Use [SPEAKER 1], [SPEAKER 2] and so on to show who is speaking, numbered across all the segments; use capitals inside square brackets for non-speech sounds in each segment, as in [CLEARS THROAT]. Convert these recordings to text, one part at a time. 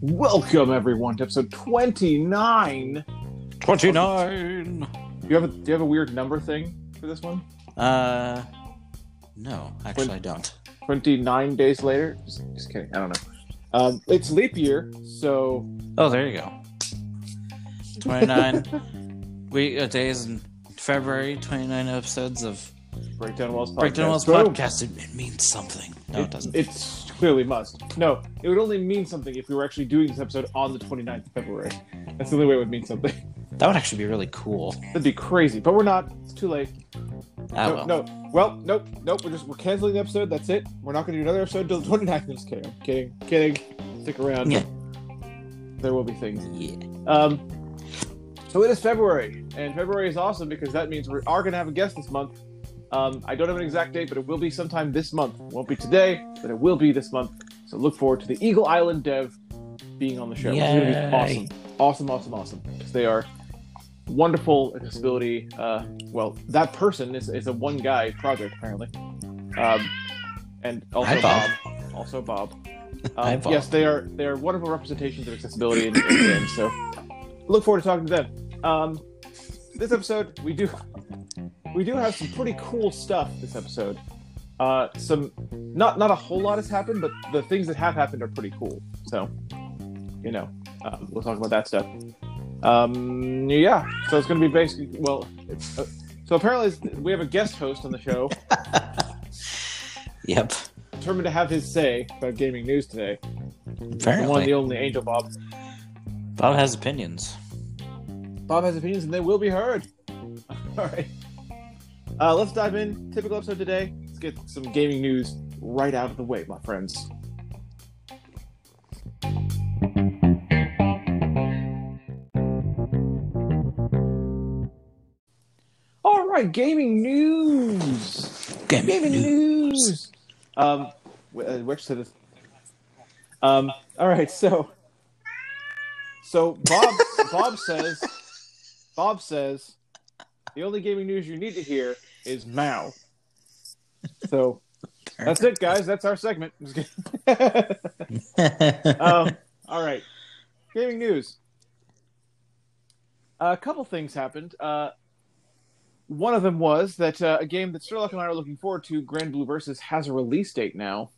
[SPEAKER 1] Welcome everyone to episode 29.
[SPEAKER 2] 29.
[SPEAKER 1] Do you have a do you have a weird number thing for this one?
[SPEAKER 2] Uh, no, actually, I don't.
[SPEAKER 1] 29 days later? Just, just kidding. I don't know. Um, it's leap year, so
[SPEAKER 2] Oh, there you go. 29 [LAUGHS] we, uh, days in February, 29 episodes of
[SPEAKER 1] Breakdown Walls podcast.
[SPEAKER 2] Breakdown Wells
[SPEAKER 1] Boom.
[SPEAKER 2] podcast. It, it means something. No, it, doesn't.
[SPEAKER 1] It's clearly must. No, it would only mean something if we were actually doing this episode on the 29th of February. That's the only way it would mean something. [LAUGHS]
[SPEAKER 2] that would actually be really cool.
[SPEAKER 1] That'd be crazy, but we're not. It's too late.
[SPEAKER 2] Ah,
[SPEAKER 1] no,
[SPEAKER 2] well.
[SPEAKER 1] no. Well, nope, nope. We're just we're canceling the episode. That's it. We're not going to do another episode till the [LAUGHS] 29th. I'm just kidding. I'm kidding. Kidding. Stick around.
[SPEAKER 2] Yeah.
[SPEAKER 1] There will be things.
[SPEAKER 2] Yeah.
[SPEAKER 1] Um, so it is February, and February is awesome because that means we are going to have a guest this month. Um, I don't have an exact date, but it will be sometime this month. It won't be today, but it will be this month. So look forward to the Eagle Island dev being on the show. It's going to
[SPEAKER 2] Yay.
[SPEAKER 1] be awesome. Awesome, awesome, awesome. Because they are wonderful accessibility. Uh, well, that person is, is a one guy project, apparently. Um, and also
[SPEAKER 2] Hi, Bob.
[SPEAKER 1] Bob. Also Bob.
[SPEAKER 2] Hi,
[SPEAKER 1] Um,
[SPEAKER 2] Bob.
[SPEAKER 1] yes, they are they are wonderful representations of accessibility in, in games. So look forward to talking to them. Um, this episode we do we do have some pretty cool stuff. This episode, uh, some not not a whole lot has happened, but the things that have happened are pretty cool. So you know, uh, we'll talk about that stuff. Um, yeah, so it's going to be basically well. It's, uh, so apparently it's- we have a guest host on the show
[SPEAKER 2] Yep.
[SPEAKER 1] determined to have his say about gaming news today. The one,
[SPEAKER 2] Apparently,
[SPEAKER 1] the only Angel Bob.
[SPEAKER 2] Bob has opinions.
[SPEAKER 1] Bob has opinions, and they will be heard. [LAUGHS] All right. Uh, let's dive in. Typical episode today. Let's get some gaming news right out of the way, my friends. All right, gaming news.
[SPEAKER 2] Gaming
[SPEAKER 1] Gaming
[SPEAKER 2] [LAUGHS]
[SPEAKER 1] news. Um, w- uh, which to this. Um. All right, so. So Bob, [LAUGHS] Bob says, Bob says, the only gaming news you need to hear is Mao. So that's it, guys. That's our segment. [LAUGHS] Just kidding. [LAUGHS] um, all right, gaming news. a couple things happened. Uh, one of them was that uh, a game that Sherlock and I are looking forward to, Grand Blue Versus, has a release date now,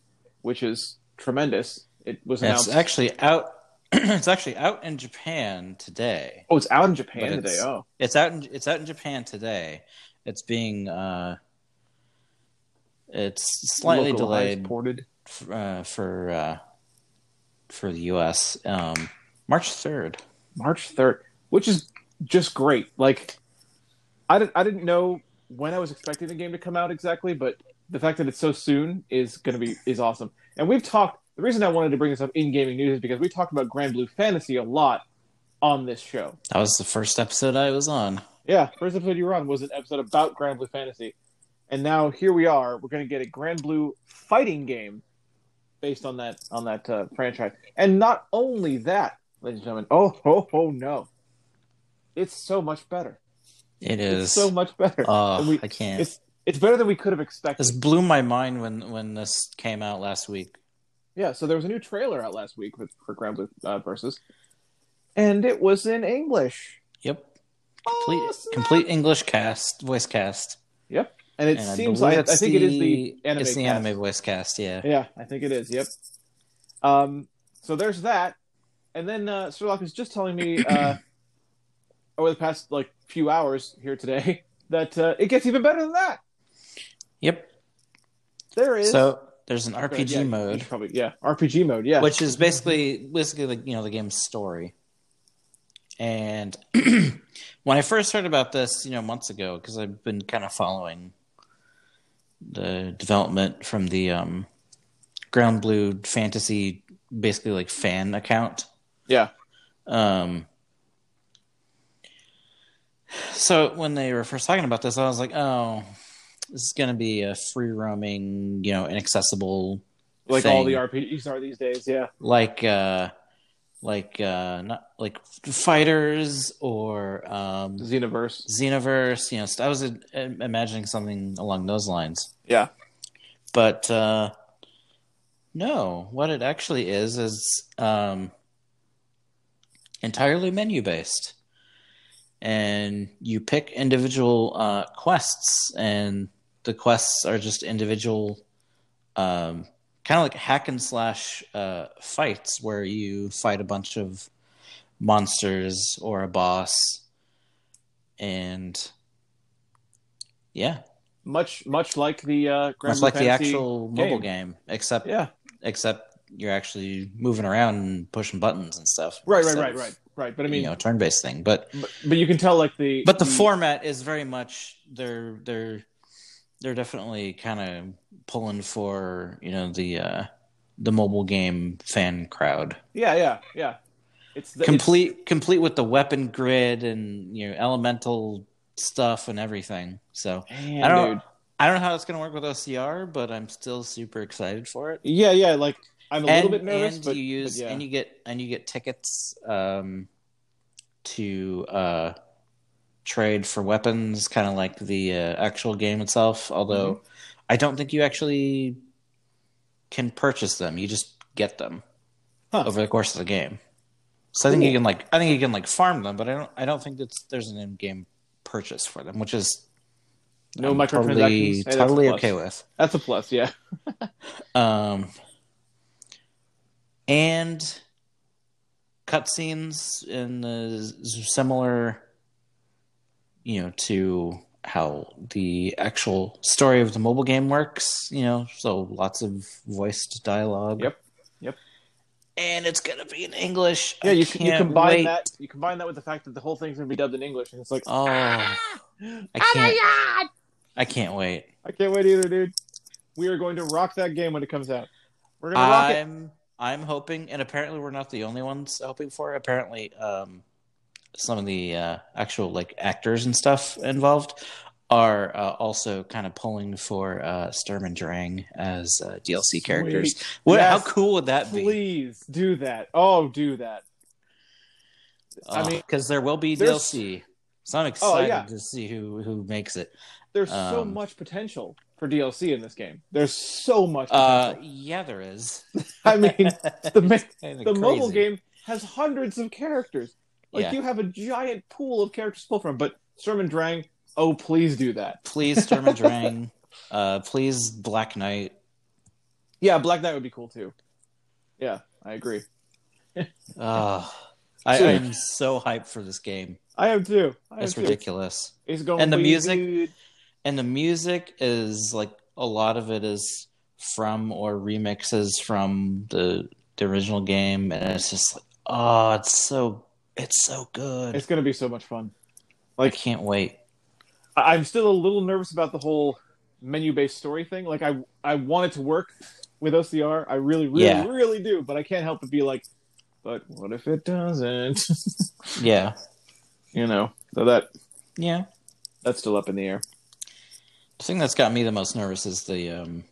[SPEAKER 1] which is tremendous. It was announced.
[SPEAKER 2] It's actually out. [CLEARS THROAT] it's actually out in Japan today.
[SPEAKER 1] oh, it's out in Japan
[SPEAKER 2] But it's-
[SPEAKER 1] today. Oh,
[SPEAKER 2] It's out in it's out in Japan today. It's being uh, it's slightly
[SPEAKER 1] Localized,
[SPEAKER 2] delayed
[SPEAKER 1] ported.
[SPEAKER 2] f- uh, for uh, for the U.S. Um, March third.
[SPEAKER 1] March 3rd, which is just great. Like, I didn't, I didn't know when I was expecting the game to come out exactly, but the fact that it's so soon is going to be is awesome. And we've talked. The reason I wanted to bring this up in gaming news is because we talked about Grand Blue Fantasy a lot on this show.
[SPEAKER 2] That was the first episode I was on.
[SPEAKER 1] Yeah, first episode you were on was an episode about Grand Blue Fantasy, and now here we are. We're going to get a Grand Blue fighting game based on that on that uh, franchise. And not only that, ladies and gentlemen. Oh ho ho no! It's so much better.
[SPEAKER 2] It
[SPEAKER 1] It's
[SPEAKER 2] is.
[SPEAKER 1] so much better.
[SPEAKER 2] oh,
[SPEAKER 1] And we-
[SPEAKER 2] I can't.
[SPEAKER 1] it's it's better than we could have expected.
[SPEAKER 2] This blew my mind when when this came out last week.
[SPEAKER 1] Yeah. So there was a new trailer out last week with, for Grand Blue uh, versus, and it was in English.
[SPEAKER 2] Yep. Complete
[SPEAKER 1] Oh, snap.
[SPEAKER 2] complete English cast voice cast.
[SPEAKER 1] Yep. And it
[SPEAKER 2] And
[SPEAKER 1] seems
[SPEAKER 2] believe
[SPEAKER 1] like I
[SPEAKER 2] it's
[SPEAKER 1] think it is the anime.
[SPEAKER 2] it's the
[SPEAKER 1] cast.
[SPEAKER 2] anime voice cast. Yeah.
[SPEAKER 1] Yeah, I think it is. Yep. Um, so there's that, and then uh, Sherlock was just telling me uh, [CLEARS THROAT] over the past like few hours here today [LAUGHS] that uh, it gets even better than that.
[SPEAKER 2] Yep.
[SPEAKER 1] There is
[SPEAKER 2] So there's an
[SPEAKER 1] Okay,
[SPEAKER 2] RPG
[SPEAKER 1] yeah, you
[SPEAKER 2] mode.
[SPEAKER 1] should probably yeah RPG mode yeah
[SPEAKER 2] which is basically basically like you know the game's story. And [CLEARS THROAT] when I first heard about this, you know, months ago, because I've been kind of following the development from the um, Ground Blue Fantasy, basically like fan account.
[SPEAKER 1] yeah
[SPEAKER 2] Um, so when they were first talking about this, I was like, oh, this is going to be a free roaming, you know, inaccessible
[SPEAKER 1] like all
[SPEAKER 2] thing
[SPEAKER 1] the RPGs are these days yeah
[SPEAKER 2] like uh like uh not like fighters or um
[SPEAKER 1] Xenoverse
[SPEAKER 2] xenoverse you know st- i was uh, imagining something along those lines
[SPEAKER 1] yeah
[SPEAKER 2] but uh No, what it actually is is um, entirely menu based, and you pick individual uh, quests, and the quests are just individual, um, kind of like hack and slash uh, fights where you fight a bunch of monsters or a boss, and yeah,
[SPEAKER 1] Much much like the uh, Grand
[SPEAKER 2] much like the
[SPEAKER 1] Fantasy
[SPEAKER 2] actual mobile game, except
[SPEAKER 1] Yeah.
[SPEAKER 2] except you're actually moving around and pushing buttons and stuff.
[SPEAKER 1] Right, right,
[SPEAKER 2] instead
[SPEAKER 1] right,
[SPEAKER 2] of,
[SPEAKER 1] right, right. But I mean,
[SPEAKER 2] you know, turn-based thing. But
[SPEAKER 1] but, but you can tell like the
[SPEAKER 2] but the format is very much they're they're they're definitely kind of pulling for you know the uh the mobile game fan crowd.
[SPEAKER 1] Yeah, yeah, yeah. It's the,
[SPEAKER 2] complete complete with the weapon grid and you know elemental stuff and everything. So
[SPEAKER 1] It's, man,
[SPEAKER 2] I don't
[SPEAKER 1] dude.
[SPEAKER 2] I don't know how it's gonna work with OCR, but I'm still super excited for it.
[SPEAKER 1] Yeah, yeah. Like I'm a little bit nervous,
[SPEAKER 2] and
[SPEAKER 1] but
[SPEAKER 2] you use
[SPEAKER 1] but yeah.
[SPEAKER 2] and you get and you get tickets um, to uh, trade for weapons, kind of like the uh, actual game itself. Although
[SPEAKER 1] Mm-hmm.
[SPEAKER 2] I don't think you actually can purchase them; you just get them
[SPEAKER 1] Huh.
[SPEAKER 2] over the course of the game. So I think you
[SPEAKER 1] Cool.
[SPEAKER 2] can like I think you can like farm them, but I don't I don't think that there's an in-game purchase for them, which is
[SPEAKER 1] no
[SPEAKER 2] I'm
[SPEAKER 1] microtransactions. Hey,
[SPEAKER 2] totally,
[SPEAKER 1] that's a
[SPEAKER 2] totally
[SPEAKER 1] plus.
[SPEAKER 2] okay with.
[SPEAKER 1] That's a plus. Yeah.
[SPEAKER 2] Um, and cutscenes in the s- similar, you know, to how the actual story of the mobile game works. You know, so lots of voiced dialogue.
[SPEAKER 1] Yep. Yep.
[SPEAKER 2] And it's gonna be in English.
[SPEAKER 1] Yeah.
[SPEAKER 2] I
[SPEAKER 1] You
[SPEAKER 2] can't
[SPEAKER 1] you combine
[SPEAKER 2] wait.
[SPEAKER 1] that. You combine that with the fact that the whole thing's gonna be dubbed in English, and it's like "Oh
[SPEAKER 2] Oh, I
[SPEAKER 1] Ah,
[SPEAKER 2] can't. I can't wait.
[SPEAKER 1] I can't wait either, dude. We are going to rock that game when it comes out. We're gonna rock it.
[SPEAKER 2] I'm I'm hoping, and apparently we're not the only ones hoping for. it. Apparently, um, some of the uh, actual like actors and stuff involved are uh, also kind of pulling for uh, Sturm and Drang as uh, DLC characters.
[SPEAKER 1] Sweet.
[SPEAKER 2] What?
[SPEAKER 1] Yes.
[SPEAKER 2] How cool would that be?
[SPEAKER 1] Please do that. Oh, do that. I mean,
[SPEAKER 2] because Uh, there will be
[SPEAKER 1] there's- Oh,
[SPEAKER 2] DLC, so I'm excited
[SPEAKER 1] yeah.
[SPEAKER 2] to see who who makes it.
[SPEAKER 1] There's so
[SPEAKER 2] Um,
[SPEAKER 1] much potential for DLC in this game. There's so much.
[SPEAKER 2] Uh,
[SPEAKER 1] Potential.
[SPEAKER 2] yeah, there is.
[SPEAKER 1] I mean,
[SPEAKER 2] [LAUGHS]
[SPEAKER 1] the ma-
[SPEAKER 2] Kinda
[SPEAKER 1] the mobile
[SPEAKER 2] crazy.
[SPEAKER 1] game has hundreds of characters. Like
[SPEAKER 2] Yeah.
[SPEAKER 1] you have a giant pool of characters to pull from. But Sturm and Drang, oh please do that.
[SPEAKER 2] Please, Sturm and Drang. [LAUGHS] uh, please, Black Knight.
[SPEAKER 1] Yeah, Black Knight would be cool too. Yeah, I agree.
[SPEAKER 2] Oh, I,
[SPEAKER 1] Dude.
[SPEAKER 2] I'm so hyped for this game.
[SPEAKER 1] I am too. I
[SPEAKER 2] It's
[SPEAKER 1] am
[SPEAKER 2] ridiculous.
[SPEAKER 1] Too. It's going
[SPEAKER 2] And the
[SPEAKER 1] to be
[SPEAKER 2] music?
[SPEAKER 1] good.
[SPEAKER 2] And the music is like a lot of it is from or remixes from the the original game, and it's just like, oh, it's so it's so good.
[SPEAKER 1] It's going to be so much fun.
[SPEAKER 2] I
[SPEAKER 1] Like
[SPEAKER 2] can't wait.
[SPEAKER 1] I- I'm still a little nervous about the whole menu-based story thing. Like I I want it to work with OCR. I really, really,
[SPEAKER 2] Yeah.
[SPEAKER 1] really do. But I can't help but be like, but what if it doesn't? [LAUGHS]
[SPEAKER 2] Yeah,
[SPEAKER 1] you know. So that
[SPEAKER 2] yeah.
[SPEAKER 1] that's still up in the air.
[SPEAKER 2] The thing that's got me the most nervous is the um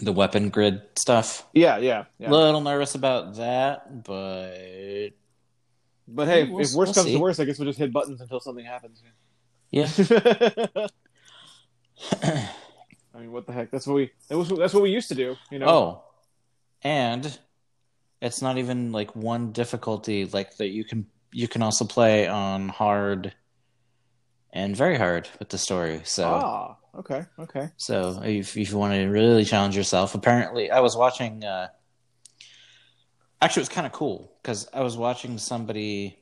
[SPEAKER 2] the weapon grid stuff.
[SPEAKER 1] Yeah, yeah, yeah.
[SPEAKER 2] A Little nervous about that, but [CLEARS THROAT]
[SPEAKER 1] But hey, if
[SPEAKER 2] We'll-
[SPEAKER 1] worse
[SPEAKER 2] we'll
[SPEAKER 1] comes
[SPEAKER 2] see.
[SPEAKER 1] to worse, I guess we'll just hit buttons until something happens.
[SPEAKER 2] yeah,
[SPEAKER 1] [LAUGHS] I mean, what the heck? That's what we that was, that's what we used to do, you know.
[SPEAKER 2] Oh, and it's not even like one difficulty like that. You can you can also play on hard and very hard with the story. So
[SPEAKER 1] ah, okay, okay. [LAUGHS]
[SPEAKER 2] so if if you want to really challenge yourself, apparently I was watching. Uh, actually, it was kind of cool because I was watching somebody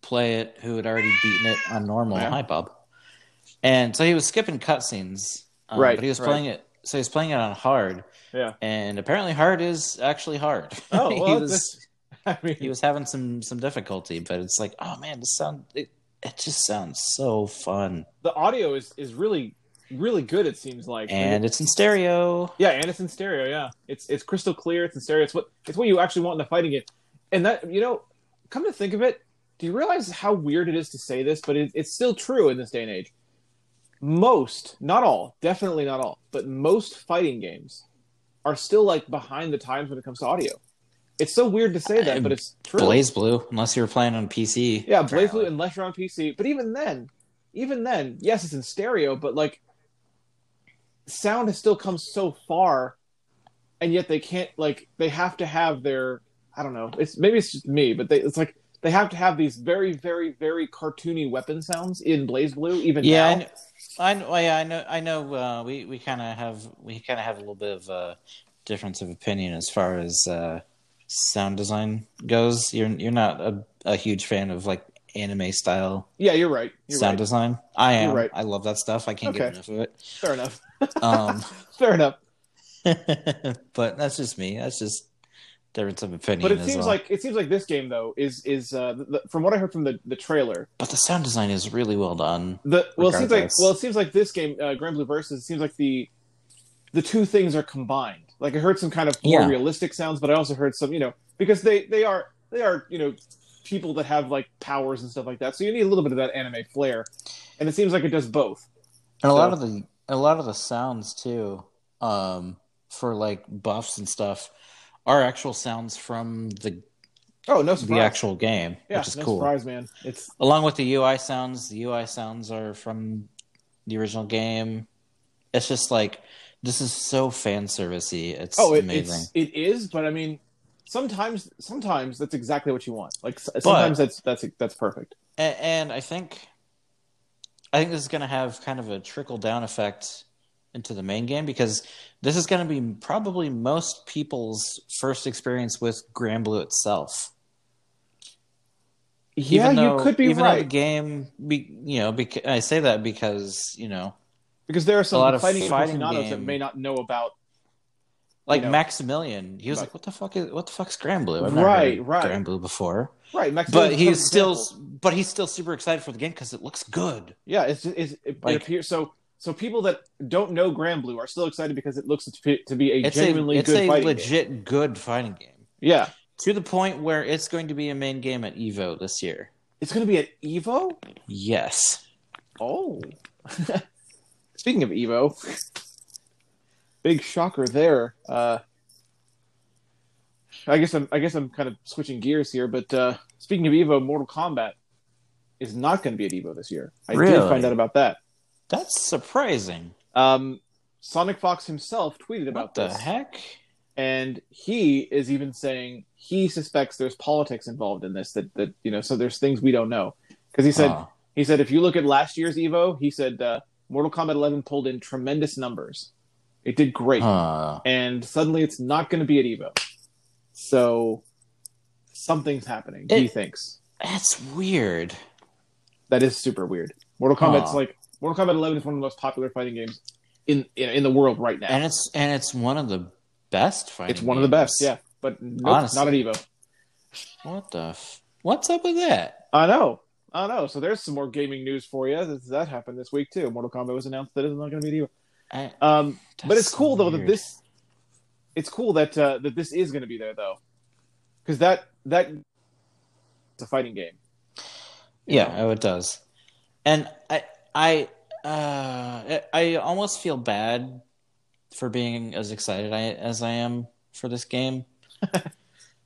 [SPEAKER 2] play it who had already beaten it on normal.
[SPEAKER 1] Yeah.
[SPEAKER 2] Hi, Bob. And so he was skipping cutscenes, um,
[SPEAKER 1] Right,
[SPEAKER 2] But he was
[SPEAKER 1] right.
[SPEAKER 2] playing it. So he was playing it on hard,
[SPEAKER 1] Yeah.
[SPEAKER 2] and apparently hard is actually hard.
[SPEAKER 1] Oh, well,
[SPEAKER 2] [LAUGHS] he was
[SPEAKER 1] I mean,
[SPEAKER 2] he was having some some difficulty, but it's like, oh man, this sound it, it just sounds so fun,
[SPEAKER 1] the audio is is really really good. It seems like
[SPEAKER 2] and it's in stereo.
[SPEAKER 1] yeah, and it's in stereo. Yeah, it's it's crystal clear. It's in stereo. It's what it's what you actually want in a fighting game. And that you know, come to think of it, do you realize how weird it is to say this? But it, it's still true in this day and age. Most, not all, definitely not all, but most fighting games are still like behind the times when it comes to audio. It's so weird to say that, but it's true.
[SPEAKER 2] Blaze Blue, unless you were playing on PC.
[SPEAKER 1] Yeah, Blaze Blue,
[SPEAKER 2] apparently.
[SPEAKER 1] unless you're on PC. But even then, even then, yes, it's in stereo, but like sound has still come so far and yet they can't like they have to have their I don't know. It's maybe it's just me, but they, it's like they have to have these very very very cartoony weapon sounds in Blaze Blue even
[SPEAKER 2] yeah, I
[SPEAKER 1] now.
[SPEAKER 2] know, I know, yeah, I know. I know. Uh, we we kind of have we kind of have a little bit of a difference of opinion as far as uh, sound design goes. You're you're not a, a huge fan of like anime style
[SPEAKER 1] Yeah, you're right. You're
[SPEAKER 2] sound
[SPEAKER 1] right.
[SPEAKER 2] design. I
[SPEAKER 1] You're
[SPEAKER 2] am.
[SPEAKER 1] right.
[SPEAKER 2] I love that stuff. I can't get
[SPEAKER 1] Okay.
[SPEAKER 2] enough of it.
[SPEAKER 1] Fair enough.
[SPEAKER 2] Um,
[SPEAKER 1] Fair enough.
[SPEAKER 2] [LAUGHS] but that's just me. That's just difference of opinion.
[SPEAKER 1] But it
[SPEAKER 2] as
[SPEAKER 1] seems
[SPEAKER 2] well.
[SPEAKER 1] like it seems like this game though is is uh, the, the- from what I heard from the, the trailer.
[SPEAKER 2] but the sound design is really well done.
[SPEAKER 1] The well, it seems like
[SPEAKER 2] Regardless.
[SPEAKER 1] well, it seems like this game, uh, Grand Blue Versus. It seems like the the two things are combined. Like I heard some kind of more
[SPEAKER 2] Yeah.
[SPEAKER 1] realistic sounds, but I also heard some you know because they they are they are you know people that have like powers and stuff like that. So you need a little bit of that anime flair, and it seems like it does both.
[SPEAKER 2] And a lot
[SPEAKER 1] So-
[SPEAKER 2] of the a lot of the sounds too, um, for like buffs and stuff, are actual sounds from the
[SPEAKER 1] Oh no surprise!
[SPEAKER 2] the actual game,
[SPEAKER 1] yeah,
[SPEAKER 2] which is
[SPEAKER 1] no
[SPEAKER 2] cool.
[SPEAKER 1] surprise, man. It's
[SPEAKER 2] Along with the UI sounds, the UI sounds are from the original game. It's just like this is so fan servicey. It's
[SPEAKER 1] oh it,
[SPEAKER 2] amazing.
[SPEAKER 1] it's it is, but I mean. Sometimes, sometimes that's exactly what you want. Like s- sometimes that's that's that's perfect.
[SPEAKER 2] A- and, I think, I think this is going to have kind of a trickle down effect into the main game because this is going to be probably most people's first experience with Grand Blue itself.
[SPEAKER 1] Yeah,
[SPEAKER 2] though-
[SPEAKER 1] you could be
[SPEAKER 2] even though the
[SPEAKER 1] right
[SPEAKER 2] game, be, you know, bec- I say that because you know,
[SPEAKER 1] because there are some
[SPEAKER 2] a lot of
[SPEAKER 1] fighting,
[SPEAKER 2] fighting
[SPEAKER 1] aficionados that
[SPEAKER 2] game.
[SPEAKER 1] may not know about.
[SPEAKER 2] like
[SPEAKER 1] You know.
[SPEAKER 2] Maximilian, he was
[SPEAKER 1] Right.
[SPEAKER 2] like, "What the fuck is what the fuck's Grand Blue?" I've never
[SPEAKER 1] Right,
[SPEAKER 2] heard
[SPEAKER 1] right.
[SPEAKER 2] Grand Blue before,
[SPEAKER 1] Right, Max Payne's a
[SPEAKER 2] but
[SPEAKER 1] perfect
[SPEAKER 2] he's still,
[SPEAKER 1] example.
[SPEAKER 2] but he's still super excited for the game because it looks good.
[SPEAKER 1] yeah. It's, it's it,
[SPEAKER 2] Like-
[SPEAKER 1] it appears so. So people that don't know Grand Blue are still excited because it looks to be, to be a
[SPEAKER 2] It's
[SPEAKER 1] genuinely
[SPEAKER 2] a it's
[SPEAKER 1] good
[SPEAKER 2] a
[SPEAKER 1] fighting game.
[SPEAKER 2] legit good fighting game.
[SPEAKER 1] Yeah,
[SPEAKER 2] to the point where it's going to be a main game at Evo this year.
[SPEAKER 1] it's going to be at Evo.
[SPEAKER 2] Yes.
[SPEAKER 1] Oh, [LAUGHS] speaking of Evo, [LAUGHS] big shocker there. Uh, I guess I'm I guess I'm kind of switching gears here, but uh, speaking of Evo, Mortal Kombat is not going to be at Evo this year. I did
[SPEAKER 2] Really?
[SPEAKER 1] find out about that.
[SPEAKER 2] That's surprising.
[SPEAKER 1] Um, Sonic Fox himself tweeted
[SPEAKER 2] What
[SPEAKER 1] about
[SPEAKER 2] the
[SPEAKER 1] this,
[SPEAKER 2] heck?
[SPEAKER 1] and he is even saying he suspects there's politics involved in this. That that you know, so there's things we don't know. Because he said
[SPEAKER 2] Huh.
[SPEAKER 1] he said if you look at last year's Evo, he said uh, Mortal Kombat 11 pulled in tremendous numbers. It did great,
[SPEAKER 2] Huh.
[SPEAKER 1] and suddenly it's not going to be at Evo. So something's happening. he
[SPEAKER 2] It-
[SPEAKER 1] thinks
[SPEAKER 2] That's weird.
[SPEAKER 1] that is super weird. Mortal Kombat's
[SPEAKER 2] Huh.
[SPEAKER 1] like Mortal Kombat 11 is one of the most popular fighting games in in, in the world right now.
[SPEAKER 2] And it's and it's one of the best fighting.
[SPEAKER 1] It's one of the
[SPEAKER 2] games.
[SPEAKER 1] best, yeah. But nope,
[SPEAKER 2] Honestly.
[SPEAKER 1] not at Evo.
[SPEAKER 2] What the? F- What's up with that?
[SPEAKER 1] I know, I know. So there's some more gaming news for you. That, that happened this week too. Mortal Kombat was announced that it's not going to be at
[SPEAKER 2] I,
[SPEAKER 1] Evo. Um, but
[SPEAKER 2] that's
[SPEAKER 1] it's cool though that
[SPEAKER 2] weird.
[SPEAKER 1] this, it's cool that uh, that this is going to be there though, because that that it's a fighting game.
[SPEAKER 2] Yeah. Oh, it does. And I I uh I I almost feel bad for being as excited I, as I am for this game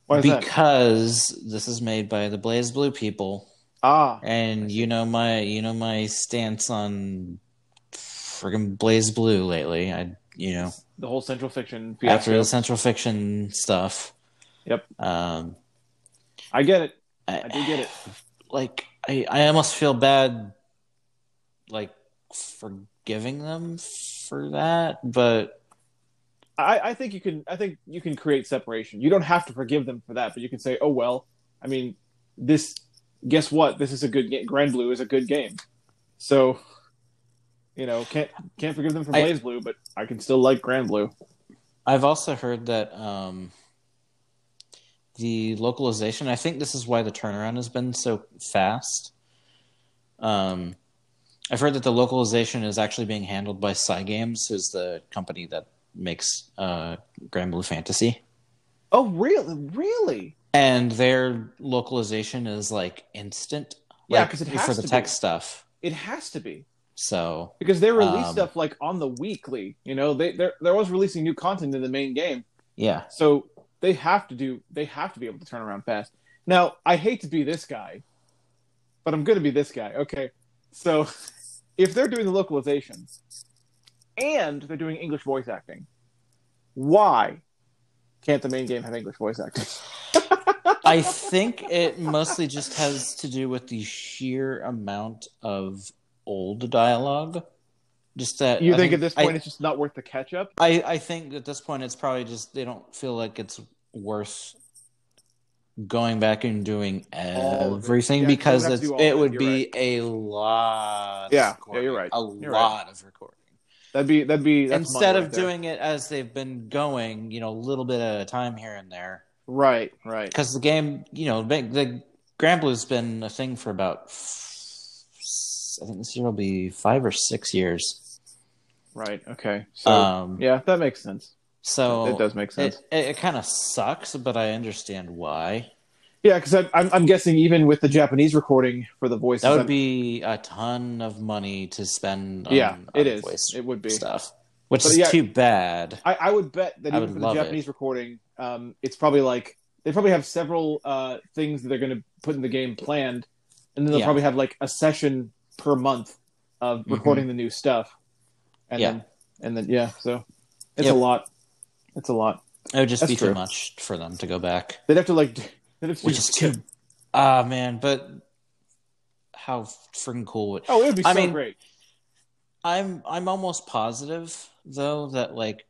[SPEAKER 1] Why is that?
[SPEAKER 2] because this is made by the Blaze Blue people,
[SPEAKER 1] Ah,
[SPEAKER 2] and you know my you know my stance on friggin' Blaze Blue lately. I you know
[SPEAKER 1] the whole Central Fiction
[SPEAKER 2] after
[SPEAKER 1] fiasco.
[SPEAKER 2] the Central Fiction stuff.
[SPEAKER 1] Yep.
[SPEAKER 2] Um,
[SPEAKER 1] I get it.
[SPEAKER 2] I,
[SPEAKER 1] I do get it.
[SPEAKER 2] Like I, I almost feel bad, like forgiving them for that, but
[SPEAKER 1] I, I think you can. I think you can create separation. You don't have to forgive them for that, but you can say, "Oh well." I mean, this. Guess what? This is a good game. Grand Blue is a good game. So, you know, can't can't forgive them for
[SPEAKER 2] I-
[SPEAKER 1] Blaze Blue, but I can still like Grand Blue.
[SPEAKER 2] I've also heard that um, the localization. I think this is why the turnaround has been so fast. Um, I've heard that the localization is actually being handled by Cygames, who's the company that makes uh, Grand Blue Fantasy,
[SPEAKER 1] Oh, really? Really?
[SPEAKER 2] and their localization is like instant.
[SPEAKER 1] Yeah,
[SPEAKER 2] like,
[SPEAKER 1] 'cause it has
[SPEAKER 2] for
[SPEAKER 1] to
[SPEAKER 2] the
[SPEAKER 1] be.
[SPEAKER 2] tech stuff.
[SPEAKER 1] It has to be
[SPEAKER 2] So
[SPEAKER 1] because they release
[SPEAKER 2] Um,
[SPEAKER 1] stuff like on the weekly. You know, they they're they're always releasing new content in the main game.
[SPEAKER 2] yeah,
[SPEAKER 1] So they have to do. They have to be able to turn around fast. Now, I hate to be this guy, but I'm going to be this guy. Okay. So [LAUGHS] if they're doing the localization and they're doing English voice acting, why can't the main game have English voice acting?
[SPEAKER 2] I think it mostly just has to do with the sheer amount of old dialogue. Just that
[SPEAKER 1] You
[SPEAKER 2] I
[SPEAKER 1] think at this point
[SPEAKER 2] I,
[SPEAKER 1] it's just not worth the catch up?
[SPEAKER 2] I, I think at this point it's probably just they don't feel like it's worth going back and doing
[SPEAKER 1] All of it.
[SPEAKER 2] everything
[SPEAKER 1] Yeah, you
[SPEAKER 2] because
[SPEAKER 1] don't have to
[SPEAKER 2] it's,
[SPEAKER 1] do all
[SPEAKER 2] it
[SPEAKER 1] of it,
[SPEAKER 2] would
[SPEAKER 1] you're
[SPEAKER 2] be a lot. of
[SPEAKER 1] Yeah, yeah,
[SPEAKER 2] recording,
[SPEAKER 1] you're right.
[SPEAKER 2] A
[SPEAKER 1] You're right.
[SPEAKER 2] lot of recording.
[SPEAKER 1] That'd be that'd be that's money
[SPEAKER 2] Instead
[SPEAKER 1] right
[SPEAKER 2] of
[SPEAKER 1] there.
[SPEAKER 2] doing it as they've been going, you know, a little bit at a time here and there.
[SPEAKER 1] right, right.
[SPEAKER 2] because the game, you know, the, the Grand Blue's been a thing for about, f- I think this year will be five or six years.
[SPEAKER 1] Right. Okay. So
[SPEAKER 2] um,
[SPEAKER 1] yeah, that makes sense.
[SPEAKER 2] so
[SPEAKER 1] it does make sense.
[SPEAKER 2] It, it, it kind of sucks, but I understand why.
[SPEAKER 1] yeah, because I'm I'm guessing even with the Japanese recording for the voices,
[SPEAKER 2] That would
[SPEAKER 1] I'm-
[SPEAKER 2] be a ton of money to spend. On,
[SPEAKER 1] yeah, it
[SPEAKER 2] on
[SPEAKER 1] is.
[SPEAKER 2] voice
[SPEAKER 1] It would be.
[SPEAKER 2] um, stuff, which
[SPEAKER 1] But
[SPEAKER 2] is
[SPEAKER 1] yeah.
[SPEAKER 2] too bad.
[SPEAKER 1] I, I would bet that
[SPEAKER 2] I
[SPEAKER 1] even
[SPEAKER 2] would
[SPEAKER 1] for the
[SPEAKER 2] love it.
[SPEAKER 1] Japanese recording, um, it's probably like they probably have several uh, things that they're going to put in the game planned, and then they'll
[SPEAKER 2] Yeah. Mm-hmm.
[SPEAKER 1] probably have like a session per month of recording the new stuff, and
[SPEAKER 2] Yeah.
[SPEAKER 1] then and then yeah, so it's
[SPEAKER 2] Yep.
[SPEAKER 1] a lot. It's a lot.
[SPEAKER 2] It would just
[SPEAKER 1] That's
[SPEAKER 2] be
[SPEAKER 1] true.
[SPEAKER 2] too much for them to go back.
[SPEAKER 1] They'd have to like. [LAUGHS] They'd have to
[SPEAKER 2] Which
[SPEAKER 1] do-
[SPEAKER 2] is too. Ah, man, but how freaking cool would
[SPEAKER 1] [LAUGHS] Oh, it would be so
[SPEAKER 2] I mean,
[SPEAKER 1] great.
[SPEAKER 2] I'm I'm almost positive though that like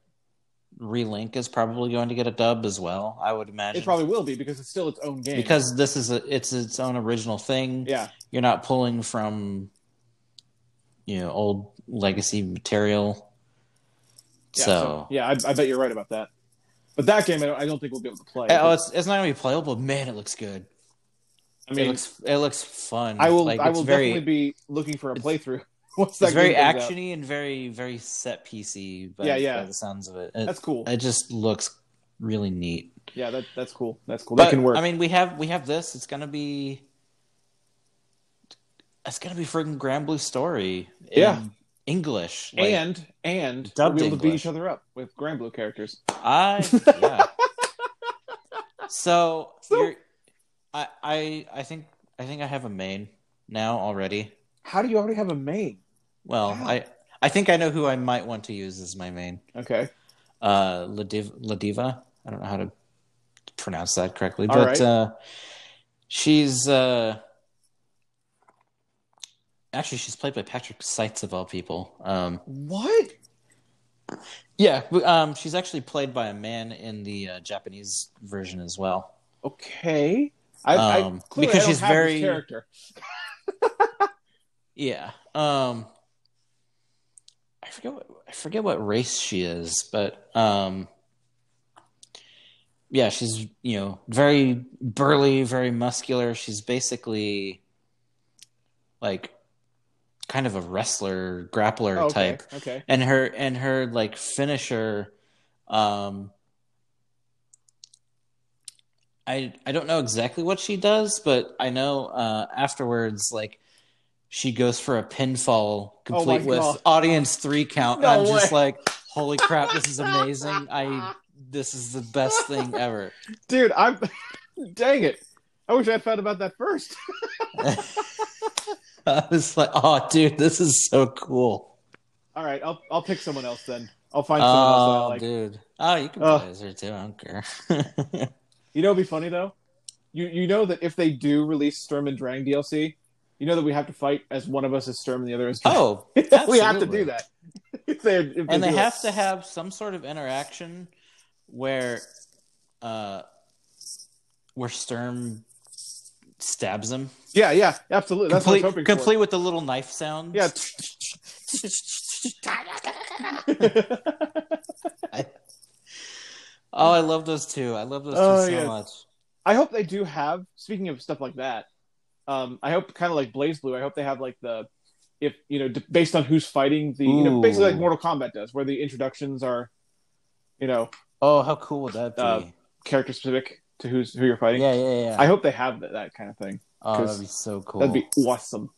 [SPEAKER 2] Relink is probably going to get a dub as well. I would imagine
[SPEAKER 1] It probably will be because it's still its own game.
[SPEAKER 2] because this is a it's its own original thing.
[SPEAKER 1] yeah,
[SPEAKER 2] You're not pulling from you know old legacy material.
[SPEAKER 1] yeah.
[SPEAKER 2] so
[SPEAKER 1] yeah, I, I bet you're right about that. But that game, I don't, I don't think we'll be able to play.
[SPEAKER 2] oh, it's it's not gonna be playable. but Man, it looks good.
[SPEAKER 1] I mean,
[SPEAKER 2] it looks it looks fun.
[SPEAKER 1] I will.
[SPEAKER 2] Like,
[SPEAKER 1] I
[SPEAKER 2] it's
[SPEAKER 1] will
[SPEAKER 2] very,
[SPEAKER 1] definitely be looking for a
[SPEAKER 2] it's-
[SPEAKER 1] playthrough. [LAUGHS] Once that
[SPEAKER 2] It's very
[SPEAKER 1] game comes out.
[SPEAKER 2] actiony and very very set piecey. By,
[SPEAKER 1] Yeah, yeah.
[SPEAKER 2] By the sounds of it, it
[SPEAKER 1] That's cool.
[SPEAKER 2] it just looks really neat.
[SPEAKER 1] Yeah, that that's cool. That's cool.
[SPEAKER 2] But,
[SPEAKER 1] that can work.
[SPEAKER 2] I mean, we have we have this. It's gonna be it's gonna be friggin' Grand Blue Story. In
[SPEAKER 1] Yeah.
[SPEAKER 2] English. Like,
[SPEAKER 1] and and we'll
[SPEAKER 2] dubbed
[SPEAKER 1] be able to beat
[SPEAKER 2] English.
[SPEAKER 1] each other up with Grand Blue characters.
[SPEAKER 2] I
[SPEAKER 1] [LAUGHS]
[SPEAKER 2] yeah. so
[SPEAKER 1] So-
[SPEAKER 2] you're, I I I think I think I have a main now already.
[SPEAKER 1] How do you already have a main?
[SPEAKER 2] Well,
[SPEAKER 1] Wow.
[SPEAKER 2] I I think I know who I might want to use as my main.
[SPEAKER 1] Okay,
[SPEAKER 2] uh Ladiv- Ladiva. I don't know how to pronounce that correctly,
[SPEAKER 1] All
[SPEAKER 2] but
[SPEAKER 1] right.
[SPEAKER 2] uh she's uh actually she's played by Patrick Seitz of all people. Um
[SPEAKER 1] what?
[SPEAKER 2] yeah, w- um she's actually played by a man in the uh, Japanese version as well.
[SPEAKER 1] Okay, I, I
[SPEAKER 2] Um,
[SPEAKER 1] clearly
[SPEAKER 2] because
[SPEAKER 1] I don't
[SPEAKER 2] she's
[SPEAKER 1] have this
[SPEAKER 2] very-
[SPEAKER 1] character.
[SPEAKER 2] Yeah. Um I forget what I forget what race she is, but um yeah, she's, you know, very burly, very muscular. She's basically like kind of a wrestler, grappler
[SPEAKER 1] Oh, okay,
[SPEAKER 2] type.
[SPEAKER 1] okay.
[SPEAKER 2] And her and her like finisher um I I don't know exactly what she does, but I know uh afterwards like she goes for a pinfall
[SPEAKER 1] Oh my
[SPEAKER 2] complete with
[SPEAKER 1] God.
[SPEAKER 2] audience three count.
[SPEAKER 1] No
[SPEAKER 2] and I'm just
[SPEAKER 1] way.
[SPEAKER 2] like, holy crap, this is amazing. I this is the best thing ever. [LAUGHS]
[SPEAKER 1] Dude, I'm. [LAUGHS] Dang it! I wish I had found about that first. [LAUGHS]
[SPEAKER 2] I was like, oh dude, this is so cool.
[SPEAKER 1] All right, I'll I'll pick someone else then. I'll find someone else that I
[SPEAKER 2] Oh
[SPEAKER 1] like.
[SPEAKER 2] dude. Oh you can
[SPEAKER 1] Oh.
[SPEAKER 2] play as her too, I don't care. [LAUGHS]
[SPEAKER 1] You know, what'd be funny though. You you know that if they do release Sturm and Drang DLC, you know that we have to fight as one of us is Sturm and the other is Drang. [LAUGHS]
[SPEAKER 2] oh,
[SPEAKER 1] we have to
[SPEAKER 2] absolutely.
[SPEAKER 1] do that. If they, if
[SPEAKER 2] and they
[SPEAKER 1] do it.
[SPEAKER 2] have to have some sort of interaction where uh where Sturm stabs him.
[SPEAKER 1] Yeah, yeah, absolutely. That's
[SPEAKER 2] complete
[SPEAKER 1] what I was hoping
[SPEAKER 2] complete with the little knife sound.
[SPEAKER 1] for. Yeah.
[SPEAKER 2] [LAUGHS] Oh, I love those two. I love those two
[SPEAKER 1] Oh,
[SPEAKER 2] so
[SPEAKER 1] yeah.
[SPEAKER 2] much.
[SPEAKER 1] [LAUGHS] I hope they do have. Speaking of stuff like that, um, I hope kind of like Blaze Blue. I hope they have like the if you know d- based on who's fighting the you know basically like
[SPEAKER 2] Ooh.
[SPEAKER 1] Mortal Kombat does, where the introductions are, you know,
[SPEAKER 2] Oh, how cool would that be?
[SPEAKER 1] Uh, character specific to who's who you're fighting.
[SPEAKER 2] yeah, yeah, yeah.
[SPEAKER 1] I hope they have that, that kind of thing.
[SPEAKER 2] oh,
[SPEAKER 1] 'cause
[SPEAKER 2] that'd be so cool.
[SPEAKER 1] That'd be awesome.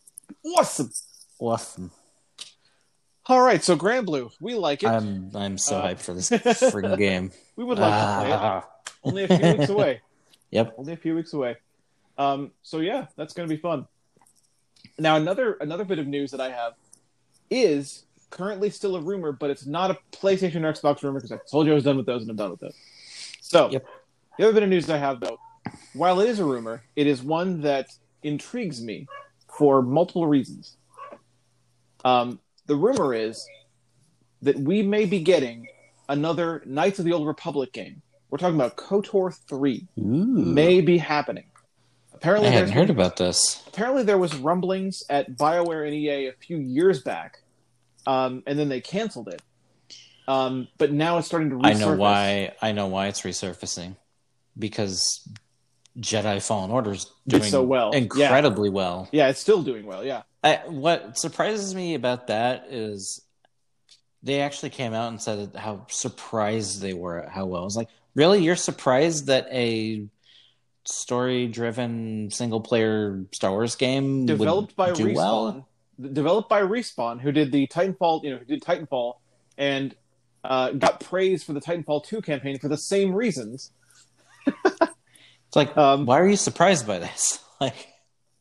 [SPEAKER 1] Awesome.
[SPEAKER 2] awesome.
[SPEAKER 1] All right, so Grand Blue, we like it.
[SPEAKER 2] I'm I'm so
[SPEAKER 1] Uh,
[SPEAKER 2] hyped
[SPEAKER 1] [LAUGHS]
[SPEAKER 2] for this freaking game.
[SPEAKER 1] we would like to
[SPEAKER 2] [LAUGHS]
[SPEAKER 1] play it.
[SPEAKER 2] Ah.
[SPEAKER 1] Only a few weeks away.
[SPEAKER 2] Yep.
[SPEAKER 1] only a few weeks away. Um, so yeah, that's going to be fun. Now another another bit of news that I have is currently still a rumor, but it's not a PlayStation or Xbox rumor because I told you I was done with those and I'm done with those. So,
[SPEAKER 2] Yep.
[SPEAKER 1] the other bit of news I have, though, while it is a rumor, it is one that intrigues me for multiple reasons. Um, the rumor is that we may be getting another Knights of the Old Republic game. We're talking about KOTOR 3 may be happening.
[SPEAKER 2] I
[SPEAKER 1] Apparently,
[SPEAKER 2] hadn't
[SPEAKER 1] there's
[SPEAKER 2] heard about this.
[SPEAKER 1] apparently there was rumblings at BioWare and EA a few years back, um, and then they canceled it. Um, but now it's starting to. Resurface.
[SPEAKER 2] I know why. I know why it's resurfacing because Jedi Fallen Order's
[SPEAKER 1] Did
[SPEAKER 2] doing
[SPEAKER 1] so well. Yeah.
[SPEAKER 2] incredibly well.
[SPEAKER 1] Yeah, it's still doing well. Yeah,
[SPEAKER 2] I, what surprises me about that is they actually came out and said that how surprised they were at how well. I was like, really? You're surprised that a story-driven single-player Star Wars game would
[SPEAKER 1] developed by
[SPEAKER 2] do
[SPEAKER 1] Respawn.
[SPEAKER 2] well?
[SPEAKER 1] Developed by Respawn, who did the Titanfall, you know, who did Titanfall, and uh, got praise for the Titanfall two campaign for the same reasons.
[SPEAKER 2] It's like,
[SPEAKER 1] Um,
[SPEAKER 2] why are you surprised by this? [LAUGHS] Like,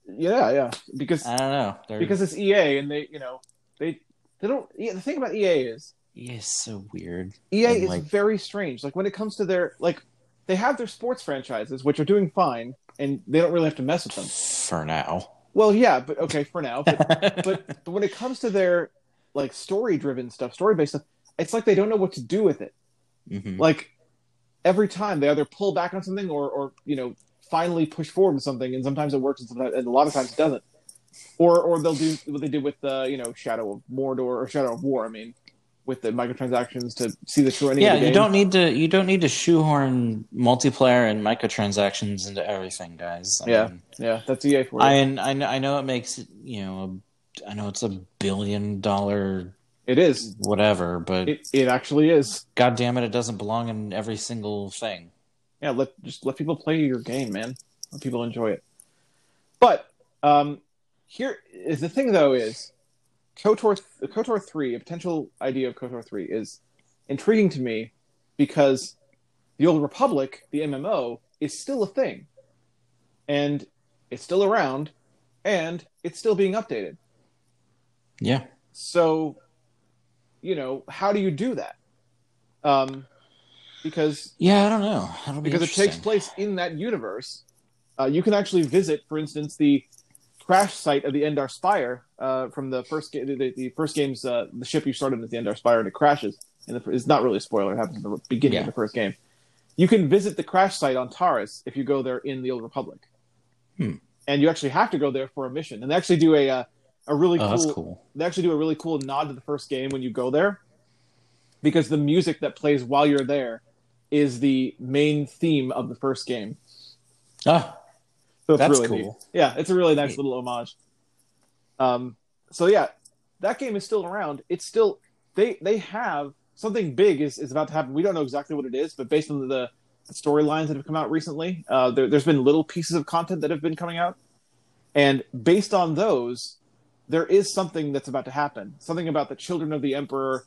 [SPEAKER 1] yeah, yeah, because
[SPEAKER 2] I don't know. They're,
[SPEAKER 1] because it's EA, and they, you know, they they don't. Yeah, the thing about EA is
[SPEAKER 2] yeah, it's so weird.
[SPEAKER 1] EA
[SPEAKER 2] and,
[SPEAKER 1] E is
[SPEAKER 2] like-
[SPEAKER 1] very strange. Like when it comes to their like, they have their sports franchises which are doing fine, and they don't really have to mess with them.
[SPEAKER 2] For now.
[SPEAKER 1] Well, yeah, but okay for now.
[SPEAKER 2] [LAUGHS]
[SPEAKER 1] But but, but when it comes to their like story driven stuff, story based stuff, it's like they don't know what to do with it.
[SPEAKER 2] Mhm.
[SPEAKER 1] Like every time they either pull back on something or or you know finally push forward with something, and sometimes it works, and, sometimes, and a lot of times it doesn't. Or or they'll do what they did with uh, you know Shadow of Mordor or Shadow of War. I mean, with the microtransactions to see the true ending.
[SPEAKER 2] yeah
[SPEAKER 1] of the
[SPEAKER 2] you
[SPEAKER 1] game.
[SPEAKER 2] don't need to you don't need to shoehorn multiplayer and microtransactions into everything guys I
[SPEAKER 1] Yeah.
[SPEAKER 2] mean,
[SPEAKER 1] Yeah, that's EA for you.
[SPEAKER 2] I, I know i know it makes it, you know a- i know it's a billion dollar
[SPEAKER 1] It
[SPEAKER 2] Mm-hmm.
[SPEAKER 1] is.
[SPEAKER 2] whatever but
[SPEAKER 1] It, it actually is.
[SPEAKER 2] god damn it it doesn't belong in every single thing
[SPEAKER 1] Yeah, let just let people play your game, man. Let people enjoy it. But um here is the thing though is Kotor Kotor 3, a potential idea of Kotor 3 is intriguing to me because the old republic, the MMO, is still a thing. And it's still around and it's still being updated.
[SPEAKER 2] yeah
[SPEAKER 1] So, you know, how do you do that? Um, because
[SPEAKER 2] yeah i don't know That'll be
[SPEAKER 1] because it takes
[SPEAKER 2] interesting.
[SPEAKER 1] place in that universe, uh, you can actually visit, for instance, the crash site of the Endar Spire uh, from the first game. The, the first game's uh, the ship you started at the Endar Spire and it crashes. And the, it's not really a spoiler; it happens in the beginning of
[SPEAKER 2] Yeah.
[SPEAKER 1] the first game. You can visit the crash site on Taurus if you go there in the Old Republic,
[SPEAKER 2] Hmm.
[SPEAKER 1] and you actually have to go there for a mission. And they actually do a uh, a really
[SPEAKER 2] oh that's
[SPEAKER 1] cool
[SPEAKER 2] cool
[SPEAKER 1] they actually do a really cool nod to the first game when you go there because the music that plays while you're there is the main theme of the first game.
[SPEAKER 2] oh
[SPEAKER 1] So it's
[SPEAKER 2] That's
[SPEAKER 1] really neat.
[SPEAKER 2] cool.
[SPEAKER 1] Yeah, it's a really nice
[SPEAKER 2] Neat.
[SPEAKER 1] little homage. Um, so yeah, that game is still around. It's still they they have something big is, is about to happen. We don't know exactly what it is, but based on the, the storylines that have come out recently, uh, there, there's been little pieces of content that have been coming out, and based on those, there is something that's about to happen. Something about the children of the emperor.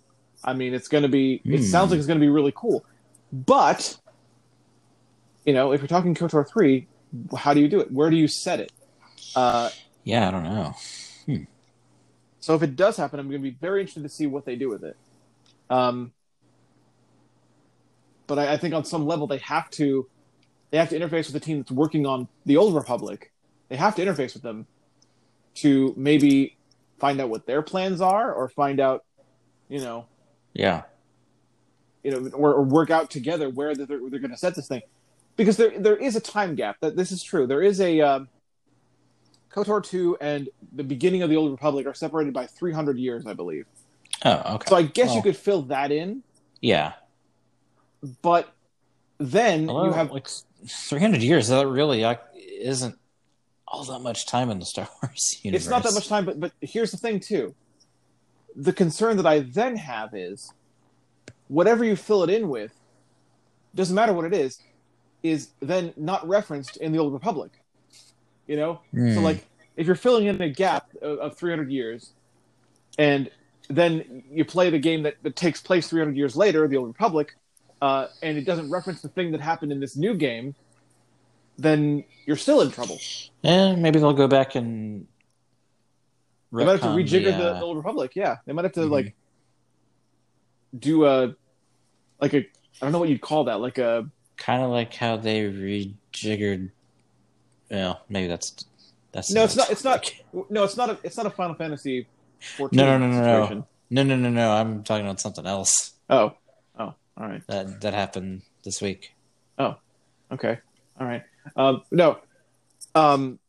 [SPEAKER 1] I mean, it's going to be. It
[SPEAKER 2] Hmm.
[SPEAKER 1] sounds like it's going to be really cool, but you know, if you're talking KOTOR three, how do you do it? Where do you set it? Uh,
[SPEAKER 2] yeah i don't know
[SPEAKER 1] so if it does happen, I'm going to be very interested to see what they do with it. Um, but I, I think on some level they have to they have to interface with the team that's working on the old Republic. They have to interface with them to maybe find out what their plans are, or find out, you know,
[SPEAKER 2] yeah
[SPEAKER 1] you know, or, or work out together where they're, they're going to set this thing, because there there is a time gap. That this is true. There is a um, Kotor two and the beginning of the Old Republic are separated by three hundred years, I believe.
[SPEAKER 2] oh okay
[SPEAKER 1] So I guess you
[SPEAKER 2] Well,
[SPEAKER 1] could fill that in,
[SPEAKER 2] yeah
[SPEAKER 1] but then
[SPEAKER 2] Hello?
[SPEAKER 1] you have
[SPEAKER 2] like 300 years that really like, isn't all that much time in the star [LAUGHS] wars universe
[SPEAKER 1] it's not that much time. But but here's the thing too. The concern that I then have is, whatever you fill it in with, doesn't matter what it is, is then not referenced in the Old Republic. You know, So
[SPEAKER 2] Hmm.
[SPEAKER 1] like if you're filling in a gap of, of 300 years and then you play the game that, that takes place 300 years later, the Old Republic, uh, and it doesn't reference the thing that happened in this new game, then you're still in trouble.
[SPEAKER 2] Hmm. Yeah, maybe they'll go back and.
[SPEAKER 1] They might have to
[SPEAKER 2] retcon
[SPEAKER 1] rejigger the,
[SPEAKER 2] uh,
[SPEAKER 1] the Old Republic. Yeah, they might have to
[SPEAKER 2] Mhm.
[SPEAKER 1] like do a like a I don't know what you'd call that, like a
[SPEAKER 2] Kind of like how they rejiggered. Well, maybe that's that's
[SPEAKER 1] No, it's not. It's not. No, it's not. A, it's not a Final Fantasy. 14
[SPEAKER 2] No, no, no, no, no.
[SPEAKER 1] situation.
[SPEAKER 2] No, no, no, no. I'm talking about something else
[SPEAKER 1] Oh, oh, all right.
[SPEAKER 2] that that happened this week.
[SPEAKER 1] Okay, all right. Um, no, um,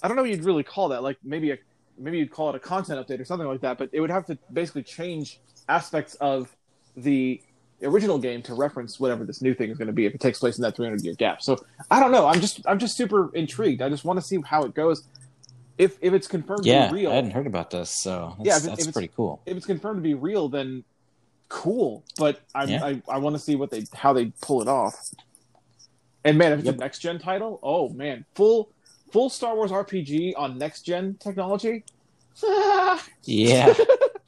[SPEAKER 1] I don't know what you'd really call that. Like maybe a maybe you'd call it a content update or something like that. But it would have to basically change aspects of the original game to reference whatever this new thing is going to be if it takes place in that 300 year gap. So I don't know. I'm just I'm just super intrigued. I just want to see how it goes. If if it's confirmed
[SPEAKER 2] Yeah,
[SPEAKER 1] to be real,
[SPEAKER 2] I hadn't heard about this, so that's,
[SPEAKER 1] Yeah, if it- if
[SPEAKER 2] that's
[SPEAKER 1] it's-
[SPEAKER 2] pretty
[SPEAKER 1] [LAUGHS]
[SPEAKER 2] cool.
[SPEAKER 1] if it's confirmed to be real, then cool. But I
[SPEAKER 2] Yeah.
[SPEAKER 1] I, I want to see what they how they pull it off. And man, if it's
[SPEAKER 2] Yep.
[SPEAKER 1] a next gen title, oh man, full full Star Wars RPG on next gen technology. [LAUGHS]
[SPEAKER 2] Yeah.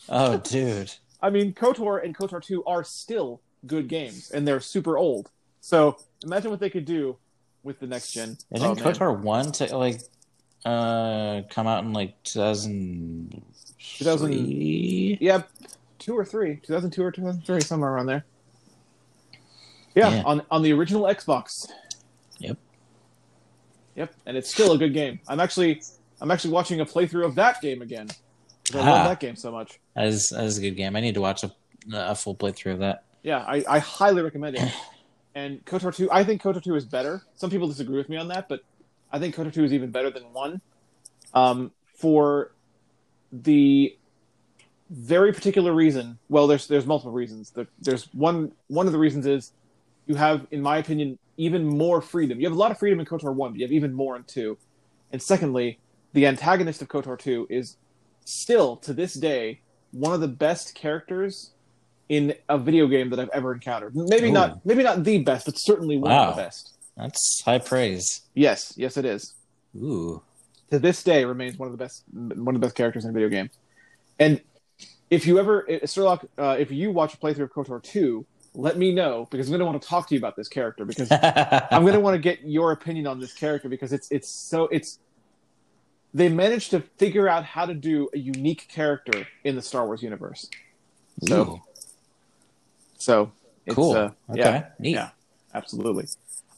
[SPEAKER 2] oh, dude.
[SPEAKER 1] I mean, KOTOR and KOTOR 2 are still good games, and they're super old. So imagine what they could do with the next gen.
[SPEAKER 2] I
[SPEAKER 1] Oh,
[SPEAKER 2] think
[SPEAKER 1] man.
[SPEAKER 2] KOTOR one to like uh come out in like 2003?
[SPEAKER 1] Yeah, two or three, 2002 or 2003, somewhere around there. Yeah,
[SPEAKER 2] Yeah.
[SPEAKER 1] on on the original Xbox.
[SPEAKER 2] Yep.
[SPEAKER 1] Yep, and it's still a good game. I'm actually I'm actually watching a playthrough of that game again. 'cause I
[SPEAKER 2] Ah.
[SPEAKER 1] love that game so much.
[SPEAKER 2] That is that is a good game. I need to watch a a full playthrough of that.
[SPEAKER 1] Yeah, I, I highly recommend
[SPEAKER 2] [CLEARS THROAT]
[SPEAKER 1] it. And KOTOR 2, I think KOTOR 2 is better. Some people disagree with me on that, but I think KOTOR 2 is even better than 1 um, for the very particular reason. Well, there's there's multiple reasons. The, there's one one of the reasons is you have, in my opinion, even more freedom. You have a lot of freedom in KOTOR 1, but you have even more in 2. And secondly, the antagonist of KOTOR 2 is still, to this day, one of the best characters in a video game that I've ever encountered. Maybe
[SPEAKER 2] Ooh.
[SPEAKER 1] not maybe not the best, but certainly one
[SPEAKER 2] Wow.
[SPEAKER 1] of the best.
[SPEAKER 2] That's high praise.
[SPEAKER 1] Yes, yes it is.
[SPEAKER 2] Ooh.
[SPEAKER 1] To this day remains one of the best m- one of the best characters in a video game. And if you ever i- Sherlock, uh, if you watch a playthrough of KOTOR 2, let me know because I'm going to want to talk to you about this character because
[SPEAKER 2] [LAUGHS]
[SPEAKER 1] I'm gonna want to get your opinion on this character because it's it's so it's they managed to figure out how to do a unique character in the Star Wars universe. So
[SPEAKER 2] Ooh,
[SPEAKER 1] so it's,
[SPEAKER 2] cool.
[SPEAKER 1] Uh,
[SPEAKER 2] okay.
[SPEAKER 1] Yeah,
[SPEAKER 2] Neat. [LAUGHS]
[SPEAKER 1] yeah. [LAUGHS] absolutely.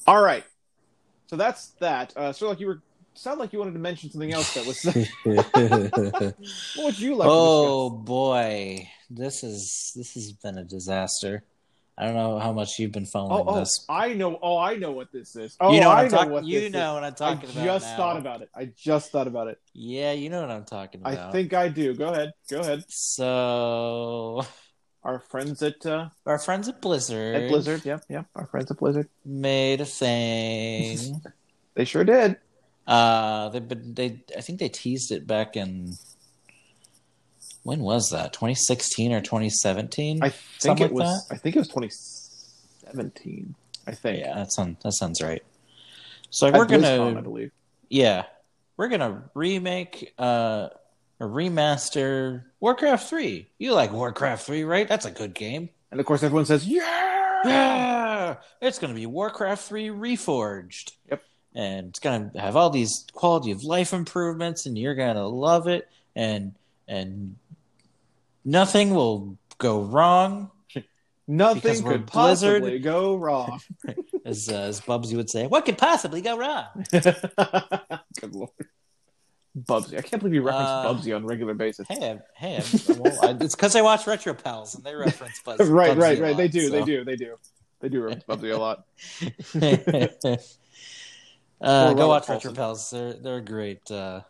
[SPEAKER 1] All right, so that's that. Uh, Sherlock, you were sound like you wanted to mention something else that was. [LAUGHS] what would you like?
[SPEAKER 2] oh boy. This is this has been a disaster. I don't know how much you've been
[SPEAKER 1] to discuss?
[SPEAKER 2] following
[SPEAKER 1] oh, oh,
[SPEAKER 2] this.
[SPEAKER 1] I know. Oh, I know what this is. Oh,
[SPEAKER 2] you know what
[SPEAKER 1] I
[SPEAKER 2] I'm talking
[SPEAKER 1] know what
[SPEAKER 2] you
[SPEAKER 1] this
[SPEAKER 2] know what I'm
[SPEAKER 1] is. I
[SPEAKER 2] talking about.
[SPEAKER 1] just
[SPEAKER 2] now.
[SPEAKER 1] thought about it. I just thought about it.
[SPEAKER 2] Yeah, you know what I'm talking about.
[SPEAKER 1] I think I do. Go ahead. Go ahead.
[SPEAKER 2] so. [LAUGHS]
[SPEAKER 1] Our friends at uh,
[SPEAKER 2] Our friends at Blizzard,
[SPEAKER 1] at Blizzard. Yeah, yeah. Our friends at Blizzard.
[SPEAKER 2] made a
[SPEAKER 1] [LAUGHS]
[SPEAKER 2] thing.
[SPEAKER 1] They sure did.
[SPEAKER 2] uh, they've been they. I think they teased it back in. When was that? 2016 or 2017?
[SPEAKER 1] I think
[SPEAKER 2] Something
[SPEAKER 1] it
[SPEAKER 2] like
[SPEAKER 1] was. I think it was 2017. I think.
[SPEAKER 2] Oh, yeah, that sounds that sounds right. So
[SPEAKER 1] At
[SPEAKER 2] we're
[SPEAKER 1] BlizzCon, I
[SPEAKER 2] gonna
[SPEAKER 1] believe.
[SPEAKER 2] yeah, we're gonna remake uh or remaster Warcraft three. You like Warcraft three, right? That's a good game.
[SPEAKER 1] And of course, everyone says, "Yeah,
[SPEAKER 2] [GASPS] Yeah, it's going to be Warcraft 3 Reforged.
[SPEAKER 1] Yep.
[SPEAKER 2] And it's going to have all these quality of life improvements and you're going to love it and and nothing will go wrong Because
[SPEAKER 1] nothing
[SPEAKER 2] we're
[SPEAKER 1] could
[SPEAKER 2] Blizzard."
[SPEAKER 1] possibly go
[SPEAKER 2] [LAUGHS]
[SPEAKER 1] wrong." [LAUGHS]
[SPEAKER 2] as uh, as Bubsy would say. What could possibly go wrong?
[SPEAKER 1] Good lord, Bubsy! I can't believe you reference
[SPEAKER 2] Uh,
[SPEAKER 1] Bubsy on a regular basis.
[SPEAKER 2] Hey, I'm- hey, I'm- well, I, it's cuz I watch Retro Pals and they reference Buzz.
[SPEAKER 1] [LAUGHS] right,
[SPEAKER 2] Bubsy
[SPEAKER 1] right,
[SPEAKER 2] a
[SPEAKER 1] right.
[SPEAKER 2] lot,
[SPEAKER 1] they do.
[SPEAKER 2] so.
[SPEAKER 1] They do. They do. They do reference Bubsy a lot.
[SPEAKER 2] [LAUGHS] uh,
[SPEAKER 1] Robert
[SPEAKER 2] go watch
[SPEAKER 1] Paulson.
[SPEAKER 2] Retro Pals. They're they're a great uh,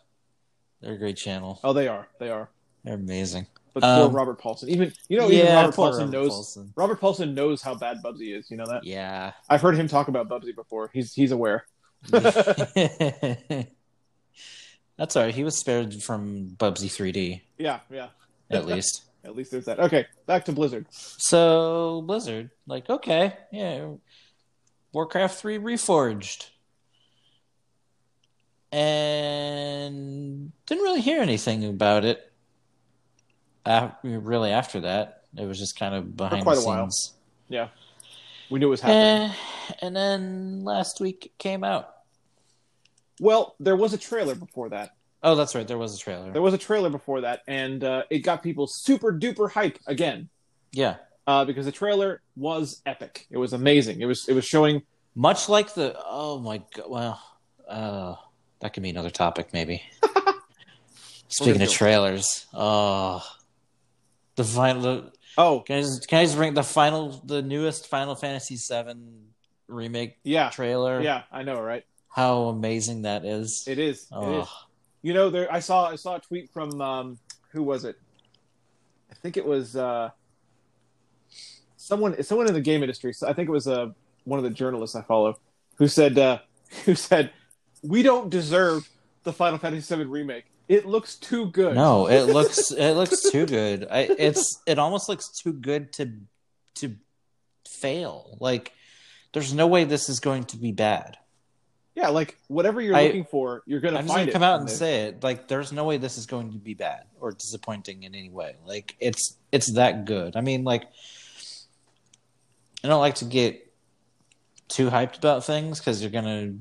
[SPEAKER 2] they're a great channel.
[SPEAKER 1] Oh, they are. They are.
[SPEAKER 2] They're amazing.
[SPEAKER 1] But
[SPEAKER 2] Um,
[SPEAKER 1] poor Robert Paulson. Even you know, even
[SPEAKER 2] yeah,
[SPEAKER 1] Robert
[SPEAKER 2] poor
[SPEAKER 1] Paulson
[SPEAKER 2] Robert
[SPEAKER 1] knows.
[SPEAKER 2] Paulson.
[SPEAKER 1] Robert Paulson knows how bad Bubsy is. You know that. [LAUGHS]
[SPEAKER 2] Yeah.
[SPEAKER 1] I've heard him talk about Bubsy before. He's he's aware.
[SPEAKER 2] That's all right. He was spared from Bubsy 3D,
[SPEAKER 1] Yeah, yeah. [LAUGHS]
[SPEAKER 2] at least.
[SPEAKER 1] At least there's that. Okay, back to Blizzard.
[SPEAKER 2] so, Blizzard, like, okay, yeah, Warcraft 3 Reforged. And didn't really hear anything about it af- really after that. It was just kind of behind
[SPEAKER 1] quite
[SPEAKER 2] the
[SPEAKER 1] a while.
[SPEAKER 2] scenes.
[SPEAKER 1] Yeah, we knew it was happening.
[SPEAKER 2] And, and then last week it came out.
[SPEAKER 1] well, there was a trailer before that.
[SPEAKER 2] Oh, that's right. There was a trailer.
[SPEAKER 1] There was a trailer before that, and uh, it got people super duper hype again
[SPEAKER 2] yeah.
[SPEAKER 1] uh, because the trailer was epic. It was amazing. It was it was showing
[SPEAKER 2] Much like the oh my god, well, uh, that could be another topic
[SPEAKER 1] [LAUGHS]
[SPEAKER 2] maybe.
[SPEAKER 1] gonna
[SPEAKER 2] Speaking of
[SPEAKER 1] do it.
[SPEAKER 2] trailers, oh, the final
[SPEAKER 1] Oh
[SPEAKER 2] can I just, can I just bring the final the newest Final Fantasy VII remake
[SPEAKER 1] yeah,
[SPEAKER 2] trailer?
[SPEAKER 1] yeah, I know, right?
[SPEAKER 2] how amazing that is.
[SPEAKER 1] It is. It is.
[SPEAKER 2] oh,
[SPEAKER 1] You know, there I saw I saw a tweet from um, who was it? I think it was uh, someone someone in the game industry. So I think it was uh, one of the journalists I follow who said uh, [LAUGHS] who said we don't deserve the Final Fantasy VII remake. It looks too good.
[SPEAKER 2] no,
[SPEAKER 1] [LAUGHS]
[SPEAKER 2] it looks it looks too good. I, it's it almost looks too good to to fail. Like there's no way this is going to be bad.
[SPEAKER 1] Yeah, like whatever you're
[SPEAKER 2] I-
[SPEAKER 1] looking for, you're gonna
[SPEAKER 2] I'm just
[SPEAKER 1] find
[SPEAKER 2] gonna
[SPEAKER 1] it.
[SPEAKER 2] come out and
[SPEAKER 1] there.
[SPEAKER 2] say it. Like there's no way this is going to be bad or disappointing in any way. Like it's it's that good. I mean, like I don't like to get too hyped about things because you're gonna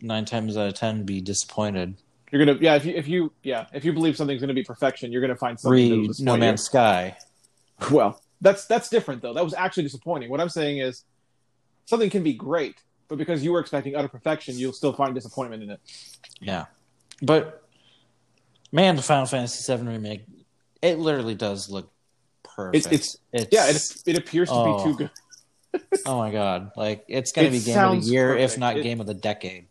[SPEAKER 2] nine times out of ten be disappointed.
[SPEAKER 1] you're gonna yeah if you if you yeah if you believe something's gonna be perfection, you're gonna find something. that'll
[SPEAKER 2] Read
[SPEAKER 1] disappoint
[SPEAKER 2] No
[SPEAKER 1] you.
[SPEAKER 2] Man's Sky.
[SPEAKER 1] [LAUGHS] Well, that's that's different though. That was actually disappointing. What I'm saying is, something can be great, but because you were expecting utter perfection, you'll still find disappointment in it.
[SPEAKER 2] Yeah, but man, the Final Fantasy VII remake, it literally does look perfect.
[SPEAKER 1] it's- Yeah, it it appears to
[SPEAKER 2] Oh,
[SPEAKER 1] be too good. [LAUGHS]
[SPEAKER 2] oh my god, like it's gonna
[SPEAKER 1] It
[SPEAKER 2] be game of
[SPEAKER 1] sounds
[SPEAKER 2] the year,
[SPEAKER 1] perfect.
[SPEAKER 2] if not
[SPEAKER 1] It-
[SPEAKER 2] game of the decade.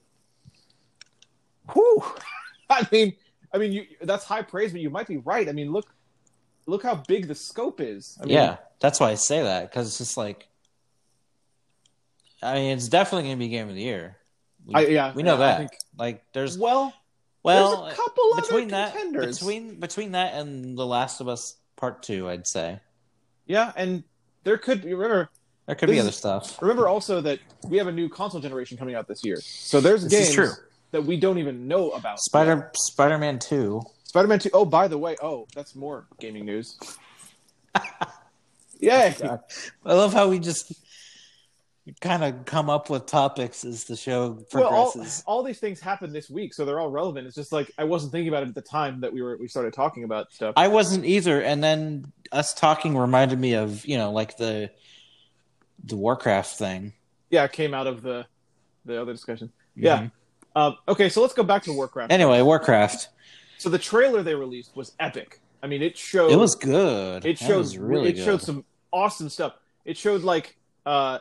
[SPEAKER 1] Whew. [LAUGHS] I mean, I mean, you, that's high praise, but you might be right. I mean, look, look how big the scope is. I mean,
[SPEAKER 2] yeah, that's why I say that because it's just like, I mean, it's definitely gonna be game of the year. We,
[SPEAKER 1] I, yeah,
[SPEAKER 2] we know
[SPEAKER 1] yeah, I
[SPEAKER 2] that.
[SPEAKER 1] think-
[SPEAKER 2] like, there's
[SPEAKER 1] well,
[SPEAKER 2] well
[SPEAKER 1] there's a couple
[SPEAKER 2] between
[SPEAKER 1] other
[SPEAKER 2] that
[SPEAKER 1] contenders.
[SPEAKER 2] between between that and The Last of Us Part Two, I'd say
[SPEAKER 1] yeah, and there could be remember
[SPEAKER 2] there could
[SPEAKER 1] This
[SPEAKER 2] be
[SPEAKER 1] is-
[SPEAKER 2] other stuff.
[SPEAKER 1] remember also that we have a new console generation coming out this year, so there's
[SPEAKER 2] This
[SPEAKER 1] games
[SPEAKER 2] is true.
[SPEAKER 1] that we don't even know about.
[SPEAKER 2] Spider Spider Man Two.
[SPEAKER 1] Spider-Man 2. Oh, by the way, oh, that's more gaming
[SPEAKER 2] [LAUGHS]
[SPEAKER 1] news. Yay!
[SPEAKER 2] God. I love how we just kind of come up with topics as the show
[SPEAKER 1] Well, all,
[SPEAKER 2] progresses.
[SPEAKER 1] all these things happened this week, so they're all relevant. It's just like I wasn't thinking about it at the time that we were we started talking about stuff.
[SPEAKER 2] I wasn't either, and then us talking reminded me of you know like the the Warcraft thing.
[SPEAKER 1] yeah, it came out of the the other discussion. Yeah.
[SPEAKER 2] Mhm.
[SPEAKER 1] Um, okay, so let's go back to Warcraft.
[SPEAKER 2] Anyway, Warcraft.
[SPEAKER 1] so the trailer they released was epic. I mean, it showed
[SPEAKER 2] It was good.
[SPEAKER 1] it
[SPEAKER 2] That
[SPEAKER 1] showed
[SPEAKER 2] was really
[SPEAKER 1] it
[SPEAKER 2] good.
[SPEAKER 1] showed some awesome stuff. It showed like uh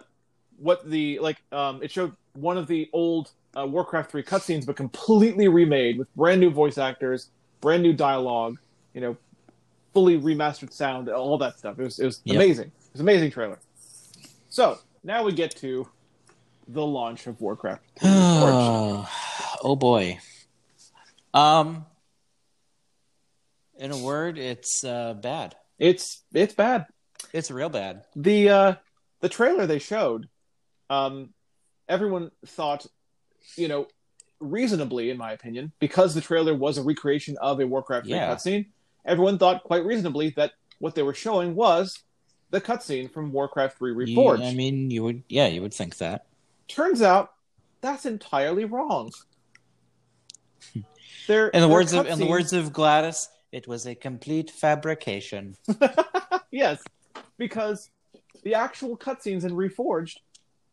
[SPEAKER 1] what the like um it showed one of the old uh, Warcraft 3 cutscenes but completely remade with brand new voice actors, brand new dialogue, you know, fully remastered sound, all that stuff. It was it was
[SPEAKER 2] Yep.
[SPEAKER 1] amazing. It was an amazing trailer. So, now we get to the launch of Warcraft.
[SPEAKER 2] [SIGHS] oh boy. Um. In a word, it's uh, bad.
[SPEAKER 1] It's it's bad.
[SPEAKER 2] It's real bad.
[SPEAKER 1] the uh the trailer they showed um everyone thought you know reasonably in my opinion because the trailer was a recreation of a warcraft 3
[SPEAKER 2] Yeah.
[SPEAKER 1] cutscene everyone thought quite reasonably that what they were showing was the cutscene from warcraft 3
[SPEAKER 2] You-
[SPEAKER 1] reforged
[SPEAKER 2] I mean, you would, yeah, you would think that.
[SPEAKER 1] turns out that's entirely wrong Their-
[SPEAKER 2] Hmm. In the
[SPEAKER 1] their
[SPEAKER 2] words of in the
[SPEAKER 1] cutscenes-
[SPEAKER 2] words of Gladys, it was a complete fabrication.
[SPEAKER 1] yes because the actual cutscenes in reforged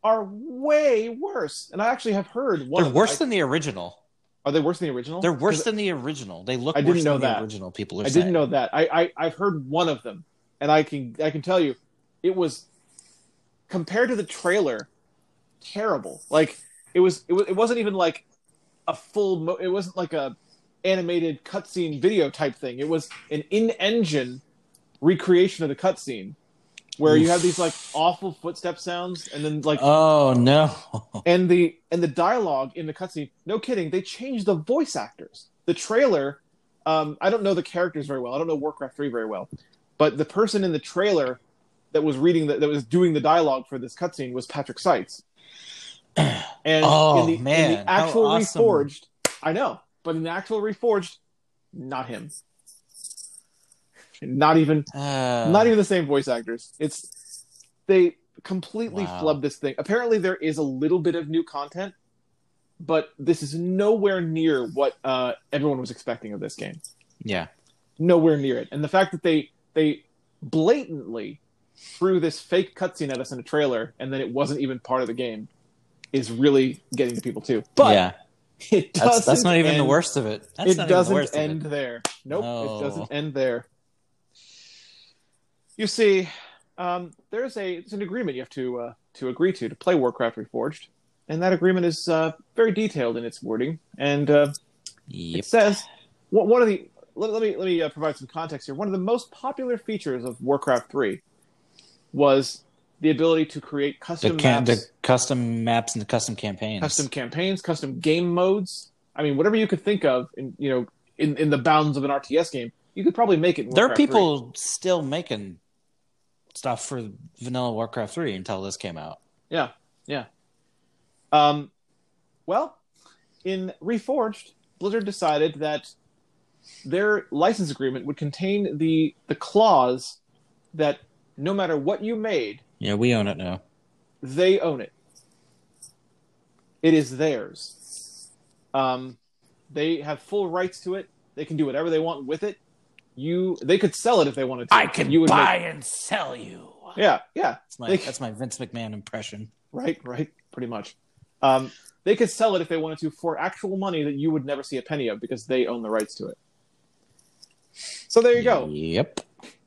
[SPEAKER 1] are way worse and i actually have heard one
[SPEAKER 2] They're
[SPEAKER 1] of them-
[SPEAKER 2] worse
[SPEAKER 1] I-
[SPEAKER 2] than the original.
[SPEAKER 1] Are they worse than the original?
[SPEAKER 2] They're worse
[SPEAKER 1] 'Cause
[SPEAKER 2] than the original. They look
[SPEAKER 1] I didn't
[SPEAKER 2] worse
[SPEAKER 1] know
[SPEAKER 2] than
[SPEAKER 1] that.
[SPEAKER 2] the original. People are
[SPEAKER 1] I
[SPEAKER 2] saying.
[SPEAKER 1] didn't know that. I, I I've heard one of them, and I can I can tell you, it was compared to the trailer, terrible. Like it was it, was, it wasn't even like a full. Mo- it wasn't like a animated cutscene video type thing. It was an in-engine recreation of the cutscene, where you have these like awful footstep sounds, and then like
[SPEAKER 2] Oh no! [LAUGHS]
[SPEAKER 1] and the and the dialogue in the cutscene no kidding they changed the voice actors the trailer um, i don't know the characters very well i don't know warcraft 3 very well but the person in the trailer that was reading the, that was doing the dialogue for this cutscene was patrick seitz [CLEARS THROAT] and
[SPEAKER 2] Oh,
[SPEAKER 1] in, the, in
[SPEAKER 2] man,
[SPEAKER 1] the
[SPEAKER 2] how
[SPEAKER 1] actual
[SPEAKER 2] awesome.
[SPEAKER 1] reforged i know but in the actual reforged not him not even
[SPEAKER 2] Uh,
[SPEAKER 1] [LAUGHS] not even the same voice actors. It's they completely
[SPEAKER 2] Wow.
[SPEAKER 1] flubbed this thing. Apparently, there is a little bit of new content, but this is nowhere near what uh, everyone was expecting of this game.
[SPEAKER 2] Yeah.
[SPEAKER 1] Nowhere near it. And the fact that they they blatantly threw this fake cutscene at us in a trailer, and then it wasn't even part of the game, is really getting to people too. But
[SPEAKER 2] yeah,
[SPEAKER 1] it doesn't.
[SPEAKER 2] that's, that's not even the
[SPEAKER 1] end-
[SPEAKER 2] worst of it. That's
[SPEAKER 1] It
[SPEAKER 2] not even the worst
[SPEAKER 1] doesn't
[SPEAKER 2] of it.
[SPEAKER 1] end there. Nope,
[SPEAKER 2] No.
[SPEAKER 1] it doesn't end there. You see, um, there's a it's an agreement you have to uh, to agree to to play Warcraft Reforged, and that agreement is uh, very detailed in its wording. And uh,
[SPEAKER 2] Yep.
[SPEAKER 1] it says one one of the let, let me let me uh, provide some context here. One of the most popular features of Warcraft Three was the ability to create
[SPEAKER 2] The,
[SPEAKER 1] custom
[SPEAKER 2] ca-
[SPEAKER 1] maps,
[SPEAKER 2] the custom maps and the custom campaigns.
[SPEAKER 1] custom campaigns, custom game modes. I mean, whatever you could think of, in you know, in, in the bounds of an RTS game, you could probably make it. in
[SPEAKER 2] there are
[SPEAKER 1] Warcraft 3.
[SPEAKER 2] people still making stuff for vanilla Warcraft 3 until this came out.
[SPEAKER 1] Yeah, yeah. Um, well, in Reforged, Blizzard decided that their license agreement would contain the the clause that no matter what you made,
[SPEAKER 2] Yeah, we own it now.
[SPEAKER 1] they own it. It is theirs. Um, they have full rights to it. They can do whatever they want with it. You, they could sell it if they wanted to. you would make-
[SPEAKER 2] and sell you.
[SPEAKER 1] yeah, yeah.
[SPEAKER 2] That's my,
[SPEAKER 1] Like-
[SPEAKER 2] that's my Vince McMahon impression.
[SPEAKER 1] Right, right, pretty much. Um, they could sell it if they wanted to for actual money that you would never see a penny of because they own the rights to it. So there you go.
[SPEAKER 2] Yep.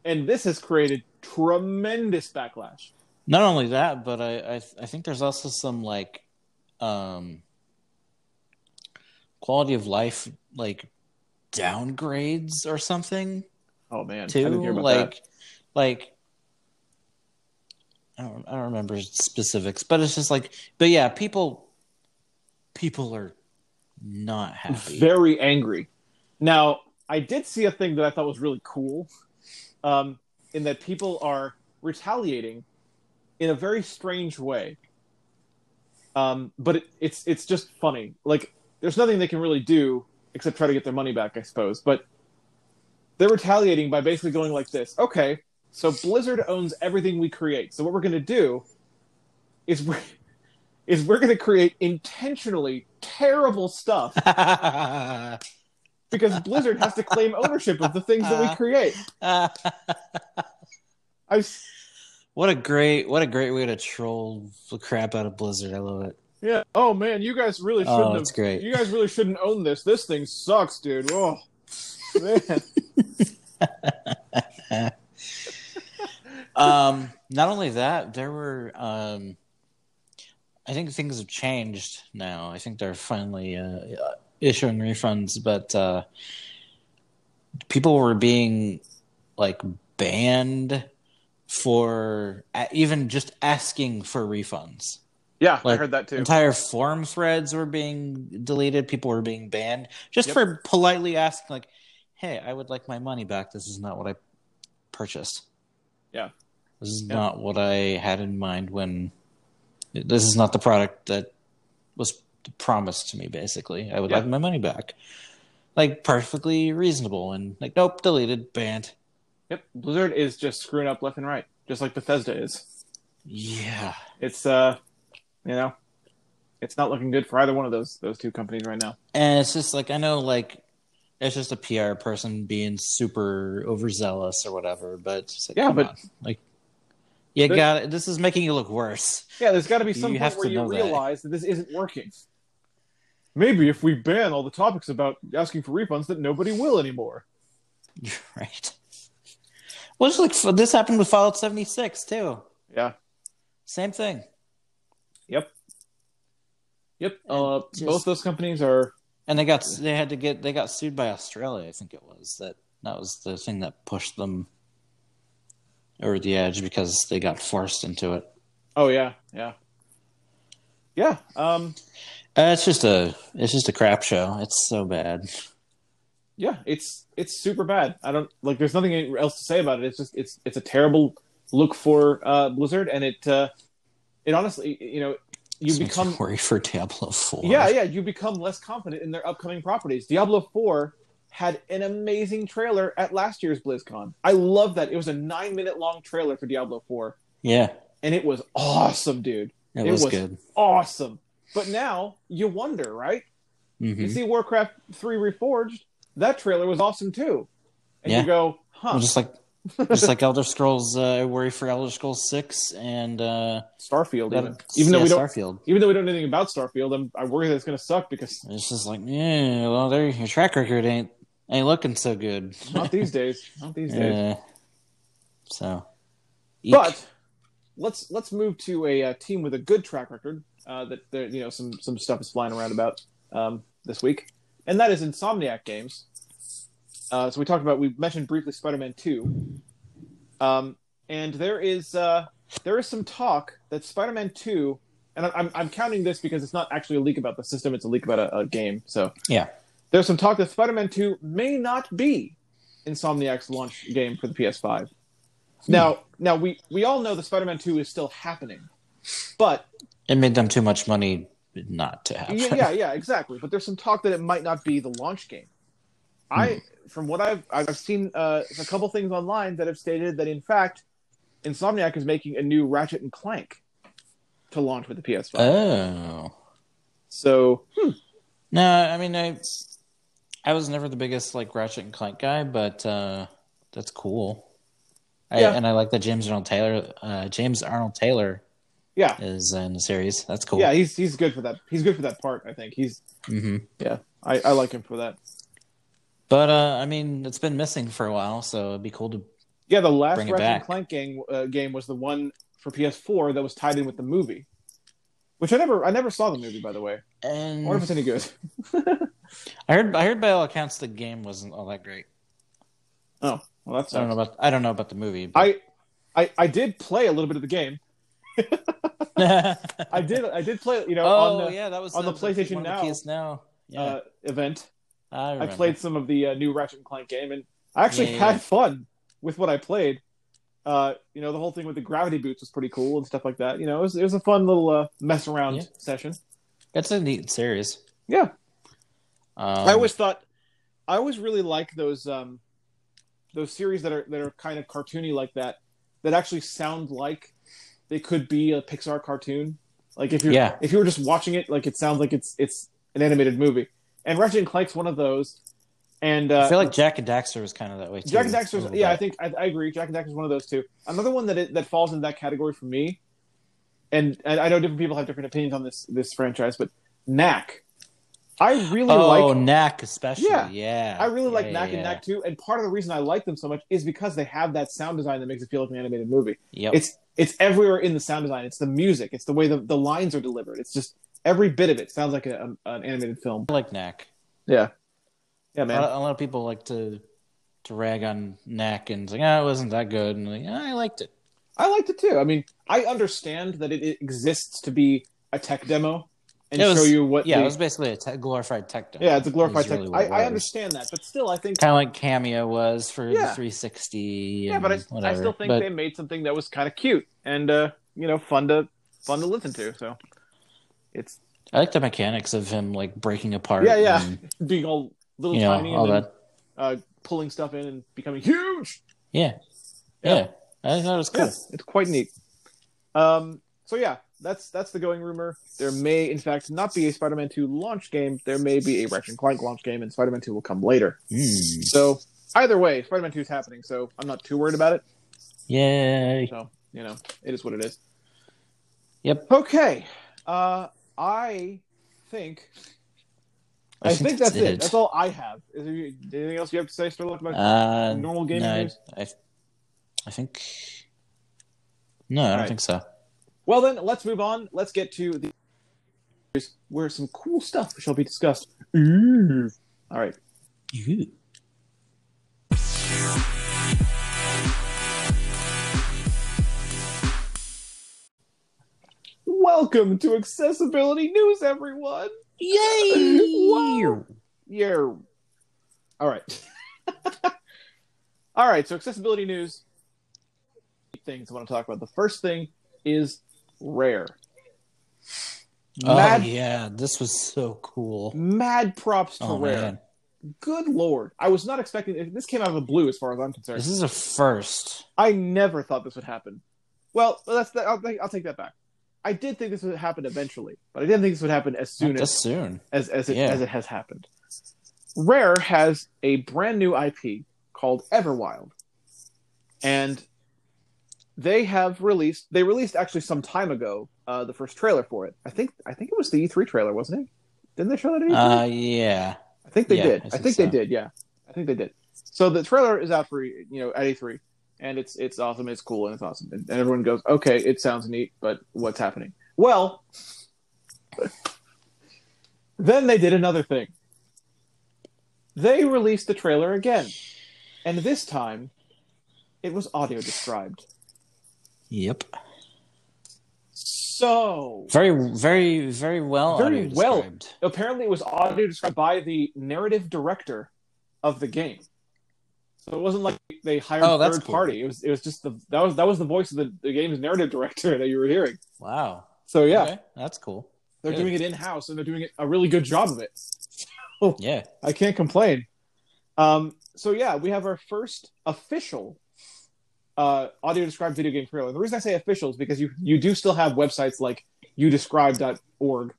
[SPEAKER 1] And this has created tremendous backlash.
[SPEAKER 2] Not only that, but I, I I think there's also some like um quality of life like downgrades or something
[SPEAKER 1] Oh man, I
[SPEAKER 2] too.
[SPEAKER 1] didn't hear about
[SPEAKER 2] Like
[SPEAKER 1] that.
[SPEAKER 2] like I don't, I don't remember specifics, but it's just like but yeah, people people are not happy.
[SPEAKER 1] Very angry. Now, I did see a thing that I thought was really cool, um, in that people are retaliating in a very strange way. Um, but it, it's it's just funny. Like there's nothing they can really do except try to get their money back, I suppose. But they're retaliating by basically going like this: Okay, so Blizzard owns everything we create. So what we're going to do is we [LAUGHS] is we're going to create intentionally terrible stuff because Blizzard has to claim ownership of the things that we create. I s-
[SPEAKER 2] [LAUGHS] what a great what a great way to troll the crap out of Blizzard. I love it.
[SPEAKER 1] yeah. Oh man, you guys really shouldn't.
[SPEAKER 2] Oh,
[SPEAKER 1] have-
[SPEAKER 2] it's great.
[SPEAKER 1] You guys really shouldn't own this. This thing sucks, dude. Oh man.
[SPEAKER 2] um not only that there were um i think things have changed now i think they're finally uh, issuing refunds but uh people were being like banned for a- even just asking for refunds
[SPEAKER 1] [LAUGHS] Yeah, I
[SPEAKER 2] Like,
[SPEAKER 1] heard that too.
[SPEAKER 2] entire forum threads were being deleted people were being banned just
[SPEAKER 1] Yep.
[SPEAKER 2] for politely asking like hey i would like my money back this is not what i purchased
[SPEAKER 1] Yeah.
[SPEAKER 2] this is
[SPEAKER 1] Yeah.
[SPEAKER 2] not what i had in mind when this is not the product that was promised to me basically i would
[SPEAKER 1] Yeah.
[SPEAKER 2] like my money back like perfectly reasonable and like nope deleted banned
[SPEAKER 1] Yep. Blizzard is just screwing up left and right, just like Bethesda is.
[SPEAKER 2] yeah
[SPEAKER 1] It's uh, you know, it's not looking good for either one of those those two companies right now.
[SPEAKER 2] And it's just like I know, like it's just a PR person being super overzealous or whatever. But it's just like,
[SPEAKER 1] Yeah,
[SPEAKER 2] come
[SPEAKER 1] but-
[SPEAKER 2] on. like you
[SPEAKER 1] But-
[SPEAKER 2] got it. This is making you look worse. [LAUGHS]
[SPEAKER 1] Yeah, there's got to be some
[SPEAKER 2] You
[SPEAKER 1] point
[SPEAKER 2] have
[SPEAKER 1] where
[SPEAKER 2] to
[SPEAKER 1] you
[SPEAKER 2] know that.
[SPEAKER 1] realize that. this isn't working. Maybe if we ban all the topics about asking for refunds, that nobody will anymore.
[SPEAKER 2] right? Well, it's like f- this happened with Fallout seventy six too.
[SPEAKER 1] Yeah.
[SPEAKER 2] Same thing.
[SPEAKER 1] Yep. Uh,
[SPEAKER 2] just-
[SPEAKER 1] both those companies are.
[SPEAKER 2] And they got they had to get they got sued by Australia. I think it was that that was the thing that pushed them over the edge because they got forced into it.
[SPEAKER 1] Oh yeah, yeah, yeah. Um,
[SPEAKER 2] Uh, it's just a it's just a crap show. It's so bad.
[SPEAKER 1] yeah. It's it's super bad. I don't like. There's nothing else to say about it. It's just it's it's a terrible look for uh, Blizzard, and it uh, it honestly, you know, you
[SPEAKER 2] This makes me
[SPEAKER 1] become
[SPEAKER 2] [LAUGHS] worry for Diablo Four.
[SPEAKER 1] yeah yeah you become less confident in their upcoming properties. Diablo Four had an amazing trailer at last year's BlizzCon. I love that. It was a nine minute long trailer for Diablo Four,
[SPEAKER 2] yeah,
[SPEAKER 1] and it was awesome, dude.
[SPEAKER 2] it,
[SPEAKER 1] It
[SPEAKER 2] was,
[SPEAKER 1] was-
[SPEAKER 2] good.
[SPEAKER 1] Awesome. But now you wonder, right?
[SPEAKER 2] hmm
[SPEAKER 1] You see Warcraft 3 Reforged, that trailer was awesome too. And
[SPEAKER 2] Yeah.
[SPEAKER 1] you go, huh,
[SPEAKER 2] I'm just like, just
[SPEAKER 1] [LAUGHS]
[SPEAKER 2] like Elder Scrolls. Uh, I worry for Elder Scrolls Six and uh,
[SPEAKER 1] Starfield, even,
[SPEAKER 2] that-
[SPEAKER 1] even though
[SPEAKER 2] yeah,
[SPEAKER 1] we don't,
[SPEAKER 2] Starfield.
[SPEAKER 1] even though we don't know anything about Starfield, I'm, I worry that it's going to suck because
[SPEAKER 2] It's just like, yeah, well, there your track record ain't ain't looking so good.
[SPEAKER 1] not these days, not these days.
[SPEAKER 2] [LAUGHS] Yeah. So, eek.
[SPEAKER 1] But let's let's move to a uh, team with a good track record uh, that there, you know some some stuff is flying around about um, this week, and that is Insomniac Games. Uh, so we talked about we mentioned briefly Spider-Man Two, um, and there is uh, there is some talk that Spider-Man Two, and I- I'm I'm counting this because it's not actually a leak about the system; it's a leak about a, a game. So
[SPEAKER 2] Yeah.
[SPEAKER 1] there's some talk that Spider-Man Two may not be Insomniac's launch game for the PS5.
[SPEAKER 2] Hmm.
[SPEAKER 1] Now, now we we all know that Spider-Man Two is still happening,
[SPEAKER 2] [LAUGHS]
[SPEAKER 1] but
[SPEAKER 2] it made them too much money not to happen.
[SPEAKER 1] yeah, yeah, yeah, exactly. But there's some talk that it might not be the launch game. I,
[SPEAKER 2] Hmm.
[SPEAKER 1] from what I've I've seen, uh, a couple things online that have stated that in fact, Insomniac is making a new Ratchet and Clank to launch with the PS5.
[SPEAKER 2] [LAUGHS] Oh.
[SPEAKER 1] so
[SPEAKER 2] No, I mean I I was never the biggest like Ratchet and Clank guy, but uh that's cool. I,
[SPEAKER 1] Yeah.
[SPEAKER 2] and I like that James Arnold Taylor uh James Arnold Taylor
[SPEAKER 1] yeah,
[SPEAKER 2] is in the series. That's cool.
[SPEAKER 1] yeah, he's he's good for that. He's good for that part. I think he's
[SPEAKER 2] hmm
[SPEAKER 1] I, I like him for that.
[SPEAKER 2] But uh I mean it's been missing for a while, so it'd be cool to
[SPEAKER 1] Yeah, the last
[SPEAKER 2] Bring it
[SPEAKER 1] Ratchet and
[SPEAKER 2] back.
[SPEAKER 1] Clank game uh, game was the one for PS4 that was tied in with the movie, which I never I never saw the movie by the way. I
[SPEAKER 2] and
[SPEAKER 1] wonder if it's any good.
[SPEAKER 2] I heard I heard by all accounts the game wasn't all that great.
[SPEAKER 1] Oh, well that's
[SPEAKER 2] I don't know about I don't know about the movie. But...
[SPEAKER 1] I, I I did play a little bit of the game.
[SPEAKER 2] [LAUGHS]
[SPEAKER 1] I did I did play you know
[SPEAKER 2] oh
[SPEAKER 1] on the
[SPEAKER 2] yeah, that was
[SPEAKER 1] on the PlayStation
[SPEAKER 2] one
[SPEAKER 1] Now.
[SPEAKER 2] of The PS now. Yeah,
[SPEAKER 1] uh, event.
[SPEAKER 2] I,
[SPEAKER 1] I
[SPEAKER 2] remember.
[SPEAKER 1] played some of the uh, new Ratchet and Clank game, and I actually
[SPEAKER 2] Yeah, yeah,
[SPEAKER 1] had
[SPEAKER 2] yeah.
[SPEAKER 1] fun with what I played. Uh, you know, the whole thing with the gravity boots was pretty cool and stuff like that. You know, it was it was a fun little uh, mess around
[SPEAKER 2] Yeah.
[SPEAKER 1] session.
[SPEAKER 2] That's a neat series.
[SPEAKER 1] Yeah,
[SPEAKER 2] Um,
[SPEAKER 1] I always thought I always really like those um those series that are that are kind of cartoony like that that actually sound like they could be a Pixar cartoon. Like if you
[SPEAKER 2] Yeah.
[SPEAKER 1] if you were just watching it, like it sounds like it's it's an animated movie. And Ratchet and Clank's one of those. And uh,
[SPEAKER 2] I feel like Oh Jack and Daxter was kind of that way too.
[SPEAKER 1] Jack and
[SPEAKER 2] a
[SPEAKER 1] Daxter's
[SPEAKER 2] little
[SPEAKER 1] yeah, I
[SPEAKER 2] bit.
[SPEAKER 1] think I, I agree. Jack and Daxter's one of those two. Another one that it, that falls into that category for me, and, and I know different people have different opinions on this this franchise, but Knack, I really
[SPEAKER 2] oh,
[SPEAKER 1] like
[SPEAKER 2] Knack especially.
[SPEAKER 1] Yeah.
[SPEAKER 2] Yeah,
[SPEAKER 1] I really like
[SPEAKER 2] Yeah,
[SPEAKER 1] Knack and
[SPEAKER 2] yeah.
[SPEAKER 1] Knack too, and part of the reason I like them so much is because they have that sound design that makes it feel like an animated movie.
[SPEAKER 2] Yep.
[SPEAKER 1] It's it's everywhere in the sound design. It's the music. It's the way the, the lines are delivered. It's just every bit of it sounds like a, a- an animated film.
[SPEAKER 2] I like Knack.
[SPEAKER 1] Yeah,
[SPEAKER 2] A
[SPEAKER 1] man.
[SPEAKER 2] lot, a lot of people like to to rag on Knack and it's like, oh, it wasn't that good, and like, "Ah, I liked it.
[SPEAKER 1] I liked it too. I mean, I understand that it, it exists to be a tech demo and
[SPEAKER 2] It was-
[SPEAKER 1] show you what.
[SPEAKER 2] yeah,
[SPEAKER 1] the-
[SPEAKER 2] it was basically a te- glorified tech demo.
[SPEAKER 1] yeah, it's a glorified
[SPEAKER 2] is
[SPEAKER 1] tech.
[SPEAKER 2] really what
[SPEAKER 1] I,
[SPEAKER 2] it
[SPEAKER 1] I
[SPEAKER 2] was.
[SPEAKER 1] understand that, but still, I think.
[SPEAKER 2] Kind of like Cameo was for
[SPEAKER 1] Yeah.
[SPEAKER 2] the 360.
[SPEAKER 1] Yeah, but I, I still think they made something that was kind of cute and uh, you know fun to fun to listen to. So it's
[SPEAKER 2] I like the mechanics of him like breaking apart.
[SPEAKER 1] Yeah, yeah.
[SPEAKER 2] and,
[SPEAKER 1] being all little
[SPEAKER 2] you know,
[SPEAKER 1] tiny
[SPEAKER 2] all
[SPEAKER 1] and then,
[SPEAKER 2] that.
[SPEAKER 1] uh, pulling stuff in and becoming huge.
[SPEAKER 2] Yeah.
[SPEAKER 1] Yeah.
[SPEAKER 2] yeah, I thought it was cool.
[SPEAKER 1] it's quite neat. Um, so yeah, that's that's the going rumor. There may, in fact, not be a Spider-Man 2 launch game. There may be a Ratchet and Clank launch game, and Spider-Man 2 will come later.
[SPEAKER 2] Hmm.
[SPEAKER 1] So either way, Spider-Man 2 is happening. So I'm not too worried about it.
[SPEAKER 2] Yay.
[SPEAKER 1] So you know, it is what it is.
[SPEAKER 2] Yep.
[SPEAKER 1] Okay. Uh, I think.
[SPEAKER 2] [LAUGHS]
[SPEAKER 1] I think that's it. That's all I have. Is there anything else you have to say, Starlock? About
[SPEAKER 2] Uh,
[SPEAKER 1] Normal gaming
[SPEAKER 2] no, I-
[SPEAKER 1] news?
[SPEAKER 2] I, I think. No, I don't
[SPEAKER 1] Alright.
[SPEAKER 2] think so.
[SPEAKER 1] Well, then let's move on. Let's get to the where some cool stuff shall be discussed. Ooh. All right. Welcome to Accessibility News, everyone.
[SPEAKER 2] Yay!
[SPEAKER 1] Wow. Yeah. All right. [LAUGHS] All right. So accessibility news. Things I want to talk about. The first thing is rare.
[SPEAKER 2] Oh
[SPEAKER 1] Mad-
[SPEAKER 2] yeah, this was so cool.
[SPEAKER 1] Mad props to
[SPEAKER 2] Oh
[SPEAKER 1] rare.
[SPEAKER 2] man,
[SPEAKER 1] Good lord. I was not expecting this came out of the blue as far as I'm concerned.
[SPEAKER 2] this is a first.
[SPEAKER 1] I never thought this would happen. Well, that's that, I'll, I'll take that back. I did think this would happen eventually, but I didn't think this would happen as soon
[SPEAKER 2] Not
[SPEAKER 1] as
[SPEAKER 2] this soon.
[SPEAKER 1] as, as, it,
[SPEAKER 2] Yeah.
[SPEAKER 1] as it has happened. Rare has a brand new IP called Everwild, and they have released. They released actually some time ago uh, the first trailer for it. I think I think it was the E3 trailer, wasn't it? Didn't they show that? At E E3?
[SPEAKER 2] Uh, yeah.
[SPEAKER 1] I think they
[SPEAKER 2] yeah,
[SPEAKER 1] did.
[SPEAKER 2] I
[SPEAKER 1] I
[SPEAKER 2] think
[SPEAKER 1] think they
[SPEAKER 2] so.
[SPEAKER 1] did. Yeah, I think they did. So the trailer is out for you know at E3, and it's it's awesome. It's cool and it's awesome, and, and everyone goes, okay, it sounds neat, but what's happening? Well, then they did another thing. They released the trailer again, and this time, it was audio described.
[SPEAKER 2] Yep.
[SPEAKER 1] So
[SPEAKER 2] Very, very, very well.
[SPEAKER 1] Very
[SPEAKER 2] audio
[SPEAKER 1] well.
[SPEAKER 2] described.
[SPEAKER 1] apparently it was audio described by the narrative director of the game. So it wasn't like they hired
[SPEAKER 2] Oh, that's
[SPEAKER 1] third
[SPEAKER 2] cool.
[SPEAKER 1] party. It was it was just the that was that was the voice of the, the game's narrative director [LAUGHS] that you were hearing.
[SPEAKER 2] Wow.
[SPEAKER 1] So yeah,
[SPEAKER 2] Okay, that's cool.
[SPEAKER 1] they're
[SPEAKER 2] good.
[SPEAKER 1] doing it in house and they're doing it, a really good job of it.
[SPEAKER 2] Yeah.
[SPEAKER 1] I can't complain. Um, so yeah, we have our first official uh, audio described video game trailer. The reason I say official is because you you do still have websites like youdescribe.org,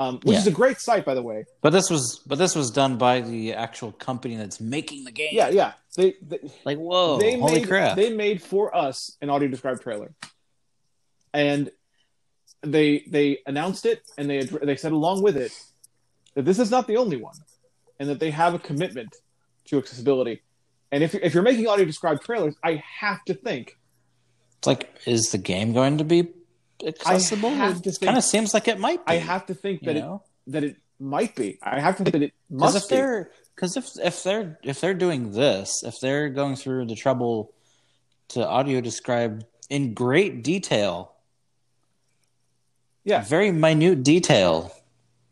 [SPEAKER 1] um, which
[SPEAKER 2] Yeah.
[SPEAKER 1] is a great site by the way.
[SPEAKER 2] But this was, but this was done by the actual company that's making the game.
[SPEAKER 1] Yeah, yeah. They, they
[SPEAKER 2] Like, whoa!
[SPEAKER 1] they
[SPEAKER 2] Oh, holy
[SPEAKER 1] made,
[SPEAKER 2] crap!
[SPEAKER 1] They made for us an audio described trailer, and they they announced it, and they addr- they said along with it that this is not the only one, and that they have a commitment to accessibility. And if if you're making audio described trailers, I have to think.
[SPEAKER 2] It's like, is the game going to be accessible?
[SPEAKER 1] have to
[SPEAKER 2] It
[SPEAKER 1] think-
[SPEAKER 2] kind of seems like it might. Be,
[SPEAKER 1] I have to think
[SPEAKER 2] you
[SPEAKER 1] that it,
[SPEAKER 2] know,
[SPEAKER 1] that it might be. I have to think that it
[SPEAKER 2] because
[SPEAKER 1] must
[SPEAKER 2] if they're because if if they're if they're doing this, if they're going through the trouble to audio describe in great detail,
[SPEAKER 1] Yeah.
[SPEAKER 2] very minute detail,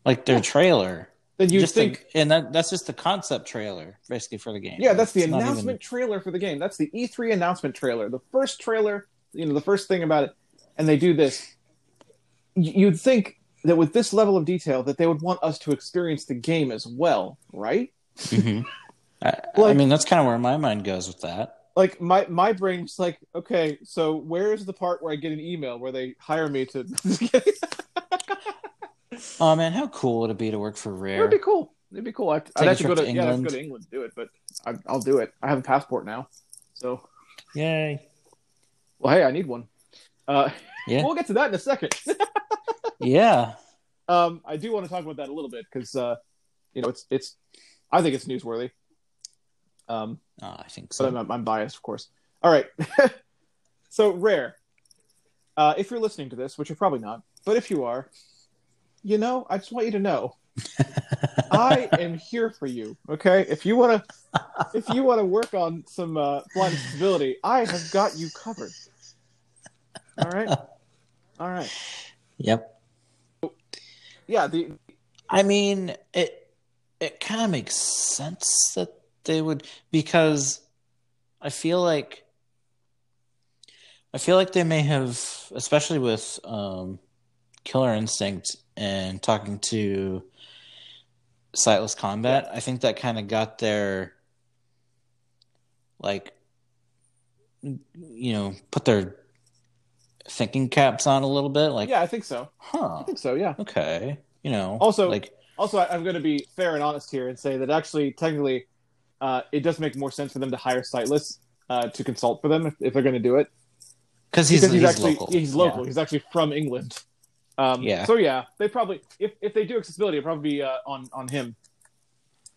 [SPEAKER 2] like their
[SPEAKER 1] Yeah.
[SPEAKER 2] trailer.
[SPEAKER 1] be. Then you
[SPEAKER 2] just the-
[SPEAKER 1] think.
[SPEAKER 2] and that that's just the concept trailer, basically for the game.
[SPEAKER 1] Yeah, that's the
[SPEAKER 2] It's not even-
[SPEAKER 1] announcement
[SPEAKER 2] [LAUGHS]
[SPEAKER 1] trailer for the game. That's the E3 announcement trailer. The first trailer, you know, the first thing about it, and they do this. Y- You'd think that with this level of detail that they would want us to experience the game as well, right?
[SPEAKER 2] Mhm. I, I
[SPEAKER 1] Like-
[SPEAKER 2] mean, that's kind of where my mind goes with that.
[SPEAKER 1] Like my my brain's like, okay, so where is the part where I get an email where they hire me to [LAUGHS] It'd
[SPEAKER 2] Oh man, how cool would it be to work for Rare?
[SPEAKER 1] be cool. It'd be cool. I'd, I'd
[SPEAKER 2] Take a
[SPEAKER 1] have to go
[SPEAKER 2] trip
[SPEAKER 1] to,
[SPEAKER 2] to
[SPEAKER 1] yeah, I'd have to go
[SPEAKER 2] England.
[SPEAKER 1] to England to do it, but I, I'll do it. I have a passport now, so
[SPEAKER 2] Yay!
[SPEAKER 1] well, hey, I need one. Uh, [LAUGHS]
[SPEAKER 2] Yeah.
[SPEAKER 1] We'll get to that in a second.
[SPEAKER 2] Yeah,
[SPEAKER 1] Um, I do want to talk about that a little bit because uh, you know it's it's I think it's newsworthy. Um,
[SPEAKER 2] [LAUGHS] oh, I think
[SPEAKER 1] but
[SPEAKER 2] so.
[SPEAKER 1] I'm, I'm biased, of course. All right, [LAUGHS] so rare. Uh, if you're listening to this, which you're probably not, but if you are, you know, I just want you to know, I am here for you. Okay, if you wanna, if you wanna work on some uh, blind disability, I have got you covered. All right, all right,
[SPEAKER 2] Yep.
[SPEAKER 1] yeah. The
[SPEAKER 2] I mean, it it kind of makes sense that they would because I feel like I feel like they may have, especially with um, Killer Instinct and talking to Sightless Combat. I think that kind of got their like you know put their thinking caps on a little bit. Like,
[SPEAKER 1] yeah, I think so. I
[SPEAKER 2] huh,
[SPEAKER 1] think so. Yeah.
[SPEAKER 2] okay, you know.
[SPEAKER 1] Also-
[SPEAKER 2] like
[SPEAKER 1] Also, I, I'm going to be fair and honest here and say that actually, technically, uh, it does make more sense for them to hire Sightless uh, to consult for them if, if they're going to do it
[SPEAKER 2] Because he's,
[SPEAKER 1] because
[SPEAKER 2] he's,
[SPEAKER 1] actually
[SPEAKER 2] local.
[SPEAKER 1] he's local. He's actually from England. Um,
[SPEAKER 2] Yeah.
[SPEAKER 1] So yeah, they probably if, if they do accessibility, it'll probably be uh, on on him,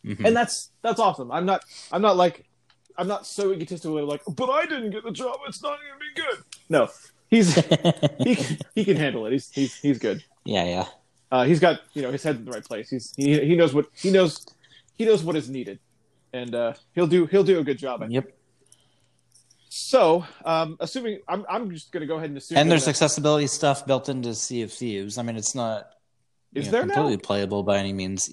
[SPEAKER 2] Yeah. Mhm.
[SPEAKER 1] and that's that's awesome. I'm not I'm not like I'm not so egotistical like, but I didn't get the job. It's not going to be good. No, he's [LAUGHS] he can, he can handle it. He's he's he's good.
[SPEAKER 2] [LAUGHS] yeah, yeah.
[SPEAKER 1] uh, he's got you know his head in the right place. He's he, he knows what he knows he knows what is needed, and uh, he'll do he'll do a good job. I think.
[SPEAKER 2] Yep.
[SPEAKER 1] So, um, assuming I'm I'm just gonna go ahead and assume.
[SPEAKER 2] And there's
[SPEAKER 1] that-
[SPEAKER 2] accessibility stuff built into Sea of Thieves. I mean, it's not you
[SPEAKER 1] is
[SPEAKER 2] know,
[SPEAKER 1] there
[SPEAKER 2] completely playable by any means.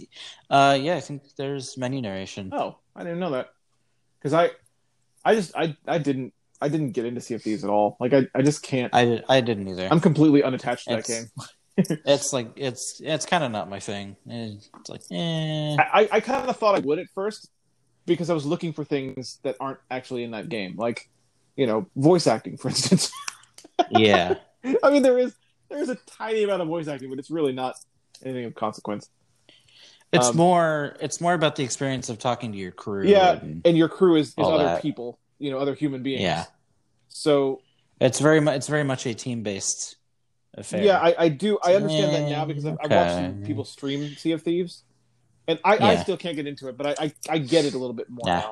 [SPEAKER 2] Uh, yeah, I think there's menu narration.
[SPEAKER 1] now? Oh, I didn't know that because I I just I I didn't I didn't get into Sea of Thieves at all. Like I I just can't. I,
[SPEAKER 2] I, I didn't either.
[SPEAKER 1] am completely unattached to that
[SPEAKER 2] It's-
[SPEAKER 1] game.
[SPEAKER 2] It's like it's it's kind of not my thing. It's like
[SPEAKER 1] [LAUGHS]
[SPEAKER 2] eh.
[SPEAKER 1] I I- I kind of thought I would at first because I was looking for things that aren't actually in that game, like you know voice acting, for [LAUGHS] instance.
[SPEAKER 2] yeah,
[SPEAKER 1] [LAUGHS] I mean, there is there is a tiny amount of voice acting, but it's really not anything of consequence.
[SPEAKER 2] it's
[SPEAKER 1] Um,
[SPEAKER 2] more it's more about the experience of talking to your crew.
[SPEAKER 1] Yeah.
[SPEAKER 2] and-
[SPEAKER 1] And your crew is, is
[SPEAKER 2] All
[SPEAKER 1] other
[SPEAKER 2] that.
[SPEAKER 1] people, you know, other human beings.
[SPEAKER 2] yeah,
[SPEAKER 1] So
[SPEAKER 2] It's very much. It's very much a team based affair.
[SPEAKER 1] yeah, I, I do. I understand that now because I've, I've watched some
[SPEAKER 2] Okay.
[SPEAKER 1] people stream Sea of Thieves, and I, I
[SPEAKER 2] Yeah.
[SPEAKER 1] still can't get into it, but I, I, I get it a little bit more
[SPEAKER 2] Yeah.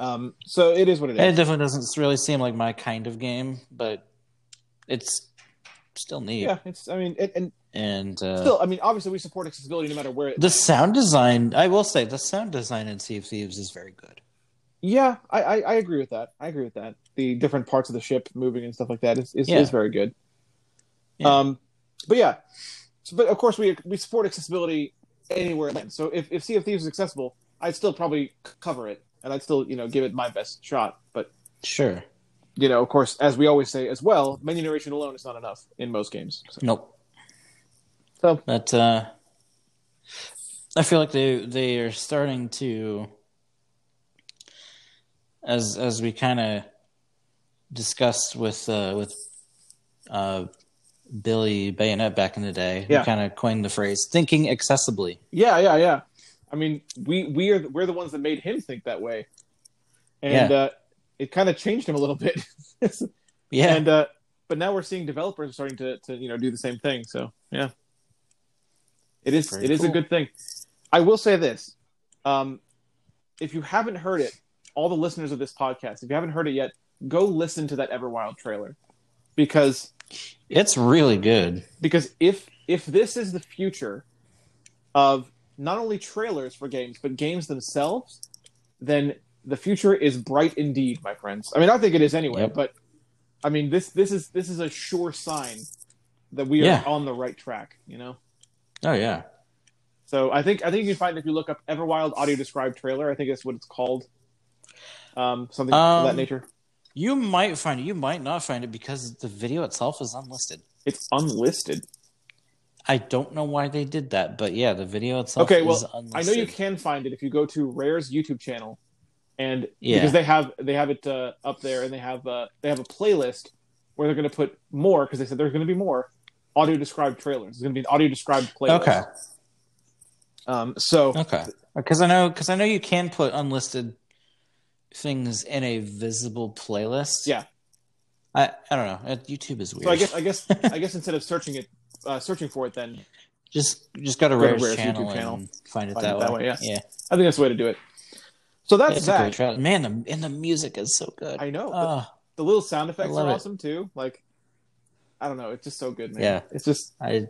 [SPEAKER 1] now. Um, so it is what it is.
[SPEAKER 2] it definitely doesn't really seem like my kind of game, but it's still neat.
[SPEAKER 1] yeah, it's. I mean, it, and
[SPEAKER 2] And uh,
[SPEAKER 1] still, I mean, obviously, we support accessibility no matter where. It,
[SPEAKER 2] the sound design, I will say, the sound design in Sea of Thieves is very good.
[SPEAKER 1] yeah, I, I, I agree with that. I agree with that. The different parts of the ship moving and stuff like that is is,
[SPEAKER 2] Yeah.
[SPEAKER 1] is very good.
[SPEAKER 2] Yeah.
[SPEAKER 1] Um, but yeah, so, but of course we we support accessibility anywhere it lands. So if if Sea of Thieves is accessible, I'd still probably c- cover it, and I'd still you know give it my best shot. But
[SPEAKER 2] Sure.
[SPEAKER 1] you know, of course, as we always say as well, menu narration alone is not enough in most games. So,
[SPEAKER 2] Nope.
[SPEAKER 1] so
[SPEAKER 2] But uh, I feel like they they are starting to as as we kind of discussed with uh, with uh, Billy Bayonet back in the day,
[SPEAKER 1] Yeah.
[SPEAKER 2] who kind of coined the phrase "thinking accessibly."
[SPEAKER 1] yeah, yeah, yeah. I mean, we we are we're the ones that made him think that way, and uh, it kind of changed him a little bit. [LAUGHS]
[SPEAKER 2] Yeah,
[SPEAKER 1] And uh, but now we're seeing developers starting to, to you know do the same thing. So yeah, it is
[SPEAKER 2] Very
[SPEAKER 1] it is a
[SPEAKER 2] cool.
[SPEAKER 1] good thing. I will say this: um, if you haven't heard it, all the listeners of this podcast, if you haven't heard it yet, go listen to that Everwild trailer because
[SPEAKER 2] it's really good.
[SPEAKER 1] because if if this is the future of not only trailers for games but games themselves, then the future is bright indeed, my friends. I mean, I think it is anyway,
[SPEAKER 2] Yep.
[SPEAKER 1] but I mean this this is this is a sure sign that we are
[SPEAKER 2] Yeah.
[SPEAKER 1] on the right track. You know,
[SPEAKER 2] Oh yeah,
[SPEAKER 1] so I think I think you can find if you look up Everwild audio described trailer. I think that's what it's called. Um, something of that
[SPEAKER 2] Um,
[SPEAKER 1] nature.
[SPEAKER 2] you might find it. You might not find it because the video itself is unlisted.
[SPEAKER 1] It's unlisted.
[SPEAKER 2] I don't know why they did that, but yeah, the video itself.
[SPEAKER 1] Okay,
[SPEAKER 2] is
[SPEAKER 1] well, I know
[SPEAKER 2] unlisted.
[SPEAKER 1] you can find it if you go to Rare's YouTube channel, and
[SPEAKER 2] Yeah.
[SPEAKER 1] because they have they have it uh, up there, and they have uh, they have a playlist where they're going to put more because they said there's going to be more audio described trailers. There's going to be an audio described playlist.
[SPEAKER 2] Okay. Oh,
[SPEAKER 1] Um. So
[SPEAKER 2] Okay. Because I know, because I know you can put unlisted things in a visible playlist.
[SPEAKER 1] Yeah.
[SPEAKER 2] I I don't know. Uh, YouTube is weird.
[SPEAKER 1] so I guess I guess I guess instead of searching it, uh, searching for it, then
[SPEAKER 2] just just go to
[SPEAKER 1] Go to
[SPEAKER 2] Rare's,
[SPEAKER 1] Rare's
[SPEAKER 2] channel,
[SPEAKER 1] YouTube channel.
[SPEAKER 2] and find it,
[SPEAKER 1] Find
[SPEAKER 2] that,
[SPEAKER 1] it that
[SPEAKER 2] way.
[SPEAKER 1] way, yes.
[SPEAKER 2] Yeah.
[SPEAKER 1] I think that's the way to do it. So that's
[SPEAKER 2] It's a great
[SPEAKER 1] that.
[SPEAKER 2] trailer. Man, the, and the music is so good.
[SPEAKER 1] I know.
[SPEAKER 2] Oh,
[SPEAKER 1] The little sound effects
[SPEAKER 2] love
[SPEAKER 1] are
[SPEAKER 2] it.
[SPEAKER 1] awesome too. Like, I don't know. It's just so good, man.
[SPEAKER 2] Yeah.
[SPEAKER 1] It's just.
[SPEAKER 2] I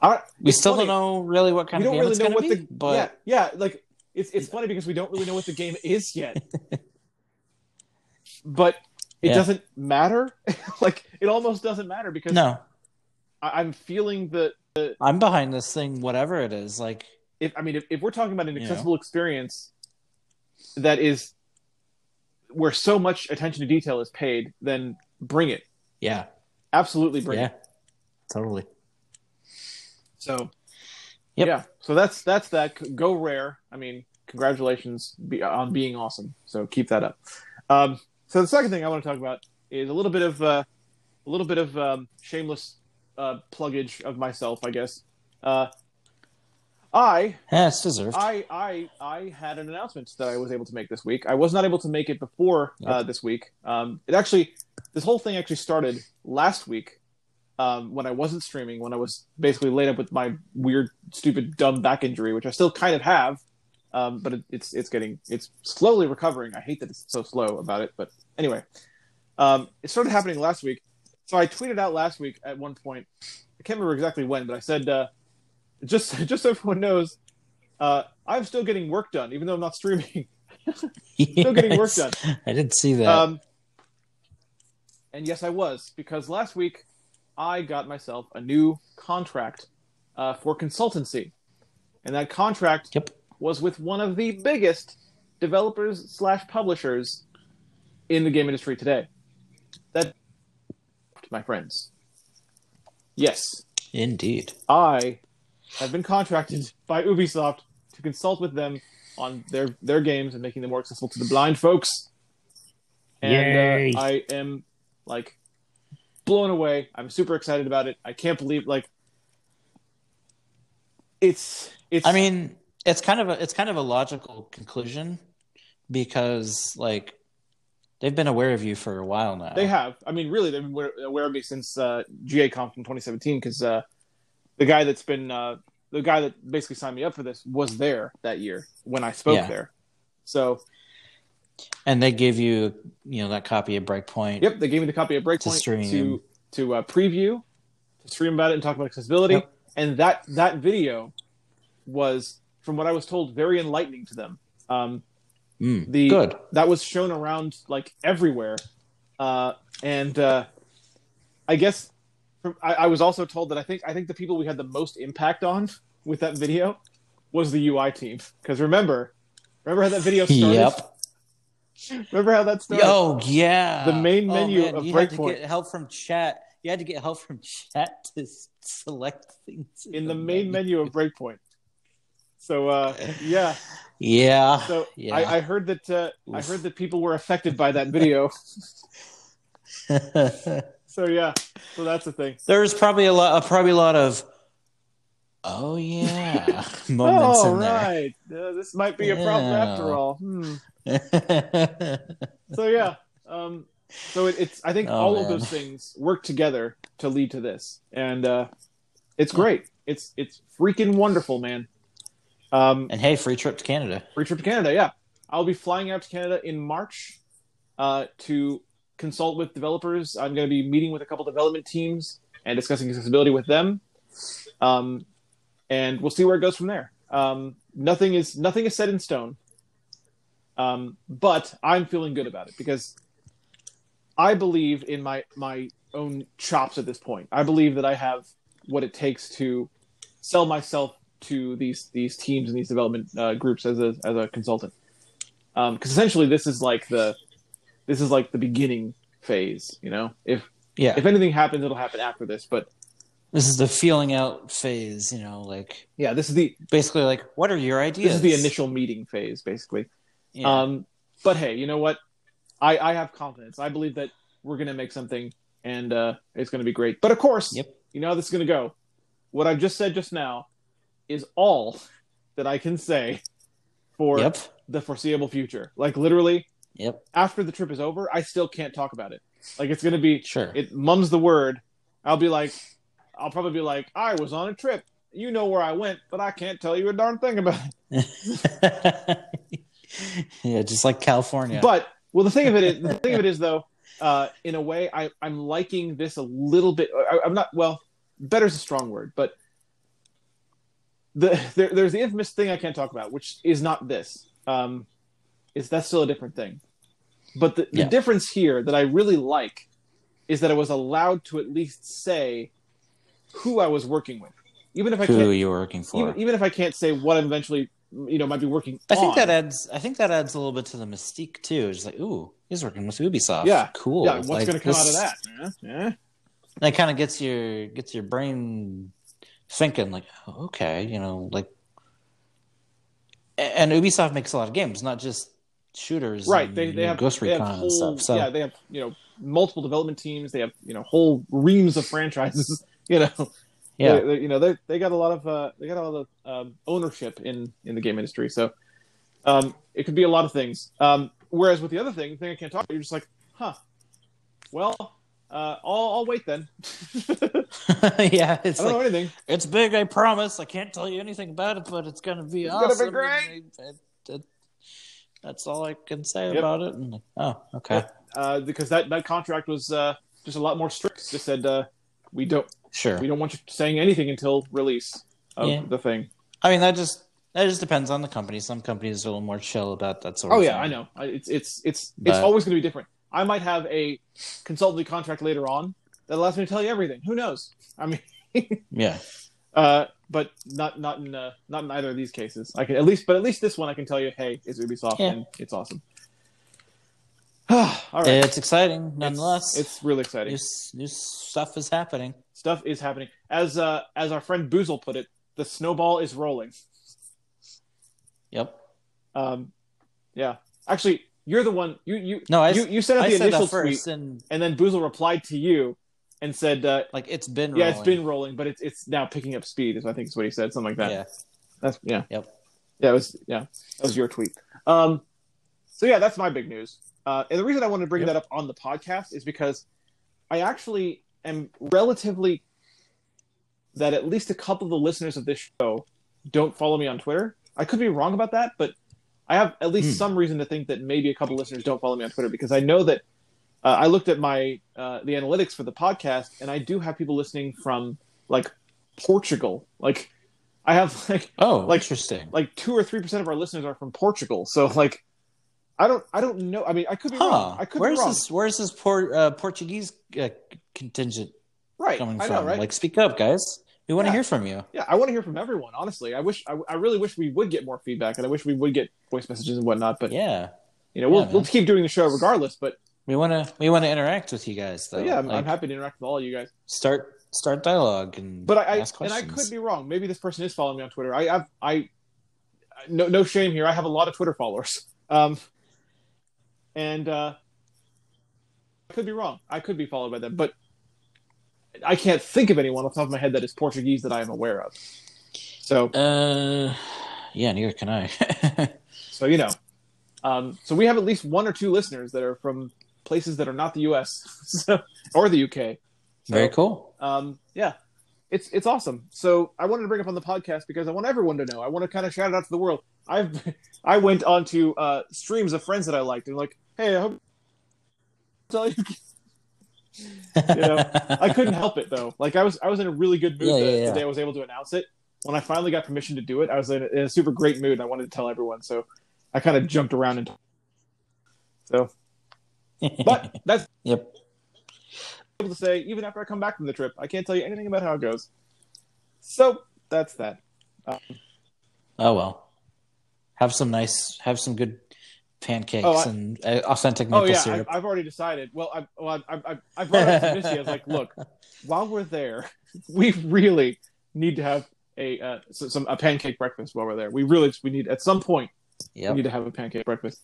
[SPEAKER 1] I,
[SPEAKER 2] we still
[SPEAKER 1] funny.
[SPEAKER 2] don't know really what kind
[SPEAKER 1] we don't
[SPEAKER 2] of game
[SPEAKER 1] really
[SPEAKER 2] it's
[SPEAKER 1] know
[SPEAKER 2] going
[SPEAKER 1] what
[SPEAKER 2] to
[SPEAKER 1] the
[SPEAKER 2] be, but
[SPEAKER 1] yeah yeah like it's it's funny because we don't really know what the game is
[SPEAKER 2] [LAUGHS]
[SPEAKER 1] yet but it
[SPEAKER 2] Yeah.
[SPEAKER 1] doesn't matter [LAUGHS] like it almost doesn't matter because
[SPEAKER 2] no,
[SPEAKER 1] I, i'm feeling the
[SPEAKER 2] I'm behind this thing, whatever it is. Like,
[SPEAKER 1] if i mean if, if we're talking about an
[SPEAKER 2] You know.
[SPEAKER 1] accessible experience that is where so much attention to detail is paid then bring it
[SPEAKER 2] yeah,
[SPEAKER 1] absolutely bring
[SPEAKER 2] yeah,
[SPEAKER 1] it
[SPEAKER 2] totally.
[SPEAKER 1] so
[SPEAKER 2] Yep.
[SPEAKER 1] yeah so that's that's that C- go rare i mean congratulations be, on being awesome so keep that up um, so the second thing i want to talk about is a little bit of uh, a little bit of um, shameless uh, pluggage of myself i guess uh, i
[SPEAKER 2] Yeah, it's deserved. [LAUGHS]
[SPEAKER 1] I, I I had an announcement that I was able to make this week. I was not able to make it before uh, this week. Um, it actually, this whole thing actually started last week um, when I wasn't streaming, when I was basically laid up with my weird, stupid, dumb back injury, which I still kind of have, um, but it, it's it's getting it's slowly recovering. I hate that it's so slow about it, but anyway, um, it started happening last week. So I tweeted out last week at one point. I can't remember exactly when, but I said uh, just [LAUGHS] just so everyone knows uh, I'm still getting work done, even though I'm not streaming. still getting work
[SPEAKER 2] Yes.
[SPEAKER 1] done.
[SPEAKER 2] I did see that.
[SPEAKER 1] Um, and yes, I was because last week I got myself a new contract uh, for consultancy, and that contract
[SPEAKER 2] yep.
[SPEAKER 1] was with one of the biggest developers slash publishers in the game industry today. That, my friends. Yes,
[SPEAKER 2] Indeed.
[SPEAKER 1] I have been contracted by Ubisoft to consult with them on their their games and making them more accessible to the blind folks.
[SPEAKER 2] Yay.
[SPEAKER 1] And uh, I am like blown away. I'm super excited about it. I can't believe like it's it's
[SPEAKER 2] I mean, it's kind of a it's kind of a logical conclusion because like They've been aware of you for a while now.
[SPEAKER 1] They have. I mean, really, they've been aware, aware of me since uh, GAConf in 2017 because uh, the guy that's been uh, the guy that basically signed me up for this was there that year when I spoke
[SPEAKER 2] Yeah.
[SPEAKER 1] there. So,
[SPEAKER 2] and they gave you, you know, that copy of
[SPEAKER 1] [LAUGHS]
[SPEAKER 2] Breakpoint.
[SPEAKER 1] yep, they gave me the copy of Breakpoint
[SPEAKER 2] stream.
[SPEAKER 1] to to uh, preview, to stream about it and talk about accessibility.
[SPEAKER 2] Yep.
[SPEAKER 1] And that that video was, from what I was told, very enlightening to them. Um,
[SPEAKER 2] Mm,
[SPEAKER 1] the
[SPEAKER 2] good.
[SPEAKER 1] that was shown around like everywhere uh, and uh, i guess from, I, I was also told that i think i think the people we had the most impact on with that video was the ui team because remember remember how that video started
[SPEAKER 2] Yep.
[SPEAKER 1] remember how that started
[SPEAKER 2] Oh yeah.
[SPEAKER 1] The main
[SPEAKER 2] Oh,
[SPEAKER 1] menu
[SPEAKER 2] man,
[SPEAKER 1] of
[SPEAKER 2] you had to
[SPEAKER 1] Breakpoint.
[SPEAKER 2] get help from chat. You had to get help from chat [LAUGHS] to s- select things
[SPEAKER 1] in the main menu of breakpoint so
[SPEAKER 2] [LAUGHS]
[SPEAKER 1] uh, yeah
[SPEAKER 2] Yeah.
[SPEAKER 1] so
[SPEAKER 2] Yeah.
[SPEAKER 1] I, I heard that uh, i
[SPEAKER 2] Oof.
[SPEAKER 1] heard that people were affected by that video so yeah so that's the thing
[SPEAKER 2] [LAUGHS] There's probably a lot, uh, probably a lot of, oh yeah, [LAUGHS] moments
[SPEAKER 1] oh
[SPEAKER 2] in
[SPEAKER 1] right Uh, this might be a problem
[SPEAKER 2] Yeah.
[SPEAKER 1] after all hmm.
[SPEAKER 2] [LAUGHS] there.
[SPEAKER 1] so yeah um so it, it's i think
[SPEAKER 2] Oh,
[SPEAKER 1] all of
[SPEAKER 2] man.
[SPEAKER 1] those things work together to lead to this and uh it's great it's it's freaking wonderful man um
[SPEAKER 2] and hey, free trip to Canada.
[SPEAKER 1] free trip to canada yeah i'll be flying out to canada in march uh to consult with developers i'm going to be meeting with a couple development teams and discussing accessibility with them um and we'll see where it goes from there um nothing is nothing is set in stone um, but I'm feeling good about it because I believe in my my own chops at this point. I believe that I have what it takes to sell myself to these these teams and these development uh, groups as a as a consultant. Because essentially, this is like the this is like the beginning phase. You know, if
[SPEAKER 2] Yeah,
[SPEAKER 1] if anything happens, it'll happen after this. But
[SPEAKER 2] this is the feeling out phase. You know, like
[SPEAKER 1] yeah, this is the
[SPEAKER 2] basically, like what are your
[SPEAKER 1] this
[SPEAKER 2] ideas?
[SPEAKER 1] is the initial meeting phase, basically.
[SPEAKER 2] Yeah.
[SPEAKER 1] Um, but hey, you know what? I, I have confidence. I believe that we're going to make something and uh, it's going to be great. But of course,
[SPEAKER 2] Yep.
[SPEAKER 1] you know how this is going to go. What I've just said just now is all [LAUGHS] that I can say for
[SPEAKER 2] yep.
[SPEAKER 1] the foreseeable future. Like literally,
[SPEAKER 2] Yep.
[SPEAKER 1] after the trip is over, I still can't talk about it. Like it's going to be,
[SPEAKER 2] Sure.
[SPEAKER 1] it mums the word. I'll be like, I'll probably be like, I was on a trip. You know where I went, but I can't tell you a darn thing about it.
[SPEAKER 2] [LAUGHS] yeah, just like California.
[SPEAKER 1] But well, the thing of it is, the thing of it is though, uh, in a way, I, I'm liking this a little bit. I, I'm not well. Better's a strong word, but the there, there's the infamous thing I can't talk about, which is not this. Um, is that's still a different thing. But the, the
[SPEAKER 2] Yeah.
[SPEAKER 1] difference here that I really like is that I was allowed to at least say who I was working with, even if I
[SPEAKER 2] who
[SPEAKER 1] can't,
[SPEAKER 2] you were working for?
[SPEAKER 1] even, even if I can't say what I'm eventually, you know, might be working.
[SPEAKER 2] I think
[SPEAKER 1] on.
[SPEAKER 2] that adds. I think that adds a little bit to the mystique too. It's like, ooh, he's working with Ubisoft.
[SPEAKER 1] Yeah.
[SPEAKER 2] cool.
[SPEAKER 1] yeah, what's
[SPEAKER 2] Like,
[SPEAKER 1] going to come out of
[SPEAKER 2] this-
[SPEAKER 1] that? Yeah, yeah.
[SPEAKER 2] that kind of gets your gets your brain thinking like oh, okay you know like A- and ubisoft makes a lot of games not just shooters
[SPEAKER 1] right
[SPEAKER 2] and,
[SPEAKER 1] they,
[SPEAKER 2] you
[SPEAKER 1] they
[SPEAKER 2] know,
[SPEAKER 1] have
[SPEAKER 2] ghost
[SPEAKER 1] they have
[SPEAKER 2] recon
[SPEAKER 1] whole,
[SPEAKER 2] and stuff so
[SPEAKER 1] yeah they have you know multiple development teams they have you know whole reams of franchises [LAUGHS] you know
[SPEAKER 2] yeah
[SPEAKER 1] They- they- you know they they got a lot of uh, they got a lot of um, ownership in in the game industry so um, it could be a lot of things um, whereas with the other thing the thing i can't talk about you're just like huh well uh, I'll, I'll wait then
[SPEAKER 2] [LAUGHS] yeah it's
[SPEAKER 1] i don't
[SPEAKER 2] like
[SPEAKER 1] know anything
[SPEAKER 2] it's big i promise i can't tell you anything about it but it's gonna be
[SPEAKER 1] It's gonna be
[SPEAKER 2] awesome and I- I- I- that's all i can say
[SPEAKER 1] Yep.
[SPEAKER 2] about it and oh okay
[SPEAKER 1] uh, because that that contract was uh, just a lot more strict just said uh, we don't
[SPEAKER 2] sure
[SPEAKER 1] we don't want you saying anything until release of
[SPEAKER 2] Yeah.
[SPEAKER 1] the thing
[SPEAKER 2] i mean that just that just depends on the company some companies are a little more chill about that sort
[SPEAKER 1] Oh
[SPEAKER 2] of
[SPEAKER 1] yeah,
[SPEAKER 2] thing.
[SPEAKER 1] I know. I- It's it's it's it's
[SPEAKER 2] But-
[SPEAKER 1] always going to be different. I might have a consultancy contract later on that allows me to tell you everything. Who knows? I mean, [LAUGHS]
[SPEAKER 2] yeah
[SPEAKER 1] uh, but not not in uh, not in either of these cases. I can at least, but at least this one I can tell you, hey, it's Ubisoft
[SPEAKER 2] Yeah.
[SPEAKER 1] and it's awesome. [SIGHS] All right,
[SPEAKER 2] It's exciting, nonetheless.
[SPEAKER 1] it's really exciting.
[SPEAKER 2] new, s- new stuff is happening.
[SPEAKER 1] Stuff is happening. As uh, as our friend Boozle put it, the snowball is rolling.
[SPEAKER 2] Yep.
[SPEAKER 1] Um, yeah, actually, you're the one. You you
[SPEAKER 2] No, I s-
[SPEAKER 1] you, you sent out
[SPEAKER 2] I
[SPEAKER 1] the
[SPEAKER 2] said
[SPEAKER 1] initial
[SPEAKER 2] that first,
[SPEAKER 1] tweet,
[SPEAKER 2] and
[SPEAKER 1] and then Boozle replied to you and said, uh,
[SPEAKER 2] like it's been.
[SPEAKER 1] Yeah,
[SPEAKER 2] rolling.
[SPEAKER 1] it's been rolling, but it's it's now picking up speed. Is I think is what he said, something like that.
[SPEAKER 2] Yeah.
[SPEAKER 1] That's yeah.
[SPEAKER 2] Yep.
[SPEAKER 1] Yeah, it was yeah. That was your tweet. Um, so yeah, that's my big news. Uh, and the reason I wanted to bring
[SPEAKER 2] Yep.
[SPEAKER 1] that up on the podcast is because I actually am relatively that at least a couple of the listeners of this show don't follow me on Twitter. I could be wrong about that, but I have at least
[SPEAKER 2] Hmm.
[SPEAKER 1] some reason to think that maybe a couple of listeners don't follow me on Twitter because I know that uh, I looked at my uh, the analytics for the podcast, and I do have people listening from like Portugal. Like I have [LAUGHS] like
[SPEAKER 2] Oh,
[SPEAKER 1] Like-
[SPEAKER 2] interesting.
[SPEAKER 1] like two or three percent of our listeners are from Portugal. So like, I don't I don't know. I mean, I could be wrong.
[SPEAKER 2] Huh?
[SPEAKER 1] I could
[SPEAKER 2] where's
[SPEAKER 1] be wrong.
[SPEAKER 2] this? Where's this por- uh, Portuguese uh, contingent
[SPEAKER 1] right?
[SPEAKER 2] coming
[SPEAKER 1] I
[SPEAKER 2] from?
[SPEAKER 1] know, right?
[SPEAKER 2] Like, speak up, guys. We want to
[SPEAKER 1] Yeah.
[SPEAKER 2] hear from you.
[SPEAKER 1] yeah, I want to hear from everyone. Honestly, I wish I, I really wish we would get more feedback, and I wish we would get voice messages and whatnot. But
[SPEAKER 2] Yeah,
[SPEAKER 1] you know, we'll
[SPEAKER 2] yeah,
[SPEAKER 1] we'll
[SPEAKER 2] man.
[SPEAKER 1] keep doing the show regardless. But,
[SPEAKER 2] we want to. We want to interact with you guys, though.
[SPEAKER 1] but yeah, I'm, I'm
[SPEAKER 2] Like,
[SPEAKER 1] happy to interact with all of you guys.
[SPEAKER 2] Start start dialogue and
[SPEAKER 1] But I, I
[SPEAKER 2] ask
[SPEAKER 1] and I
[SPEAKER 2] questions.
[SPEAKER 1] could be wrong. Maybe this person is following me on Twitter. I I've, I no no shame here. I have a lot of Twitter followers. [LAUGHS] Um, and uh, I could be wrong. I could be followed by them, but I can't think of anyone off the top of my head that is Portuguese that I am aware of. So
[SPEAKER 2] Uh, yeah, neither can I. [LAUGHS]
[SPEAKER 1] so you know, um, so we have at least one or two listeners that are from places that are not the U.S. [LAUGHS] so, or the U.K. So-
[SPEAKER 2] Very cool.
[SPEAKER 1] um, yeah, it's it's awesome. So I wanted to bring it up on the podcast because I want everyone to know. I want to kind of shout it out to the world. I've [LAUGHS] I went onto uh, streams of friends that I liked and like, hey, I hope tell you.
[SPEAKER 2] [LAUGHS]
[SPEAKER 1] know, I couldn't help it though. Like I was I was in a really good mood
[SPEAKER 2] Yeah,
[SPEAKER 1] the,
[SPEAKER 2] yeah, yeah.
[SPEAKER 1] the day I was able to announce it. When I finally got permission to do it, I was in a, in a super great mood. and I wanted to tell everyone, so I kind of jumped around and.
[SPEAKER 2] [LAUGHS]
[SPEAKER 1] So, but that's
[SPEAKER 2] yep.
[SPEAKER 1] able to say even after I come back from the trip, I can't tell you anything about how it goes. So that's that.
[SPEAKER 2] Oh well. Have some nice. Have some good pancakes
[SPEAKER 1] Oh, I-
[SPEAKER 2] and uh, authentic maple
[SPEAKER 1] Oh yeah,
[SPEAKER 2] syrup.
[SPEAKER 1] I, I've already decided. Well, I, well, I, I, I brought it up to Missy. I was like, look, while we're there, [LAUGHS] we really need to have a uh, s- some a pancake breakfast while we're there. We really we need at some point we
[SPEAKER 2] yep.
[SPEAKER 1] need to have a pancake breakfast.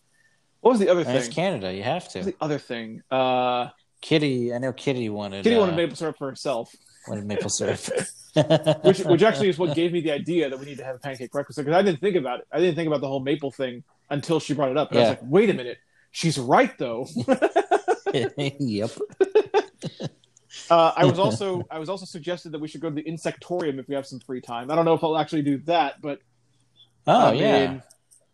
[SPEAKER 1] What was the other
[SPEAKER 2] And it's
[SPEAKER 1] thing?
[SPEAKER 2] Canada. You have
[SPEAKER 1] What was
[SPEAKER 2] to.
[SPEAKER 1] the other thing? Uh,
[SPEAKER 2] Kitty. I know Kitty wanted.
[SPEAKER 1] Kitty
[SPEAKER 2] uh,
[SPEAKER 1] wanted maple syrup for herself,
[SPEAKER 2] wanted maple syrup.
[SPEAKER 1] [LAUGHS] which which actually is what gave me the idea that we need to have a pancake breakfast because I didn't think about it. I didn't think about the whole maple thing until she brought it up, and I
[SPEAKER 2] Yeah.
[SPEAKER 1] was like, wait a minute, she's right though.
[SPEAKER 2] [LAUGHS] yep.
[SPEAKER 1] Uh, I
[SPEAKER 2] [LAUGHS]
[SPEAKER 1] was also I was also suggested that we should go to the insectorium if we have some free time. I don't know if I'll actually do that, but
[SPEAKER 2] Oh
[SPEAKER 1] I
[SPEAKER 2] yeah.
[SPEAKER 1] mean,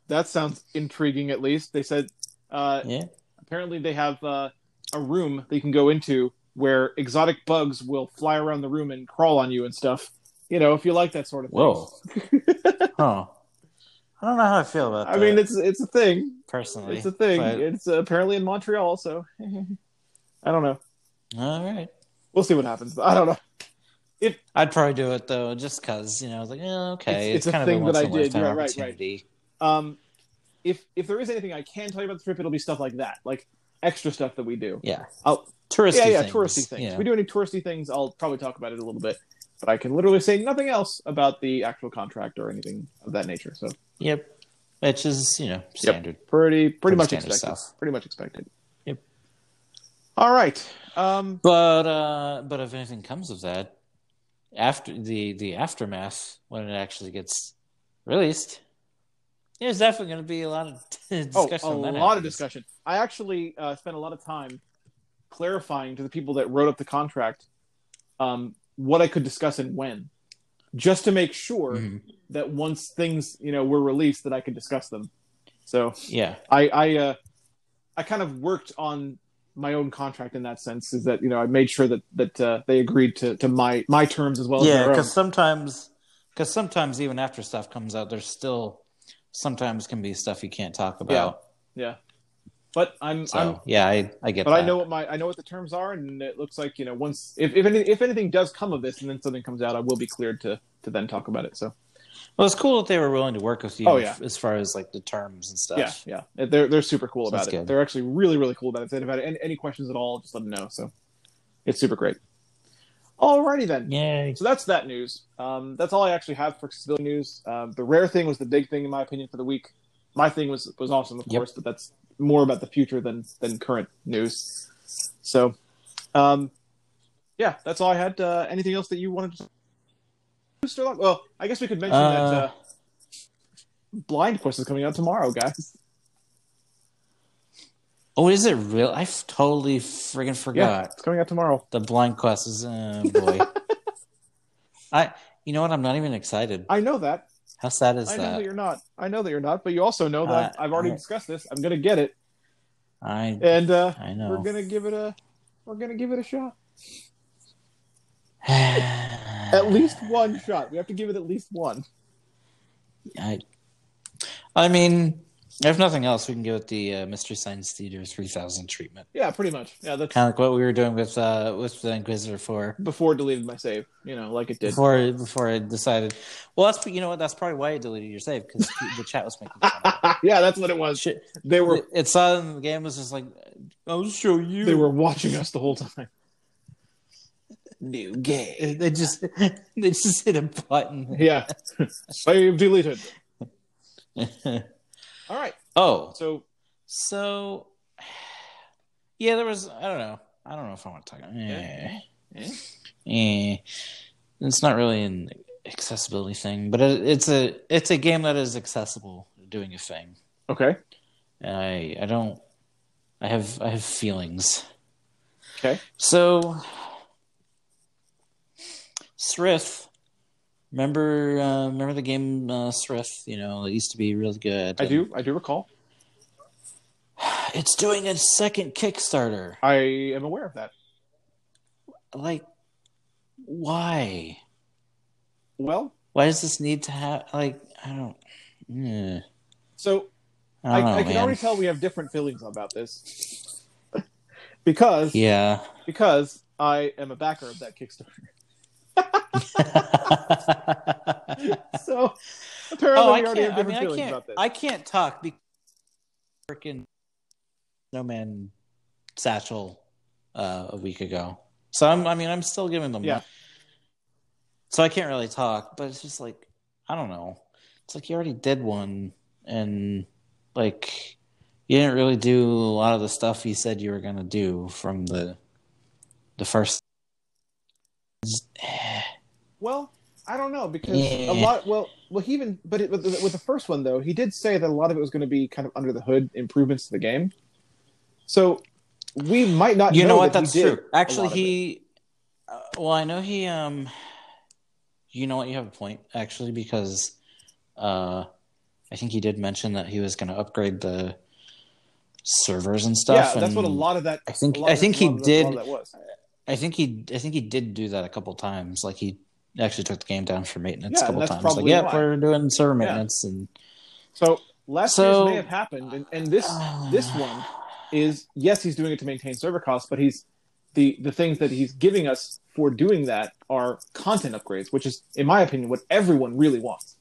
[SPEAKER 1] that sounds intriguing. At least they said uh,
[SPEAKER 2] yeah.
[SPEAKER 1] apparently they have uh, a room that you can go into where exotic bugs will fly around the room and crawl on you and stuff. You know, if you like that sort of thing. [LAUGHS]
[SPEAKER 2] Whoa. huh. I don't know how I feel about
[SPEAKER 1] I
[SPEAKER 2] that.
[SPEAKER 1] mean, it's it's a thing.
[SPEAKER 2] personally,
[SPEAKER 1] It's a thing.
[SPEAKER 2] but-
[SPEAKER 1] It's uh, apparently in Montreal, so [LAUGHS] I don't know.
[SPEAKER 2] all right.
[SPEAKER 1] We'll see what happens. I don't know.
[SPEAKER 2] I'd probably do it though, just because you know, I was like, oh, okay,
[SPEAKER 1] It's- it's
[SPEAKER 2] it's,
[SPEAKER 1] a
[SPEAKER 2] kind of
[SPEAKER 1] thing
[SPEAKER 2] a
[SPEAKER 1] that
[SPEAKER 2] once
[SPEAKER 1] I
[SPEAKER 2] in a
[SPEAKER 1] did.
[SPEAKER 2] lifetime
[SPEAKER 1] You're right, right, right.
[SPEAKER 2] opportunity.
[SPEAKER 1] Um, if if there is anything I can tell you about the trip, it'll be stuff like that, like extra stuff that we do.
[SPEAKER 2] Yeah.
[SPEAKER 1] Oh,
[SPEAKER 2] touristy.
[SPEAKER 1] yeah, yeah,
[SPEAKER 2] things,
[SPEAKER 1] touristy things.
[SPEAKER 2] yeah.
[SPEAKER 1] If we do any touristy things, I'll probably talk about it a little bit, but I can literally say nothing else about the actual contract or anything of that nature. So
[SPEAKER 2] Yep. Which is you know standard.
[SPEAKER 1] pretty pretty,
[SPEAKER 2] Pretty
[SPEAKER 1] much
[SPEAKER 2] standard
[SPEAKER 1] expected.
[SPEAKER 2] stuff.
[SPEAKER 1] Pretty much expected.
[SPEAKER 2] Yep.
[SPEAKER 1] All right. Um,
[SPEAKER 2] But uh, but if anything comes of that, after the the aftermath when it actually gets released, there's definitely going to be a lot of [LAUGHS] discussion.
[SPEAKER 1] oh, a
[SPEAKER 2] when that
[SPEAKER 1] lot of
[SPEAKER 2] happens.
[SPEAKER 1] discussion. I actually uh, spent a lot of time clarifying to the people that wrote up the contract um, what I could discuss and when, just to make sure.
[SPEAKER 2] Mhm.
[SPEAKER 1] that once things you know were released that I could discuss them. So
[SPEAKER 2] Yeah.
[SPEAKER 1] I I uh, I kind of worked on my own contract in that sense is that you know I made sure that that uh, they agreed to to my my terms as well
[SPEAKER 2] yeah,
[SPEAKER 1] as their own.
[SPEAKER 2] because sometimes, because sometimes even after stuff comes out, there's still sometimes can be stuff you can't talk about.
[SPEAKER 1] Yeah, but I'm
[SPEAKER 2] So
[SPEAKER 1] I'm
[SPEAKER 2] yeah, I I get.
[SPEAKER 1] but
[SPEAKER 2] that.
[SPEAKER 1] I know what my I know what the terms are and it looks like you know once if if, any, if anything does come of this and then something comes out I will be cleared to to then talk about it. So
[SPEAKER 2] Well, it's cool that they were willing to work with you.
[SPEAKER 1] Oh, yeah.
[SPEAKER 2] as far as like the terms and stuff.
[SPEAKER 1] yeah yeah they're they're super cool about
[SPEAKER 2] Sounds
[SPEAKER 1] it.
[SPEAKER 2] good.
[SPEAKER 1] They're actually really really cool about it. If they have any, any questions at all, just let them know. So it's super great. Alrighty then.
[SPEAKER 2] Yay.
[SPEAKER 1] So that's that news. Um, that's all I actually have for accessibility news. Um, the rare thing was the big thing, in my opinion, for the week. My thing was was awesome, of
[SPEAKER 2] Yep.
[SPEAKER 1] course, but that's more about the future than than current news. So, um, yeah, that's all I had. Uh, anything else that you wanted to? Mr. Lock- Well, I guess we could mention
[SPEAKER 2] Uh,
[SPEAKER 1] that uh, Blind Quest is coming out tomorrow, guys.
[SPEAKER 2] Oh, is it real? I f- totally friggin'
[SPEAKER 1] Yeah,
[SPEAKER 2] forgot.
[SPEAKER 1] it's coming out tomorrow.
[SPEAKER 2] The blind quest is oh
[SPEAKER 1] [LAUGHS]
[SPEAKER 2] boy. I you know what? I'm not even excited.
[SPEAKER 1] I know that.
[SPEAKER 2] How sad is
[SPEAKER 1] I know that
[SPEAKER 2] that?
[SPEAKER 1] you're not. I know that you're not. But you also know that
[SPEAKER 2] Uh,
[SPEAKER 1] I've already
[SPEAKER 2] I-
[SPEAKER 1] discussed this. I'm gonna get it,
[SPEAKER 2] I
[SPEAKER 1] and uh,
[SPEAKER 2] I
[SPEAKER 1] we're
[SPEAKER 2] [SIGHS] know.
[SPEAKER 1] gonna give it a we're gonna give it a shot. At
[SPEAKER 2] At
[SPEAKER 1] least one shot. We have to give it at least one.
[SPEAKER 2] I I mean, if nothing else, we can give it the uh, Mystery Science Theater 3000 treatment.
[SPEAKER 1] Yeah, pretty much. Yeah, that's
[SPEAKER 2] Kind of like what we were doing with uh with the Inquisitor 4.
[SPEAKER 1] before it deleted my save. You know, like it did.
[SPEAKER 2] Before before I decided, well, that's you know what that's probably why I deleted your save because the chat was making fun of
[SPEAKER 1] [LAUGHS] yeah, that's what it
[SPEAKER 2] it.
[SPEAKER 1] was.
[SPEAKER 2] Shit.
[SPEAKER 1] [LAUGHS] They were
[SPEAKER 2] It saw in the game was just like, I'll show you.
[SPEAKER 1] they were watching us the whole time. [LAUGHS]
[SPEAKER 2] new game. They just [LAUGHS] they just hit a
[SPEAKER 1] [LAUGHS]
[SPEAKER 2] button.
[SPEAKER 1] Yeah, save deleted. All right.
[SPEAKER 2] oh,
[SPEAKER 1] So
[SPEAKER 2] so yeah, there was. I don't know. I don't know if I want to talk. Eh.
[SPEAKER 1] eh?
[SPEAKER 2] Eh. It's not really an accessibility thing, but it, it's a it's a game that is accessible, doing a thing.
[SPEAKER 1] okay,
[SPEAKER 2] And I I don't. I have I have feelings.
[SPEAKER 1] okay.
[SPEAKER 2] So, Srith, remember uh, remember the game uh, Srith? You know, it used to be really good.
[SPEAKER 1] I do I do recall.
[SPEAKER 2] [SIGHS] It's doing a second Kickstarter.
[SPEAKER 1] I am aware of that.
[SPEAKER 2] Like, why?
[SPEAKER 1] Well,
[SPEAKER 2] Why does this need to have? Like, I don't. Yeah.
[SPEAKER 1] so
[SPEAKER 2] I
[SPEAKER 1] I,
[SPEAKER 2] don't know,
[SPEAKER 1] I can
[SPEAKER 2] Oh, man.
[SPEAKER 1] already tell we have different feelings about this [LAUGHS] because [LAUGHS]
[SPEAKER 2] Yeah. [LAUGHS]
[SPEAKER 1] because I am a backer of that Kickstarter. [LAUGHS] So apparently
[SPEAKER 2] oh,
[SPEAKER 1] we
[SPEAKER 2] I
[SPEAKER 1] already have
[SPEAKER 2] can't. I
[SPEAKER 1] different
[SPEAKER 2] mean, I
[SPEAKER 1] feelings
[SPEAKER 2] can't.
[SPEAKER 1] about this.
[SPEAKER 2] I can't talk because freaking snowman satchel uh, a week ago. So I'm. I mean, I'm still giving them.
[SPEAKER 1] Yeah.
[SPEAKER 2] So I can't really talk, but it's just like I don't know. It's like you already did one, and like you didn't really do a lot of the stuff you said you were gonna do from the the first.
[SPEAKER 1] well, I don't know because
[SPEAKER 2] Yeah.
[SPEAKER 1] a lot. Well, well, he even but it, with, the, with the first one though, he did say that a lot of it was going to be kind of under the hood improvements to the game. So we might not.
[SPEAKER 2] you know, what
[SPEAKER 1] that he
[SPEAKER 2] that's
[SPEAKER 1] did
[SPEAKER 2] true
[SPEAKER 1] a lot
[SPEAKER 2] actually
[SPEAKER 1] of it.
[SPEAKER 2] he uh, well i know he um you know what you have a point actually because uh i think he did mention that he was going to upgrade the servers and stuff
[SPEAKER 1] Yeah, that's what a
[SPEAKER 2] and
[SPEAKER 1] lot of that.
[SPEAKER 2] i think
[SPEAKER 1] a lot
[SPEAKER 2] i
[SPEAKER 1] of-
[SPEAKER 2] think
[SPEAKER 1] a
[SPEAKER 2] he
[SPEAKER 1] lot of- a lot
[SPEAKER 2] did
[SPEAKER 1] of That was.
[SPEAKER 2] i think he i think he did do that a couple times like he actually took the game down for maintenance
[SPEAKER 1] Yeah,
[SPEAKER 2] a couple
[SPEAKER 1] that's
[SPEAKER 2] times like
[SPEAKER 1] probably
[SPEAKER 2] yeah
[SPEAKER 1] why.
[SPEAKER 2] we're doing server maintenance and
[SPEAKER 1] So last
[SPEAKER 2] So-
[SPEAKER 1] year's may have happened, and, and this this one is yes, he's doing it to maintain server costs, but he's the the things that he's giving us for doing that are content upgrades, which is, in my opinion, what everyone really wants.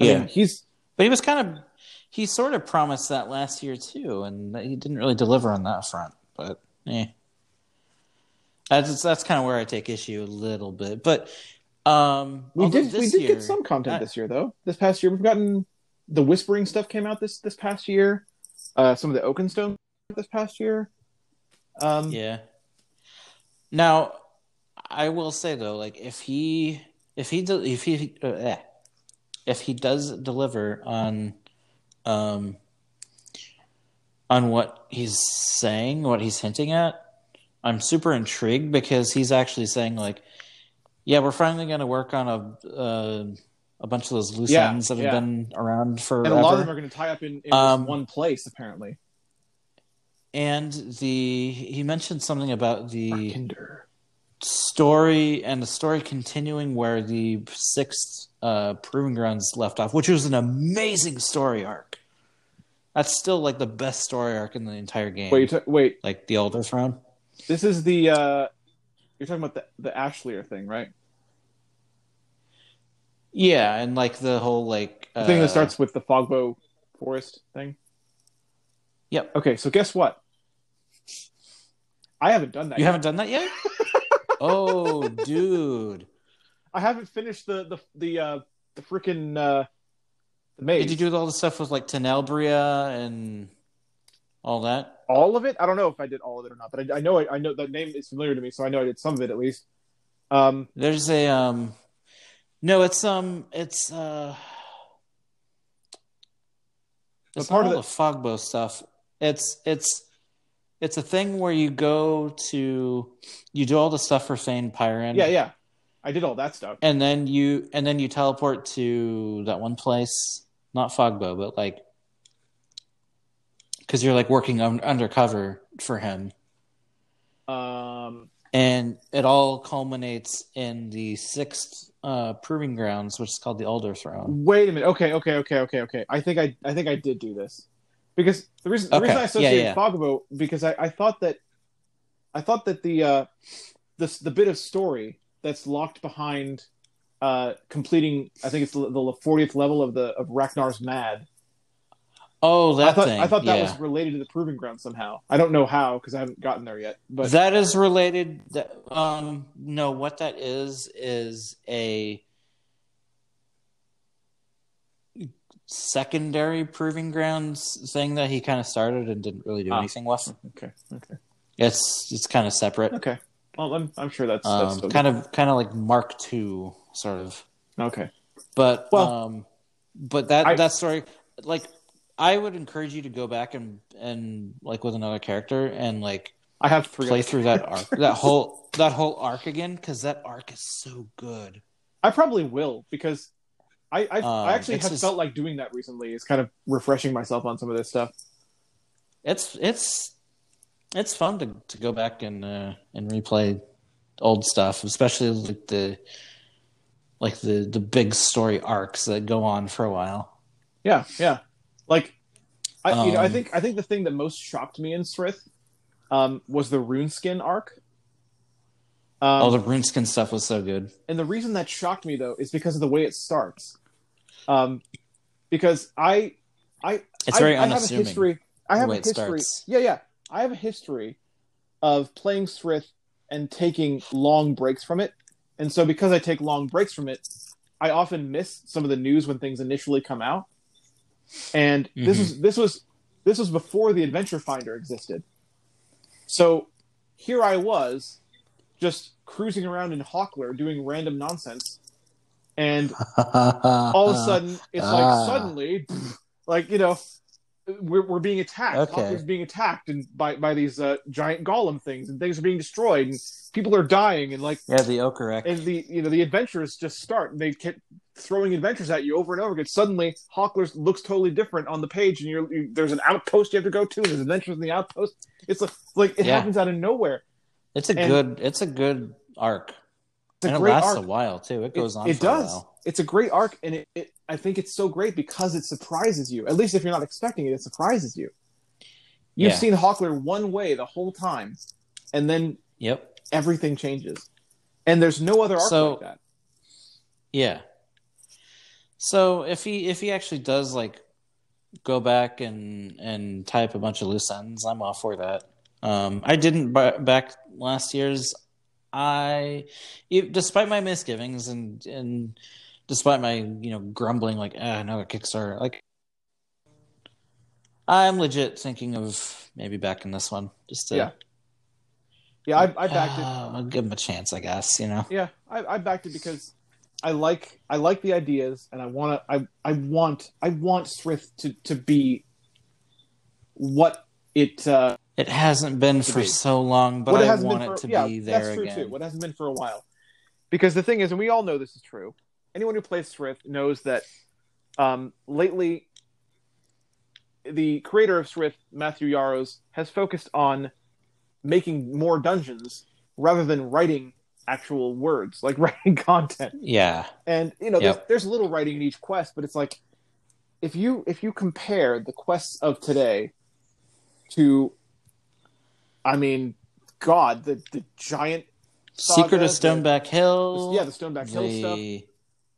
[SPEAKER 1] I
[SPEAKER 2] yeah
[SPEAKER 1] mean, he's
[SPEAKER 2] But he was kind of he sort of promised that last year too, and he didn't really deliver on that front. But eh. That's that's kind of where I take issue a little bit. But um
[SPEAKER 1] we
[SPEAKER 2] although
[SPEAKER 1] did we
[SPEAKER 2] this
[SPEAKER 1] did
[SPEAKER 2] year-
[SPEAKER 1] get some content
[SPEAKER 2] I-
[SPEAKER 1] this year though. This past year, we've gotten the whispering stuff came out this this past year. Uh, some of the Oakenstone this past year. Um,
[SPEAKER 2] Yeah. Now, I will say though, like if he if he del- if he uh, eh, if he does deliver on um on what he's saying, what he's hinting at, I'm super intrigued because he's actually saying like, yeah, we're finally going to work on a uh, a bunch of those loose
[SPEAKER 1] Yeah,
[SPEAKER 2] ends that have
[SPEAKER 1] yeah.
[SPEAKER 2] been around
[SPEAKER 1] and
[SPEAKER 2] forever
[SPEAKER 1] a lot of them are going to tie up in, in this
[SPEAKER 2] Um,
[SPEAKER 1] one place, apparently.
[SPEAKER 2] and the he mentioned something about the
[SPEAKER 1] Kinder.
[SPEAKER 2] story and the story continuing where the sixth uh, proving grounds left off, which was an amazing story arc. That's still like the best story arc in the entire game.
[SPEAKER 1] Wait, you're ta- wait.
[SPEAKER 2] like the Elder Throne.
[SPEAKER 1] This is the uh you're talking about the the Ashlier thing, right?
[SPEAKER 2] Yeah, and like the whole like
[SPEAKER 1] The thing
[SPEAKER 2] uh,
[SPEAKER 1] that starts with the Fogbow Forest thing.
[SPEAKER 2] Yep.
[SPEAKER 1] Okay, so guess what? I haven't done that.
[SPEAKER 2] You
[SPEAKER 1] yet.
[SPEAKER 2] haven't done
[SPEAKER 1] [LAUGHS]
[SPEAKER 2] that yet. oh, dude!
[SPEAKER 1] I haven't finished the the the uh the freaking uh the maze.
[SPEAKER 2] Did you do all the stuff with like Tenelbria and all that?
[SPEAKER 1] all of it? I don't know if I did all of it or not, but I, I know I, I know that name is familiar to me, so I know I did some of it at least. Um
[SPEAKER 2] There's a um, no, it's um, it's uh,
[SPEAKER 1] But
[SPEAKER 2] it's
[SPEAKER 1] part
[SPEAKER 2] part all
[SPEAKER 1] of
[SPEAKER 2] the Fogbo stuff. It's it's it's a thing where you go to you do all the stuff for Fane Pyron.
[SPEAKER 1] Yeah, yeah. I did all that stuff.
[SPEAKER 2] And then you and then you teleport to that one place, not Fogbo, but like because you're like working un- undercover for him,
[SPEAKER 1] Um,
[SPEAKER 2] and it all culminates in the sixth uh, proving grounds, which is called the Elder Throne.
[SPEAKER 1] wait a minute. Okay, okay, okay, okay, okay. I think I I think I did do this because the reason the
[SPEAKER 2] Okay,
[SPEAKER 1] reason I
[SPEAKER 2] yeah,
[SPEAKER 1] associated
[SPEAKER 2] yeah.
[SPEAKER 1] Fogbo because I, I thought that I thought that the uh this the bit of story that's locked behind uh completing I think it's the, the 40th level of the of Ragnar's Mad.
[SPEAKER 2] Oh, that
[SPEAKER 1] I thought
[SPEAKER 2] thing!
[SPEAKER 1] I thought that
[SPEAKER 2] yeah.
[SPEAKER 1] was related to the proving ground somehow. I don't know how because I haven't gotten there yet. But
[SPEAKER 2] that is related. That, um, no, what that is is a secondary proving grounds thing that he kind of started and didn't really do
[SPEAKER 1] Ah.
[SPEAKER 2] anything with.
[SPEAKER 1] okay, okay,
[SPEAKER 2] It's it's kind of separate.
[SPEAKER 1] okay. Well, I'm I'm sure that's that's
[SPEAKER 2] Um, kind of kind of like Mark II sort of.
[SPEAKER 1] okay.
[SPEAKER 2] But
[SPEAKER 1] Well-
[SPEAKER 2] um, but that
[SPEAKER 1] I-
[SPEAKER 2] that story, like, I would encourage you to go back and and like with another character and like
[SPEAKER 1] I have three.
[SPEAKER 2] play through that arc,
[SPEAKER 1] [LAUGHS]
[SPEAKER 2] that whole that whole arc again, because that arc is so good.
[SPEAKER 1] I probably will because I I,
[SPEAKER 2] Um,
[SPEAKER 1] I actually
[SPEAKER 2] it's
[SPEAKER 1] have
[SPEAKER 2] just-
[SPEAKER 1] felt like doing that recently. It's kind of refreshing myself on some of this stuff.
[SPEAKER 2] It's it's it's fun to to go back and uh, and replay old stuff, especially like the like the the big story arcs that go on for a while.
[SPEAKER 1] Yeah, yeah. Like I you know I
[SPEAKER 2] Um,
[SPEAKER 1] think I think the thing that most shocked me in Srith um, was the RuneSkin arc. Um,
[SPEAKER 2] All the runeskin stuff was so good.
[SPEAKER 1] and the reason that shocked me though is because of the way it starts. Um, because I
[SPEAKER 2] It's
[SPEAKER 1] I-
[SPEAKER 2] very
[SPEAKER 1] I, have a
[SPEAKER 2] unassuming. [LAUGHS]
[SPEAKER 1] history. I have
[SPEAKER 2] way
[SPEAKER 1] a
[SPEAKER 2] it
[SPEAKER 1] history.
[SPEAKER 2] starts.
[SPEAKER 1] Yeah, yeah. I have a history of playing Srith and taking long breaks from it. And so because I take long breaks from it, I often miss some of the news when things initially come out. And this
[SPEAKER 2] Mhm.
[SPEAKER 1] is this was this was before the Adventure Finder existed. So here I was just cruising around in Hawkler doing random nonsense and all of a sudden it's
[SPEAKER 2] [LAUGHS] Ah.
[SPEAKER 1] like suddenly like you know we're, we're being attacked
[SPEAKER 2] Okay.
[SPEAKER 1] Hawker's being attacked and by, by these uh, giant golem things and things are being destroyed and people are dying and like
[SPEAKER 2] yeah, the Okarek.
[SPEAKER 1] and the you know the adventures just start and they keep throwing adventures at you over and over again suddenly Hawkler's looks totally different on the page and you're you, there's an outpost you have to go to there's adventures in the outpost it's like, like it
[SPEAKER 2] Yeah.
[SPEAKER 1] happens out of nowhere
[SPEAKER 2] It's a
[SPEAKER 1] and-
[SPEAKER 2] good. It's a good arc.
[SPEAKER 1] it's a
[SPEAKER 2] and it
[SPEAKER 1] great
[SPEAKER 2] lasts
[SPEAKER 1] arc
[SPEAKER 2] a while too. It goes on.
[SPEAKER 1] It
[SPEAKER 2] for A
[SPEAKER 1] does.
[SPEAKER 2] while.
[SPEAKER 1] It's a great arc, and it, it I think it's so great because it surprises you. At least if you're not expecting it, it surprises you. You've
[SPEAKER 2] Yeah.
[SPEAKER 1] seen Hawkler one way the whole time, and then
[SPEAKER 2] Yep.
[SPEAKER 1] everything changes. And there's no other arc
[SPEAKER 2] So-
[SPEAKER 1] like that.
[SPEAKER 2] Yeah. So if he if he actually does like go back and and tie up a bunch of loose ends, I'm all for that. Um, I didn't b- back last year's. I, e- despite my misgivings and and despite my you know grumbling like ah, another Kickstarter like. I'm legit thinking of maybe backing this one just to
[SPEAKER 1] Yeah. Yeah, I, I backed it.
[SPEAKER 2] Ah, I'll give him a chance, I guess. You know.
[SPEAKER 1] Yeah, I, I backed it because I like I like the ideas, and I want to. I I want I want Swift to to be what it uh,
[SPEAKER 2] It hasn't been
[SPEAKER 1] To
[SPEAKER 2] for
[SPEAKER 1] be.
[SPEAKER 2] so long, but
[SPEAKER 1] what it
[SPEAKER 2] I
[SPEAKER 1] hasn't
[SPEAKER 2] want
[SPEAKER 1] been
[SPEAKER 2] it
[SPEAKER 1] for,
[SPEAKER 2] to
[SPEAKER 1] yeah,
[SPEAKER 2] be there
[SPEAKER 1] that's true
[SPEAKER 2] again.
[SPEAKER 1] too. What hasn't been for a while, because the thing is, and we all know this is true. Anyone who plays Swift knows that um, lately, the creator of Swift, Matthew Yarrows, has focused on making more dungeons rather than writing actual words, like [LAUGHS] writing content.
[SPEAKER 2] Yeah,
[SPEAKER 1] And you know,
[SPEAKER 2] Yep.
[SPEAKER 1] there's, there's little writing in each quest, but it's like if you if you compare the quests of today to, I mean, God, the the giant
[SPEAKER 2] Secret of
[SPEAKER 1] Saga,
[SPEAKER 2] Stoneback Hill.
[SPEAKER 1] yeah, the Stoneback Hill stuff,
[SPEAKER 2] the-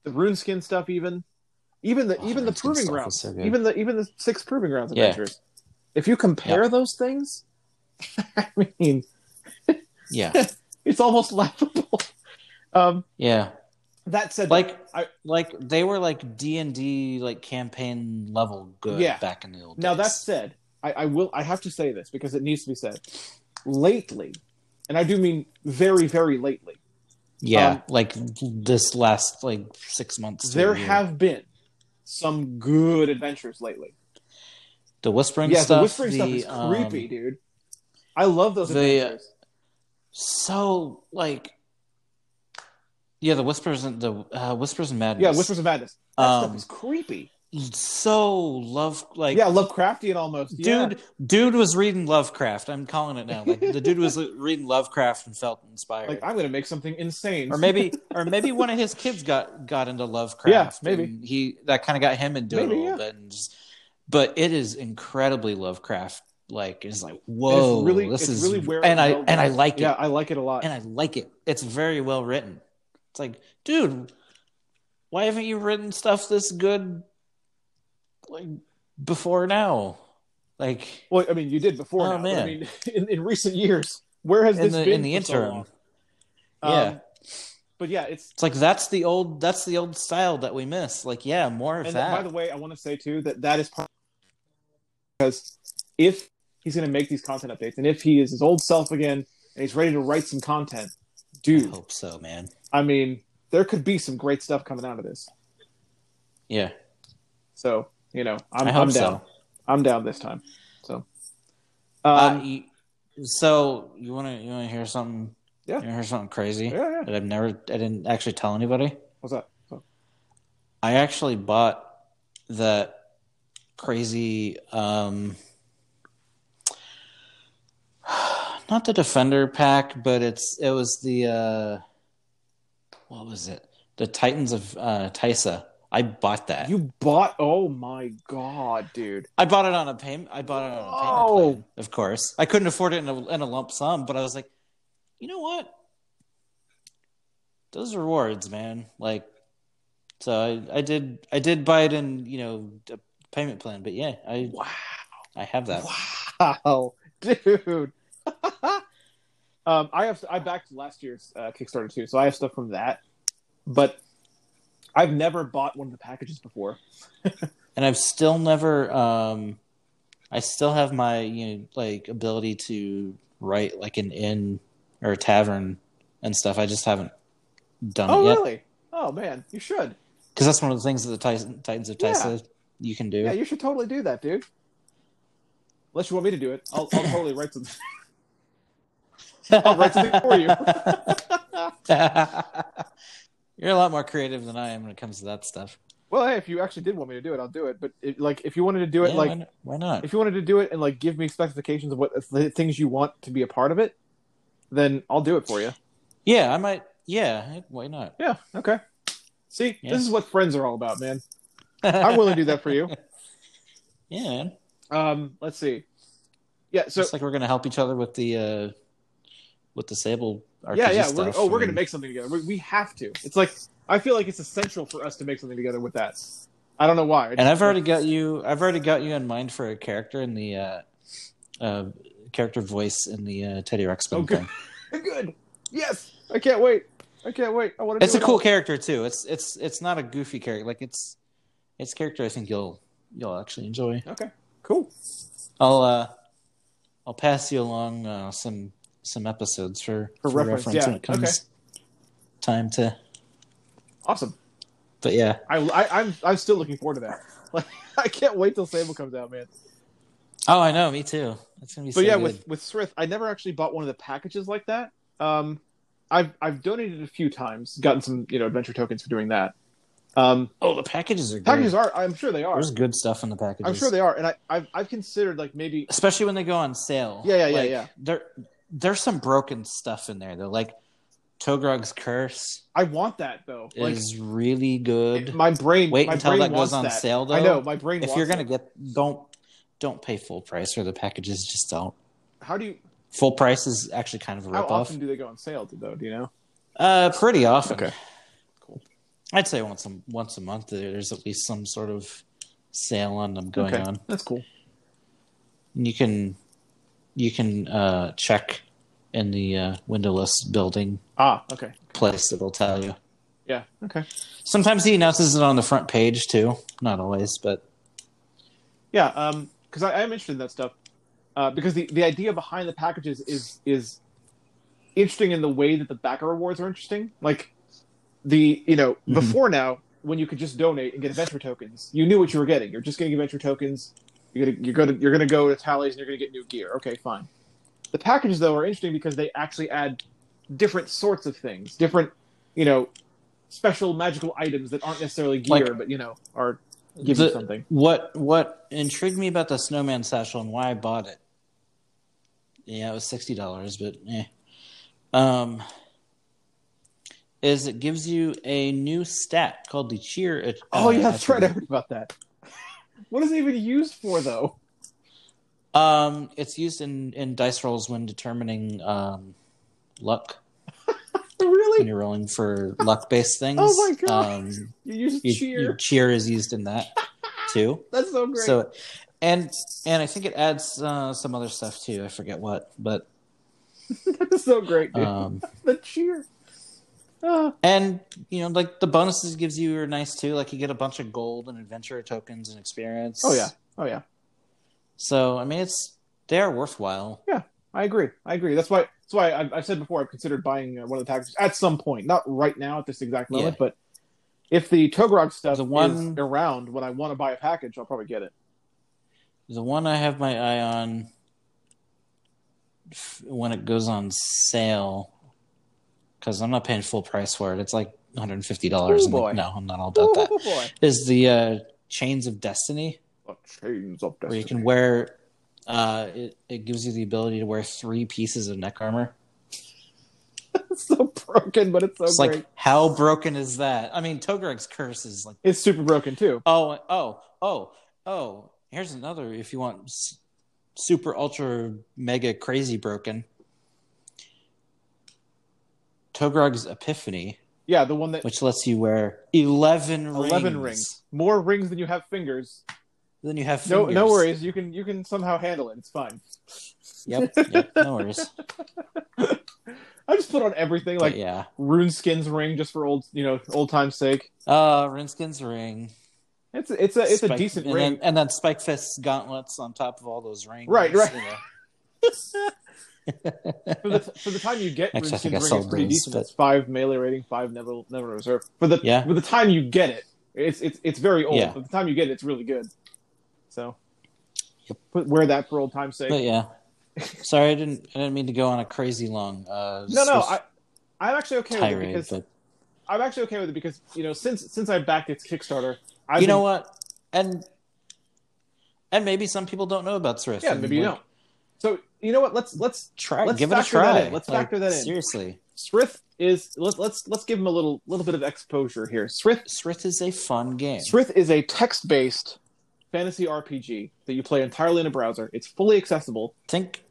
[SPEAKER 1] the RuneSkin stuff, even, even the
[SPEAKER 2] Oh,
[SPEAKER 1] even the
[SPEAKER 2] RuneSkin
[SPEAKER 1] proving
[SPEAKER 2] stuff is
[SPEAKER 1] grounds,
[SPEAKER 2] so good.
[SPEAKER 1] even the even the six proving grounds
[SPEAKER 2] Yeah.
[SPEAKER 1] adventures. If you compare those things, [LAUGHS] I mean,
[SPEAKER 2] Yeah,
[SPEAKER 1] it's almost laughable. [LAUGHS] Um,
[SPEAKER 2] yeah.
[SPEAKER 1] that said,
[SPEAKER 2] Like,
[SPEAKER 1] I-
[SPEAKER 2] like they were like D and D like campaign level good
[SPEAKER 1] Yeah.
[SPEAKER 2] back in the old
[SPEAKER 1] Now
[SPEAKER 2] days.
[SPEAKER 1] that said, I, I will. I have to say this because it needs to be said. Lately, and I do mean very, very lately,
[SPEAKER 2] yeah,
[SPEAKER 1] um,
[SPEAKER 2] like this last like six months. to a
[SPEAKER 1] there
[SPEAKER 2] year.
[SPEAKER 1] have been some good adventures lately.
[SPEAKER 2] The whispering
[SPEAKER 1] yeah,
[SPEAKER 2] stuff.
[SPEAKER 1] the whispering stuff is
[SPEAKER 2] um,
[SPEAKER 1] creepy, dude. I love those
[SPEAKER 2] the-
[SPEAKER 1] adventures.
[SPEAKER 2] so like, yeah, the whispers and the uh, whispers and madness.
[SPEAKER 1] Yeah, Whispers of Madness. That
[SPEAKER 2] Um,
[SPEAKER 1] stuff is creepy.
[SPEAKER 2] So love like
[SPEAKER 1] yeah, Lovecraftian almost. Yeah.
[SPEAKER 2] dude dude was reading Lovecraft. I'm calling it now. Like the dude was [LAUGHS] reading Lovecraft and felt inspired.
[SPEAKER 1] like I'm gonna make something insane.
[SPEAKER 2] or maybe
[SPEAKER 1] [LAUGHS]
[SPEAKER 2] or maybe one of his kids got got into Lovecraft.
[SPEAKER 1] Yeah, maybe.
[SPEAKER 2] and he that kind of got him into it a
[SPEAKER 1] Maybe,
[SPEAKER 2] little
[SPEAKER 1] yeah.
[SPEAKER 2] bit. And just, but it is incredibly Lovecraft. Like it's like
[SPEAKER 1] And
[SPEAKER 2] whoa,
[SPEAKER 1] it's really,
[SPEAKER 2] this
[SPEAKER 1] it's
[SPEAKER 2] is
[SPEAKER 1] really where
[SPEAKER 2] and I
[SPEAKER 1] well-
[SPEAKER 2] and I like
[SPEAKER 1] Yeah,
[SPEAKER 2] it
[SPEAKER 1] I like it a lot.
[SPEAKER 2] and I like it. It's very well written. It's like, dude, why haven't you written stuff this good like before now? Like
[SPEAKER 1] well, I mean, you did before.
[SPEAKER 2] Oh,
[SPEAKER 1] now, but I
[SPEAKER 2] man.
[SPEAKER 1] mean, [LAUGHS] in, in recent years, where has
[SPEAKER 2] in
[SPEAKER 1] this
[SPEAKER 2] the
[SPEAKER 1] been
[SPEAKER 2] in the
[SPEAKER 1] for so
[SPEAKER 2] interim.
[SPEAKER 1] long?
[SPEAKER 2] Yeah.
[SPEAKER 1] Um, but yeah, it's
[SPEAKER 2] It's like that's the old that's the old style that we miss. Like, yeah, more of
[SPEAKER 1] and
[SPEAKER 2] that.
[SPEAKER 1] by the way, I want to say too that that is part because if he's going to make these content updates and if he is his old self again and he's ready to write some content,
[SPEAKER 2] I
[SPEAKER 1] dude,
[SPEAKER 2] hope so, man.
[SPEAKER 1] I mean, there could be some great stuff coming out of this.
[SPEAKER 2] Yeah,
[SPEAKER 1] So you know, I'm,
[SPEAKER 2] i hope
[SPEAKER 1] I'm
[SPEAKER 2] so.
[SPEAKER 1] down. I'm down this time. So,
[SPEAKER 2] Uh,
[SPEAKER 1] um,
[SPEAKER 2] you- so you want to you want to hear something?
[SPEAKER 1] Yeah.
[SPEAKER 2] you wanna hear something crazy
[SPEAKER 1] yeah, yeah.
[SPEAKER 2] that I've never I didn't actually tell anybody.
[SPEAKER 1] What's up?
[SPEAKER 2] I actually bought that crazy um [SIGHS] not the defender pack but it's it was the uh what was it the titans of uh tysa i bought that
[SPEAKER 1] You bought? Oh my god, dude!
[SPEAKER 2] I bought it on a payment. I bought it on a payment
[SPEAKER 1] Oh.
[SPEAKER 2] plan, of course. I couldn't afford it in a, in a lump sum, but I was like, you know what? Those rewards, man. Like, so I, I did I did buy it in you know a payment plan, but yeah, I
[SPEAKER 1] Wow,
[SPEAKER 2] I have that.
[SPEAKER 1] wow, [LAUGHS] dude. um, I have I backed last year's uh, Kickstarter too, so I have stuff from that. But I've never bought one of the packages before.
[SPEAKER 2] and I've still never um I still have my you know like ability to write like an inn or a tavern and stuff. I just haven't done
[SPEAKER 1] Oh
[SPEAKER 2] it yet.
[SPEAKER 1] really? Oh man, you should.
[SPEAKER 2] because that's one of the things that the Titan, Titans of
[SPEAKER 1] Yeah.
[SPEAKER 2] Tysa you can do.
[SPEAKER 1] Yeah, you should totally do that, dude. Unless you want me to do it, I'll, I'll totally write something. I'll write something for you.
[SPEAKER 2] [LAUGHS]
[SPEAKER 1] [LAUGHS]
[SPEAKER 2] You're a lot more creative than I am when it comes to that stuff.
[SPEAKER 1] [LAUGHS] well, hey, if you actually did want me to do it, I'll do it. But it, like, if you wanted to do it,
[SPEAKER 2] Yeah,
[SPEAKER 1] like
[SPEAKER 2] why, n- why not?
[SPEAKER 1] if you wanted to do it and like give me specifications of what the things you want to be a part of it, then I'll do it for you.
[SPEAKER 2] Yeah, I might. Yeah, why not?
[SPEAKER 1] Yeah. Okay. See,
[SPEAKER 2] Yeah.
[SPEAKER 1] this is what friends are all about, man.
[SPEAKER 2] [LAUGHS]
[SPEAKER 1] I'm willing to do that for you.
[SPEAKER 2] Yeah, man.
[SPEAKER 1] Um, let's see. Yeah. So
[SPEAKER 2] it's like we're gonna help each other with the uh with the Sable RPG
[SPEAKER 1] yeah, yeah. We're,
[SPEAKER 2] stuff.
[SPEAKER 1] oh, we're
[SPEAKER 2] I
[SPEAKER 1] gonna
[SPEAKER 2] mean,
[SPEAKER 1] make something together. We, we have to. It's like I feel like it's essential for us to make something together with that. I don't know why.
[SPEAKER 2] And I've already got you. I've already got you in mind for a character in the uh, uh character voice in the uh, Teddy Ruxpin
[SPEAKER 1] Oh, good. [LAUGHS]
[SPEAKER 2] thing.
[SPEAKER 1] good. Yes, I can't wait. I can't wait. I want to.
[SPEAKER 2] It's a cool character too. It's it's it's not a goofy character. Like it's it's a character I think you'll you'll actually enjoy.
[SPEAKER 1] Okay. Cool.
[SPEAKER 2] I'll uh, I'll pass you along uh, some some episodes for,
[SPEAKER 1] For reference, yeah.
[SPEAKER 2] when it comes time to.
[SPEAKER 1] Awesome.
[SPEAKER 2] But yeah,
[SPEAKER 1] I, I I'm I'm still looking forward to that. [LAUGHS] Like I can't wait till Sable comes out, man.
[SPEAKER 2] oh, I know, me too. It's gonna be.
[SPEAKER 1] but
[SPEAKER 2] so
[SPEAKER 1] yeah,
[SPEAKER 2] good.
[SPEAKER 1] with with Srith, I never actually bought one of the packages like that. Um, I've I've donated a few times, gotten some you know adventure tokens for doing that. Um,
[SPEAKER 2] oh, the packages are good.
[SPEAKER 1] packages are, I'm sure they are.
[SPEAKER 2] There's good stuff in the packages.
[SPEAKER 1] I'm sure they are, and I I've, I've considered like maybe
[SPEAKER 2] Especially when they go on sale.
[SPEAKER 1] Yeah, yeah, yeah,
[SPEAKER 2] Like,
[SPEAKER 1] yeah.
[SPEAKER 2] There, there's some broken stuff in there though. Like Togrog's curse
[SPEAKER 1] I want that though. Like
[SPEAKER 2] is really good.
[SPEAKER 1] my brain.
[SPEAKER 2] Wait
[SPEAKER 1] my
[SPEAKER 2] until
[SPEAKER 1] brain
[SPEAKER 2] that goes
[SPEAKER 1] wants
[SPEAKER 2] on
[SPEAKER 1] that.
[SPEAKER 2] sale though.
[SPEAKER 1] I know my brain.
[SPEAKER 2] If
[SPEAKER 1] wants
[SPEAKER 2] you're gonna
[SPEAKER 1] it.
[SPEAKER 2] get, don't don't pay full price or the packages just don't.
[SPEAKER 1] how do you?
[SPEAKER 2] Full price is actually kind of a
[SPEAKER 1] How
[SPEAKER 2] ripoff.
[SPEAKER 1] often do they go on sale though? Do you know?
[SPEAKER 2] Uh, pretty often.
[SPEAKER 1] Okay.
[SPEAKER 2] Cool. I'd say once a once a month there- there's at least some sort of sale on them going
[SPEAKER 1] okay,
[SPEAKER 2] on.
[SPEAKER 1] that's cool.
[SPEAKER 2] And you can you can uh, check in the uh, windowless building
[SPEAKER 1] Ah, okay,
[SPEAKER 2] place. It'll tell you.
[SPEAKER 1] yeah, okay,
[SPEAKER 2] Sometimes he announces it on the front page too. Not always, but
[SPEAKER 1] yeah. Um, because I am interested in that stuff. Uh, because the the idea behind the packages is is interesting in the way that the backer rewards are interesting. Like the you know
[SPEAKER 2] Mhm.
[SPEAKER 1] before now when you could just donate and get adventure tokens, you knew what you were getting. You're just getting adventure tokens. You're gonna you're gonna you're gonna go to tallies and you're gonna get new gear. Okay, fine. The packages though are interesting because they actually add different sorts of things, different you know special magical items that aren't necessarily gear,
[SPEAKER 2] Like-
[SPEAKER 1] but you know are give you
[SPEAKER 2] The-
[SPEAKER 1] something.
[SPEAKER 2] What what intrigued me about the snowman satchel and why I bought it. Yeah, it was sixty dollars, but eh. Um, is it gives you a new stat called the cheer. at-
[SPEAKER 1] Oh
[SPEAKER 2] uh,
[SPEAKER 1] yeah, that's right. I
[SPEAKER 2] attribute.
[SPEAKER 1] heard about that. [LAUGHS] what is it even used for though? [LAUGHS]
[SPEAKER 2] Um, it's used in in dice rolls when determining um luck when
[SPEAKER 1] Really?
[SPEAKER 2] you're rolling for luck based
[SPEAKER 1] [LAUGHS]
[SPEAKER 2] things.
[SPEAKER 1] Oh my God.
[SPEAKER 2] Um,
[SPEAKER 1] You use
[SPEAKER 2] you-
[SPEAKER 1] cheer.
[SPEAKER 2] Your cheer is used in that too.
[SPEAKER 1] That's so [LAUGHS] great.
[SPEAKER 2] So, and and I think it adds uh, some other stuff too. I forget what, but
[SPEAKER 1] that's so great, dude.
[SPEAKER 2] um,
[SPEAKER 1] the cheer. Ah,
[SPEAKER 2] and you know, like the bonuses it gives you are nice too. Like you get a bunch of gold and adventure tokens and experience.
[SPEAKER 1] oh yeah. Oh yeah.
[SPEAKER 2] So I mean, it's they are worthwhile.
[SPEAKER 1] I agree. I agree. That's why. That's why I've, I've said before. I've considered buying uh, one of the packages at some point, not right now at this exact moment,
[SPEAKER 2] Yeah.
[SPEAKER 1] but if the Togrog stuff
[SPEAKER 2] The one-
[SPEAKER 1] is around when I want to buy a package, I'll probably get it.
[SPEAKER 2] The one I have my eye on f- when it goes on sale because I'm not paying full price for it. It's like 150 dollars.
[SPEAKER 1] Oh, boy.
[SPEAKER 2] no, I'm not all about that.
[SPEAKER 1] [LAUGHS] Oh, boy!
[SPEAKER 2] Is the uh, Chains of Destiny?
[SPEAKER 1] The chains of
[SPEAKER 2] where
[SPEAKER 1] destiny.
[SPEAKER 2] you can wear uh it, it gives you the ability to wear three pieces of neck armor
[SPEAKER 1] [LAUGHS] It's so broken, but it's so
[SPEAKER 2] it's
[SPEAKER 1] great.
[SPEAKER 2] like how broken is that i mean togrek's curse is like
[SPEAKER 1] it's super broken too.
[SPEAKER 2] oh oh oh oh here's another if you want s- super ultra mega crazy broken togrog's epiphany
[SPEAKER 1] Yeah, the one that
[SPEAKER 2] which lets you wear 11 rings
[SPEAKER 1] eleven rings, more rings than you have fingers.
[SPEAKER 2] then you have
[SPEAKER 1] No,
[SPEAKER 2] fingers.
[SPEAKER 1] no worries. You can you can somehow handle it. It's fine.
[SPEAKER 2] yep, yep
[SPEAKER 1] [LAUGHS]
[SPEAKER 2] no worries
[SPEAKER 1] I just put on everything
[SPEAKER 2] but
[SPEAKER 1] like
[SPEAKER 2] yeah
[SPEAKER 1] Runeskin's ring just for old you know old time's sake.
[SPEAKER 2] uh rinskin's ring
[SPEAKER 1] It's it's a it's a
[SPEAKER 2] Spike-
[SPEAKER 1] decent
[SPEAKER 2] and
[SPEAKER 1] ring.
[SPEAKER 2] Then, and then Spike Fist's gauntlets on top of all those rings.
[SPEAKER 1] Right, right.
[SPEAKER 2] you know.
[SPEAKER 1] [LAUGHS]
[SPEAKER 2] [LAUGHS]
[SPEAKER 1] for the for the time you get
[SPEAKER 2] Actually, I
[SPEAKER 1] Runeskin's
[SPEAKER 2] think I
[SPEAKER 1] ring,
[SPEAKER 2] saw
[SPEAKER 1] it's pretty
[SPEAKER 2] those,
[SPEAKER 1] decent.
[SPEAKER 2] but-
[SPEAKER 1] It's five melee rating, five never never reserve. For the
[SPEAKER 2] Yeah.
[SPEAKER 1] for the time you get it, it's it's it's very old.
[SPEAKER 2] Yeah.
[SPEAKER 1] By the time you get it, it's really good. So
[SPEAKER 2] Yep.
[SPEAKER 1] put, wear that for old time's sake.
[SPEAKER 2] But yeah, sorry, I didn't. I didn't mean to go on a crazy long. Uh,
[SPEAKER 1] no, no,
[SPEAKER 2] Swift
[SPEAKER 1] I I'm actually okay with it
[SPEAKER 2] tirade.
[SPEAKER 1] because
[SPEAKER 2] But
[SPEAKER 1] I'm actually okay with it because you know since since I backed its Kickstarter, I've
[SPEAKER 2] you know
[SPEAKER 1] been-
[SPEAKER 2] what? And and maybe some people don't know about Swift.
[SPEAKER 1] yeah
[SPEAKER 2] and,
[SPEAKER 1] maybe you
[SPEAKER 2] like,
[SPEAKER 1] don't. So you know what? Let's let's
[SPEAKER 2] Try.
[SPEAKER 1] Let's
[SPEAKER 2] give it a
[SPEAKER 1] factor that
[SPEAKER 2] try.
[SPEAKER 1] in. Let's factor that in.
[SPEAKER 2] Seriously,
[SPEAKER 1] Srith is let's let's let's give him a little little bit of exposure here. Srith
[SPEAKER 2] Swift is a fun game.
[SPEAKER 1] Srith is a text-based fantasy RPG that you play entirely in a browser. It's fully accessible.
[SPEAKER 2] Think,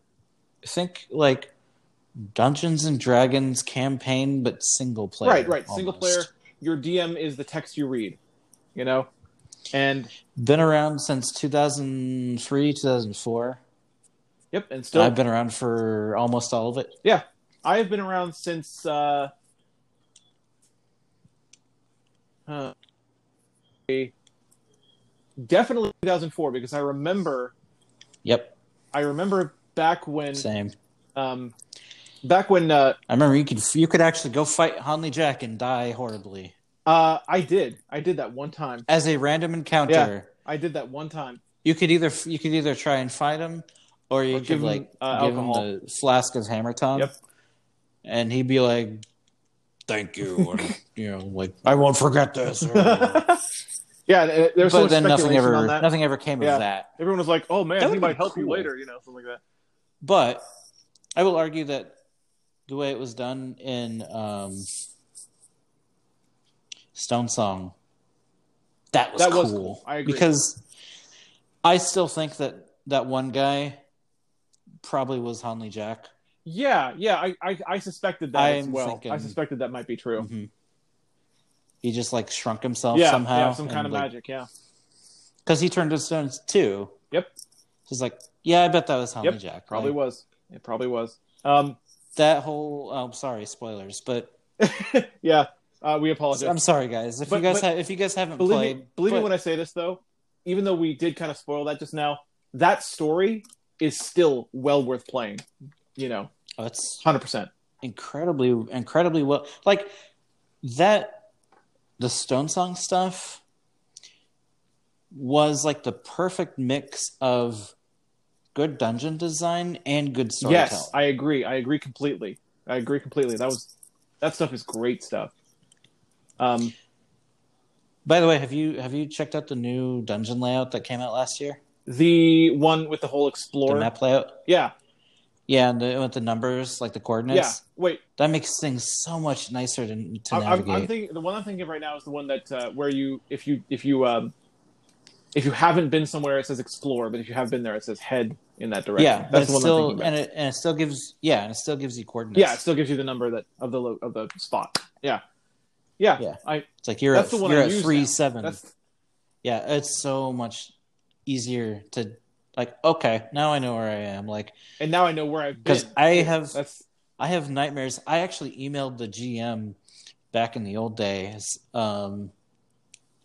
[SPEAKER 2] think like Dungeons and Dragons campaign, but single player.
[SPEAKER 1] right, right. Single
[SPEAKER 2] almost.
[SPEAKER 1] player. Your DM is the text you read. You know, and
[SPEAKER 2] Been around since 2003, 2004.
[SPEAKER 1] yep, and still
[SPEAKER 2] I've been around for almost all of it.
[SPEAKER 1] I have been around since uh, uh, definitely 2004 because I remember
[SPEAKER 2] Yep,
[SPEAKER 1] I remember back when
[SPEAKER 2] same.
[SPEAKER 1] um, back when uh,
[SPEAKER 2] I remember you could you could actually go fight Honley Jack and die horribly
[SPEAKER 1] uh, I did I did that one time.
[SPEAKER 2] as a random encounter.
[SPEAKER 1] I did that one time.
[SPEAKER 2] [LAUGHS] You could either you could either try and fight him, or you
[SPEAKER 1] Or
[SPEAKER 2] could
[SPEAKER 1] give him,
[SPEAKER 2] like
[SPEAKER 1] uh,
[SPEAKER 2] give
[SPEAKER 1] alcohol.
[SPEAKER 2] him the flask of hammer time.
[SPEAKER 1] Yep.
[SPEAKER 2] And he'd be like, "Thank you,"
[SPEAKER 1] [LAUGHS]
[SPEAKER 2] or you know, like, "I won't forget this." or-
[SPEAKER 1] Yeah, th- there was so
[SPEAKER 2] but
[SPEAKER 1] much
[SPEAKER 2] then nothing
[SPEAKER 1] speculation
[SPEAKER 2] ever
[SPEAKER 1] on that.
[SPEAKER 2] nothing ever came
[SPEAKER 1] Yeah.
[SPEAKER 2] of that.
[SPEAKER 1] Everyone was like, "Oh man,
[SPEAKER 2] That
[SPEAKER 1] he
[SPEAKER 2] would've
[SPEAKER 1] might
[SPEAKER 2] been
[SPEAKER 1] help you
[SPEAKER 2] cool.
[SPEAKER 1] later," you know, something like
[SPEAKER 2] But I will argue that the way it was done in um, Stone Song, that was
[SPEAKER 1] That
[SPEAKER 2] cool.
[SPEAKER 1] was cool. I agree.
[SPEAKER 2] Because I still think that that one guy probably was Hanley Jack.
[SPEAKER 1] that. Yeah, yeah, I, I, I suspected that as
[SPEAKER 2] I'm
[SPEAKER 1] well.
[SPEAKER 2] thinking-
[SPEAKER 1] I suspected that might be true.
[SPEAKER 2] Mhm. He just like shrunk himself
[SPEAKER 1] yeah,
[SPEAKER 2] somehow.
[SPEAKER 1] yeah, some kind of magic. Yeah,
[SPEAKER 2] Because he turned to stones too.
[SPEAKER 1] Yep.
[SPEAKER 2] He's like, yeah, I bet that was Hanley
[SPEAKER 1] Yep,
[SPEAKER 2] Jack.
[SPEAKER 1] probably
[SPEAKER 2] Like,
[SPEAKER 1] was. It probably was. Um,
[SPEAKER 2] That whole, oh, sorry, spoilers, but
[SPEAKER 1] yeah, uh, we apologize.
[SPEAKER 2] I'm sorry, guys. If
[SPEAKER 1] But-
[SPEAKER 2] you guys
[SPEAKER 1] but-
[SPEAKER 2] ha- if you guys haven't
[SPEAKER 1] believe
[SPEAKER 2] played,
[SPEAKER 1] me, believe me
[SPEAKER 2] but-
[SPEAKER 1] when I say this though. Even though we did kind of spoil that just now, that story is still well worth playing. You know,
[SPEAKER 2] Oh, it's
[SPEAKER 1] hundred percent.
[SPEAKER 2] incredibly, incredibly well. Like that, the Stone Song stuff was like the perfect mix of good dungeon design and good storytelling.
[SPEAKER 1] Yes, I agree. I agree completely. I agree completely. That was that stuff is great stuff. Um,
[SPEAKER 2] By the way, have you have you checked out the new dungeon layout that came out last year?
[SPEAKER 1] the one with the whole explorer.
[SPEAKER 2] The map layout?
[SPEAKER 1] Yeah,
[SPEAKER 2] Yeah, and the, with the numbers, like the coordinates.
[SPEAKER 1] yeah. Wait,
[SPEAKER 2] That makes things so much nicer to, to
[SPEAKER 1] I, I'm,
[SPEAKER 2] navigate.
[SPEAKER 1] I'm thinking the one I'm thinking of right now is the one that uh, where you if you if you um, if you haven't been somewhere it says explore, but if you have been there it says head in that direction.
[SPEAKER 2] yeah, but
[SPEAKER 1] that's
[SPEAKER 2] it's
[SPEAKER 1] the one I'm
[SPEAKER 2] still
[SPEAKER 1] thinking about.
[SPEAKER 2] and it and it still gives yeah, and it still gives you coordinates.
[SPEAKER 1] yeah, it still gives you the number that of the lo- of the spot. Yeah, yeah.
[SPEAKER 2] Yeah.
[SPEAKER 1] I
[SPEAKER 2] it's like you're
[SPEAKER 1] that's
[SPEAKER 2] at,
[SPEAKER 1] the one
[SPEAKER 2] you're
[SPEAKER 1] I
[SPEAKER 2] at
[SPEAKER 1] use
[SPEAKER 2] three
[SPEAKER 1] now.
[SPEAKER 2] seven.
[SPEAKER 1] that's
[SPEAKER 2] Yeah, it's so much easier to like. Okay, now I know where I am. Like
[SPEAKER 1] and now I know where I've been.
[SPEAKER 2] because I have
[SPEAKER 1] That's
[SPEAKER 2] I have nightmares. I actually emailed the GM back in the old days um,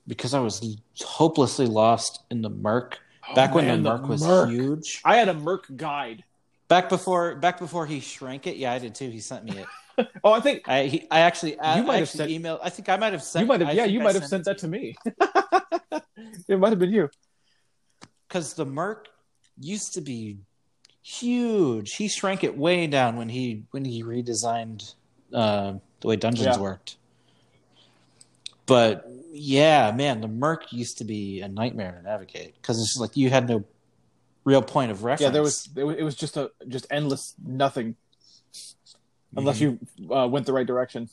[SPEAKER 2] because I was hopelessly lost in the murk. Back
[SPEAKER 1] Oh,
[SPEAKER 2] when
[SPEAKER 1] man,
[SPEAKER 2] the murk was
[SPEAKER 1] Merc.
[SPEAKER 2] huge.
[SPEAKER 1] I had a Merc guide.
[SPEAKER 2] Back before back before he shrank it. Yeah, I did too. He sent me it.
[SPEAKER 1] Oh, I think
[SPEAKER 2] I he, I actually I,
[SPEAKER 1] You might
[SPEAKER 2] I
[SPEAKER 1] have
[SPEAKER 2] actually emailed. I think I might have sent.
[SPEAKER 1] you might have.
[SPEAKER 2] I
[SPEAKER 1] yeah,
[SPEAKER 2] think
[SPEAKER 1] you
[SPEAKER 2] I
[SPEAKER 1] might have sent that to me. [LAUGHS] it might have been you.
[SPEAKER 2] because the Merc used to be huge. He shrank it way down when he when he redesigned uh, the way dungeons
[SPEAKER 1] Yeah.
[SPEAKER 2] worked. But yeah, man, the Merc used to be a nightmare to navigate because it's just like you had no real point of reference.
[SPEAKER 1] Yeah, there was. It was, it was just a just endless nothing unless you
[SPEAKER 2] Mm-hmm.
[SPEAKER 1] uh, went the right direction.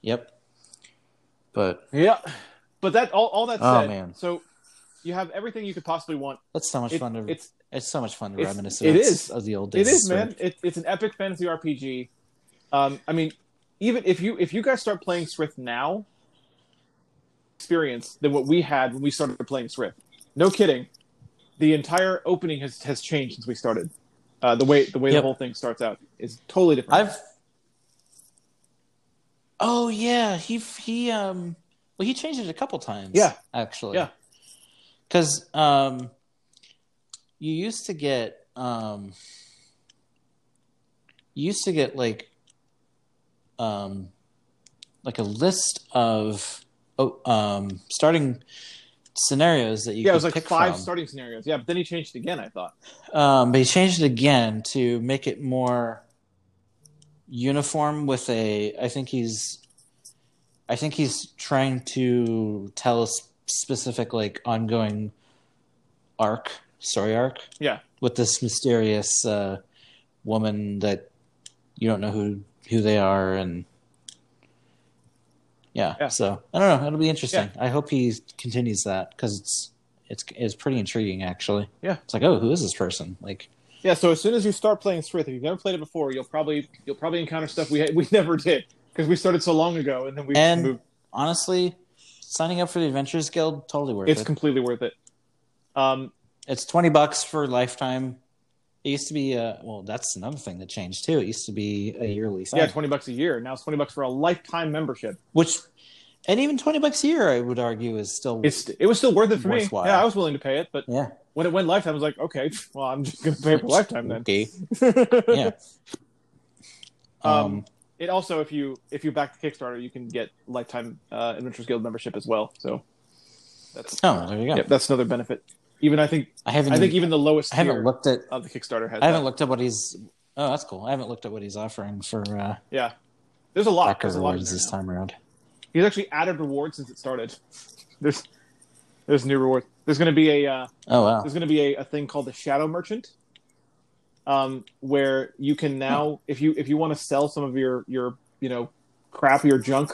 [SPEAKER 2] Yep. But
[SPEAKER 1] Yeah, but that all all that
[SPEAKER 2] Oh,
[SPEAKER 1] said,
[SPEAKER 2] man.
[SPEAKER 1] so you have everything you could possibly want.
[SPEAKER 2] that's so much
[SPEAKER 1] It-
[SPEAKER 2] fun to. It's,
[SPEAKER 1] it's
[SPEAKER 2] so much fun to
[SPEAKER 1] it's-
[SPEAKER 2] reminisce.
[SPEAKER 1] it
[SPEAKER 2] about
[SPEAKER 1] is.
[SPEAKER 2] of the old days.
[SPEAKER 1] it is
[SPEAKER 2] right?
[SPEAKER 1] man. It, it's an epic fantasy RPG. Um, I mean, even if you if you guys start playing Swift now, experience than what we had when we started playing Swift. No kidding. The entire opening has has changed since we started. Uh, the way the way
[SPEAKER 2] Yep.
[SPEAKER 1] the whole thing starts out is totally different.
[SPEAKER 2] I've. Oh yeah, he he um. Well, he changed it a couple times.
[SPEAKER 1] Yeah.
[SPEAKER 2] actually.
[SPEAKER 1] Yeah.
[SPEAKER 2] Because um, you used to get um. You used to get like. Um, like a list of oh, um starting scenarios that you
[SPEAKER 1] yeah, it
[SPEAKER 2] could
[SPEAKER 1] was like
[SPEAKER 2] pick
[SPEAKER 1] five
[SPEAKER 2] from.
[SPEAKER 1] starting scenarios. Yeah, but then he changed it again. I thought.
[SPEAKER 2] Um, but he changed it again to make it more uniform with a I think he's I think he's trying to tell a s- specific like ongoing arc, story arc
[SPEAKER 1] Yeah,
[SPEAKER 2] with this mysterious uh, woman that you don't know who who they are and yeah,
[SPEAKER 1] Yeah.
[SPEAKER 2] so I don't know it'll be interesting I hope he continues that because it's it's it's pretty intriguing actually
[SPEAKER 1] Yeah.
[SPEAKER 2] it's like oh who is this person like
[SPEAKER 1] yeah. So as soon as you start playing Swift, if you've never played it before, you'll probably you'll probably encounter stuff we [LAUGHS] we never did because we started so long ago, and then we
[SPEAKER 2] And-
[SPEAKER 1] moved.
[SPEAKER 2] honestly signing up for the Adventures Guild totally worth
[SPEAKER 1] It's
[SPEAKER 2] it
[SPEAKER 1] completely worth it. Um,
[SPEAKER 2] it's 20 bucks for lifetime it used to be uh well that's another thing that changed too it used to be a yearly thing
[SPEAKER 1] yeah, twenty bucks a year. Now it's twenty bucks for a lifetime membership.
[SPEAKER 2] which and even 20 bucks a year i would argue is still
[SPEAKER 1] It's it was still worth it for
[SPEAKER 2] Worthwhile.
[SPEAKER 1] me. Yeah, I was willing to pay it, but
[SPEAKER 2] yeah
[SPEAKER 1] when it went lifetime, I was like, okay, [LAUGHS] well, I'm just gonna pay for lifetime then. [LAUGHS]
[SPEAKER 2] okay yeah um,
[SPEAKER 1] Um, It also, if you if you back the Kickstarter, you can get lifetime uh, Adventures Guild membership as well. So that's
[SPEAKER 2] oh there you go
[SPEAKER 1] yeah, that's another benefit. Even I think
[SPEAKER 2] i haven't
[SPEAKER 1] I think
[SPEAKER 2] even-
[SPEAKER 1] even the lowest
[SPEAKER 2] i haven't
[SPEAKER 1] tier
[SPEAKER 2] looked at
[SPEAKER 1] of the Kickstarter has.
[SPEAKER 2] i haven't
[SPEAKER 1] that.
[SPEAKER 2] looked at what he's oh that's cool i haven't looked at what he's offering for uh
[SPEAKER 1] Yeah, there's a lot.
[SPEAKER 2] backer
[SPEAKER 1] There's a lot. in
[SPEAKER 2] rewards
[SPEAKER 1] there
[SPEAKER 2] this
[SPEAKER 1] now.
[SPEAKER 2] time around
[SPEAKER 1] He's actually added rewards since it started. There's there's new rewards. There's going to be a uh,
[SPEAKER 2] oh wow
[SPEAKER 1] there's going to be a, a thing called the shadow merchant um, where you can now if you if you want to sell some of your your you know crap your junk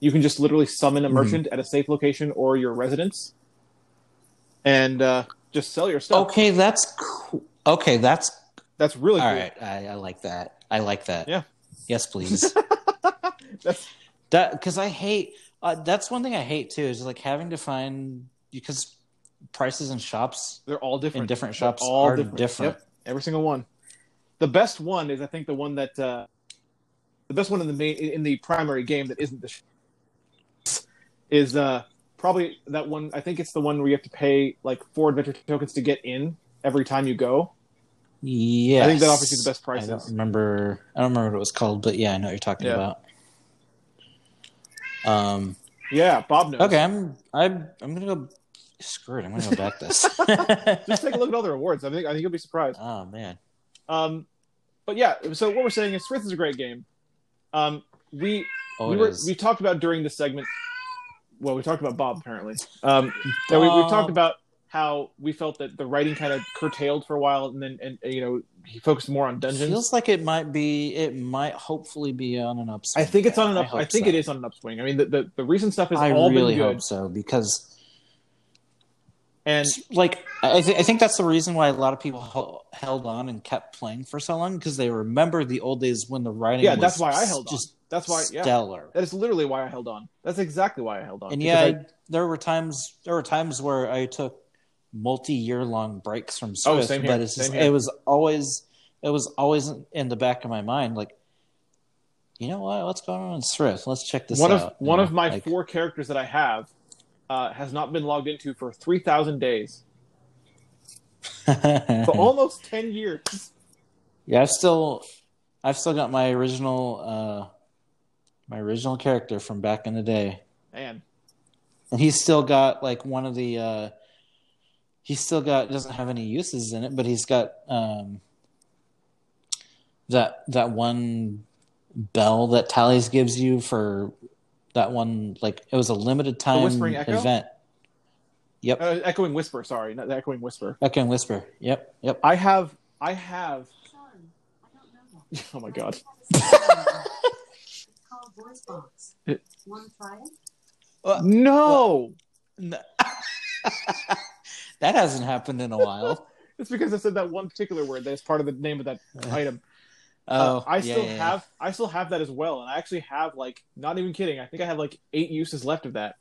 [SPEAKER 1] you can just literally summon a
[SPEAKER 2] Mhm.
[SPEAKER 1] merchant at a safe location or your residence and uh, just sell your stuff
[SPEAKER 2] okay that's cool okay that's
[SPEAKER 1] that's really
[SPEAKER 2] all
[SPEAKER 1] cool
[SPEAKER 2] right I, I like that i like that
[SPEAKER 1] Yeah.
[SPEAKER 2] yes
[SPEAKER 1] [LAUGHS]
[SPEAKER 2] please
[SPEAKER 1] That's-
[SPEAKER 2] that because i hate uh, that's one thing i hate too is like having to find because prices in shops
[SPEAKER 1] they're all different
[SPEAKER 2] in different
[SPEAKER 1] They're
[SPEAKER 2] shops are different,
[SPEAKER 1] Yep, every single one the best one is i think the one that uh, the best one in the main in the primary game that isn't the sh- is uh probably that one i think it's the one where you have to pay like four adventure tokens to get in every time you go
[SPEAKER 2] yeah
[SPEAKER 1] i think that offers you the best
[SPEAKER 2] I don't
[SPEAKER 1] prices
[SPEAKER 2] remember. I don't remember what it was called, but yeah, I know what you're talking
[SPEAKER 1] Yeah.
[SPEAKER 2] about. Um.
[SPEAKER 1] yeah bob knows [LAUGHS]
[SPEAKER 2] Okay, I'm. I'm. I'm gonna go. screw it. I'm gonna go back
[SPEAKER 1] [LAUGHS]
[SPEAKER 2] this. [LAUGHS]
[SPEAKER 1] Just take a look at all the awards. I think I think you'll be surprised.
[SPEAKER 2] oh man.
[SPEAKER 1] Um, but yeah, so what we're saying is Frith is a great game. Um, we
[SPEAKER 2] Oh,
[SPEAKER 1] we
[SPEAKER 2] it
[SPEAKER 1] were
[SPEAKER 2] is.
[SPEAKER 1] we talked about during this segment. Well, we talked about Bob apparently. Um, yeah, we, we talked
[SPEAKER 2] Bob.
[SPEAKER 1] about how we felt that the writing kind of curtailed for a while, and then and you know he focused more on dungeons.
[SPEAKER 2] Feels like it might be. It might hopefully be on an upswing.
[SPEAKER 1] I think it's on an up.
[SPEAKER 2] hope
[SPEAKER 1] I, think
[SPEAKER 2] so.
[SPEAKER 1] it is on an upswing. I mean, the the, the recent stuff has
[SPEAKER 2] I
[SPEAKER 1] all
[SPEAKER 2] really
[SPEAKER 1] been good,
[SPEAKER 2] hope so because
[SPEAKER 1] and
[SPEAKER 2] like I, th- I think that's the reason why a lot of people hel- held on and kept playing for so long because they remember the old days when the writing
[SPEAKER 1] yeah,
[SPEAKER 2] was
[SPEAKER 1] that's why I held
[SPEAKER 2] just
[SPEAKER 1] on. That's why, yeah,
[SPEAKER 2] stellar
[SPEAKER 1] that is literally why I held on. That's exactly why I held on.
[SPEAKER 2] and
[SPEAKER 1] because
[SPEAKER 2] yeah
[SPEAKER 1] I-
[SPEAKER 2] I- there were times there were times where I took multi-year long breaks from
[SPEAKER 1] Oh,
[SPEAKER 2] Swift
[SPEAKER 1] same here,
[SPEAKER 2] but it's just,
[SPEAKER 1] same here.
[SPEAKER 2] it was always it was always in the back of my mind like you know what what's going on in Swift let's check this
[SPEAKER 1] one
[SPEAKER 2] out
[SPEAKER 1] of one
[SPEAKER 2] uh, You
[SPEAKER 1] of
[SPEAKER 2] know,
[SPEAKER 1] my
[SPEAKER 2] like, [LAUGHS]
[SPEAKER 1] four characters that I have uh, has not been logged into for three thousand
[SPEAKER 2] [LAUGHS]
[SPEAKER 1] days for almost ten years.
[SPEAKER 2] Yeah, I've still, I've still got my original, uh, my original character from back in the day,
[SPEAKER 1] Man,
[SPEAKER 2] and he's still got like one of the, uh, he's still got doesn't have any uses in it, but he's got um, that that one bell that Tallies gives you for that one like it was a limited time
[SPEAKER 1] Whispering Echo?
[SPEAKER 2] event. Yep,
[SPEAKER 1] uh, echoing whisper. Sorry, not the echoing whisper.
[SPEAKER 2] Echo and Whisper. Yep, yep.
[SPEAKER 1] I have, I have. Oh my [LAUGHS] god.
[SPEAKER 3] it's called Voice Box.
[SPEAKER 1] It-
[SPEAKER 3] Want to try it?
[SPEAKER 1] uh, No,
[SPEAKER 2] that hasn't happened in a while.
[SPEAKER 1] it's because I said that one particular word that is part of the name
[SPEAKER 2] [LAUGHS]
[SPEAKER 1] of that item.
[SPEAKER 2] Oh,
[SPEAKER 1] [LAUGHS] Uh, I
[SPEAKER 2] yeah,
[SPEAKER 1] still
[SPEAKER 2] yeah, yeah.
[SPEAKER 1] have I still have that as well, and I actually have like not even kidding. I think I have like eight uses left of
[SPEAKER 2] [LAUGHS]
[SPEAKER 1] that.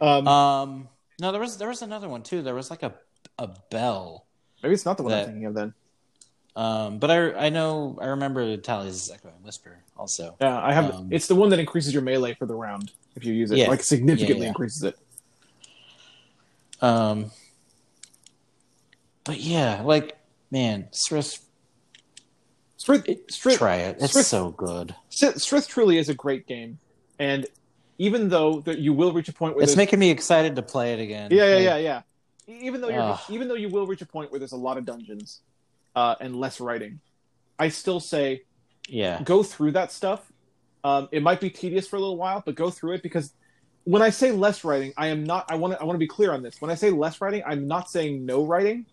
[SPEAKER 1] um,
[SPEAKER 2] Um, no, there was there was another one too. There was like a a bell.
[SPEAKER 1] maybe it's not the one I'm
[SPEAKER 2] that-
[SPEAKER 1] thinking of then.
[SPEAKER 2] Um, but I I know I remember Tally's Echo and Whisper also.
[SPEAKER 1] Yeah, I have.
[SPEAKER 2] Um,
[SPEAKER 1] it's the one that increases your melee for the round if you use it.
[SPEAKER 2] Yeah.
[SPEAKER 1] Like significantly
[SPEAKER 2] Yeah, yeah.
[SPEAKER 1] increases it.
[SPEAKER 2] Um, but yeah, like man, Swiss,
[SPEAKER 1] Strith, Strith,
[SPEAKER 2] try it. It's
[SPEAKER 1] Swiss-
[SPEAKER 2] so good.
[SPEAKER 1] Strith, Strith truly is a great game, and even though that you will reach a point where
[SPEAKER 2] It's
[SPEAKER 1] there's-
[SPEAKER 2] making me excited to play it again.
[SPEAKER 1] yeah, yeah,
[SPEAKER 2] Like,
[SPEAKER 1] yeah, yeah. E- Even though you're,
[SPEAKER 2] Ugh.
[SPEAKER 1] even though you will reach a point where there's a lot of dungeons uh, and less writing, I still say
[SPEAKER 2] yeah,
[SPEAKER 1] go through that stuff. Um, it might be tedious for a little while, but go through it because when I say less writing, I am not. I want to. I want to be clear on this. When I say less writing, I'm not saying no writing.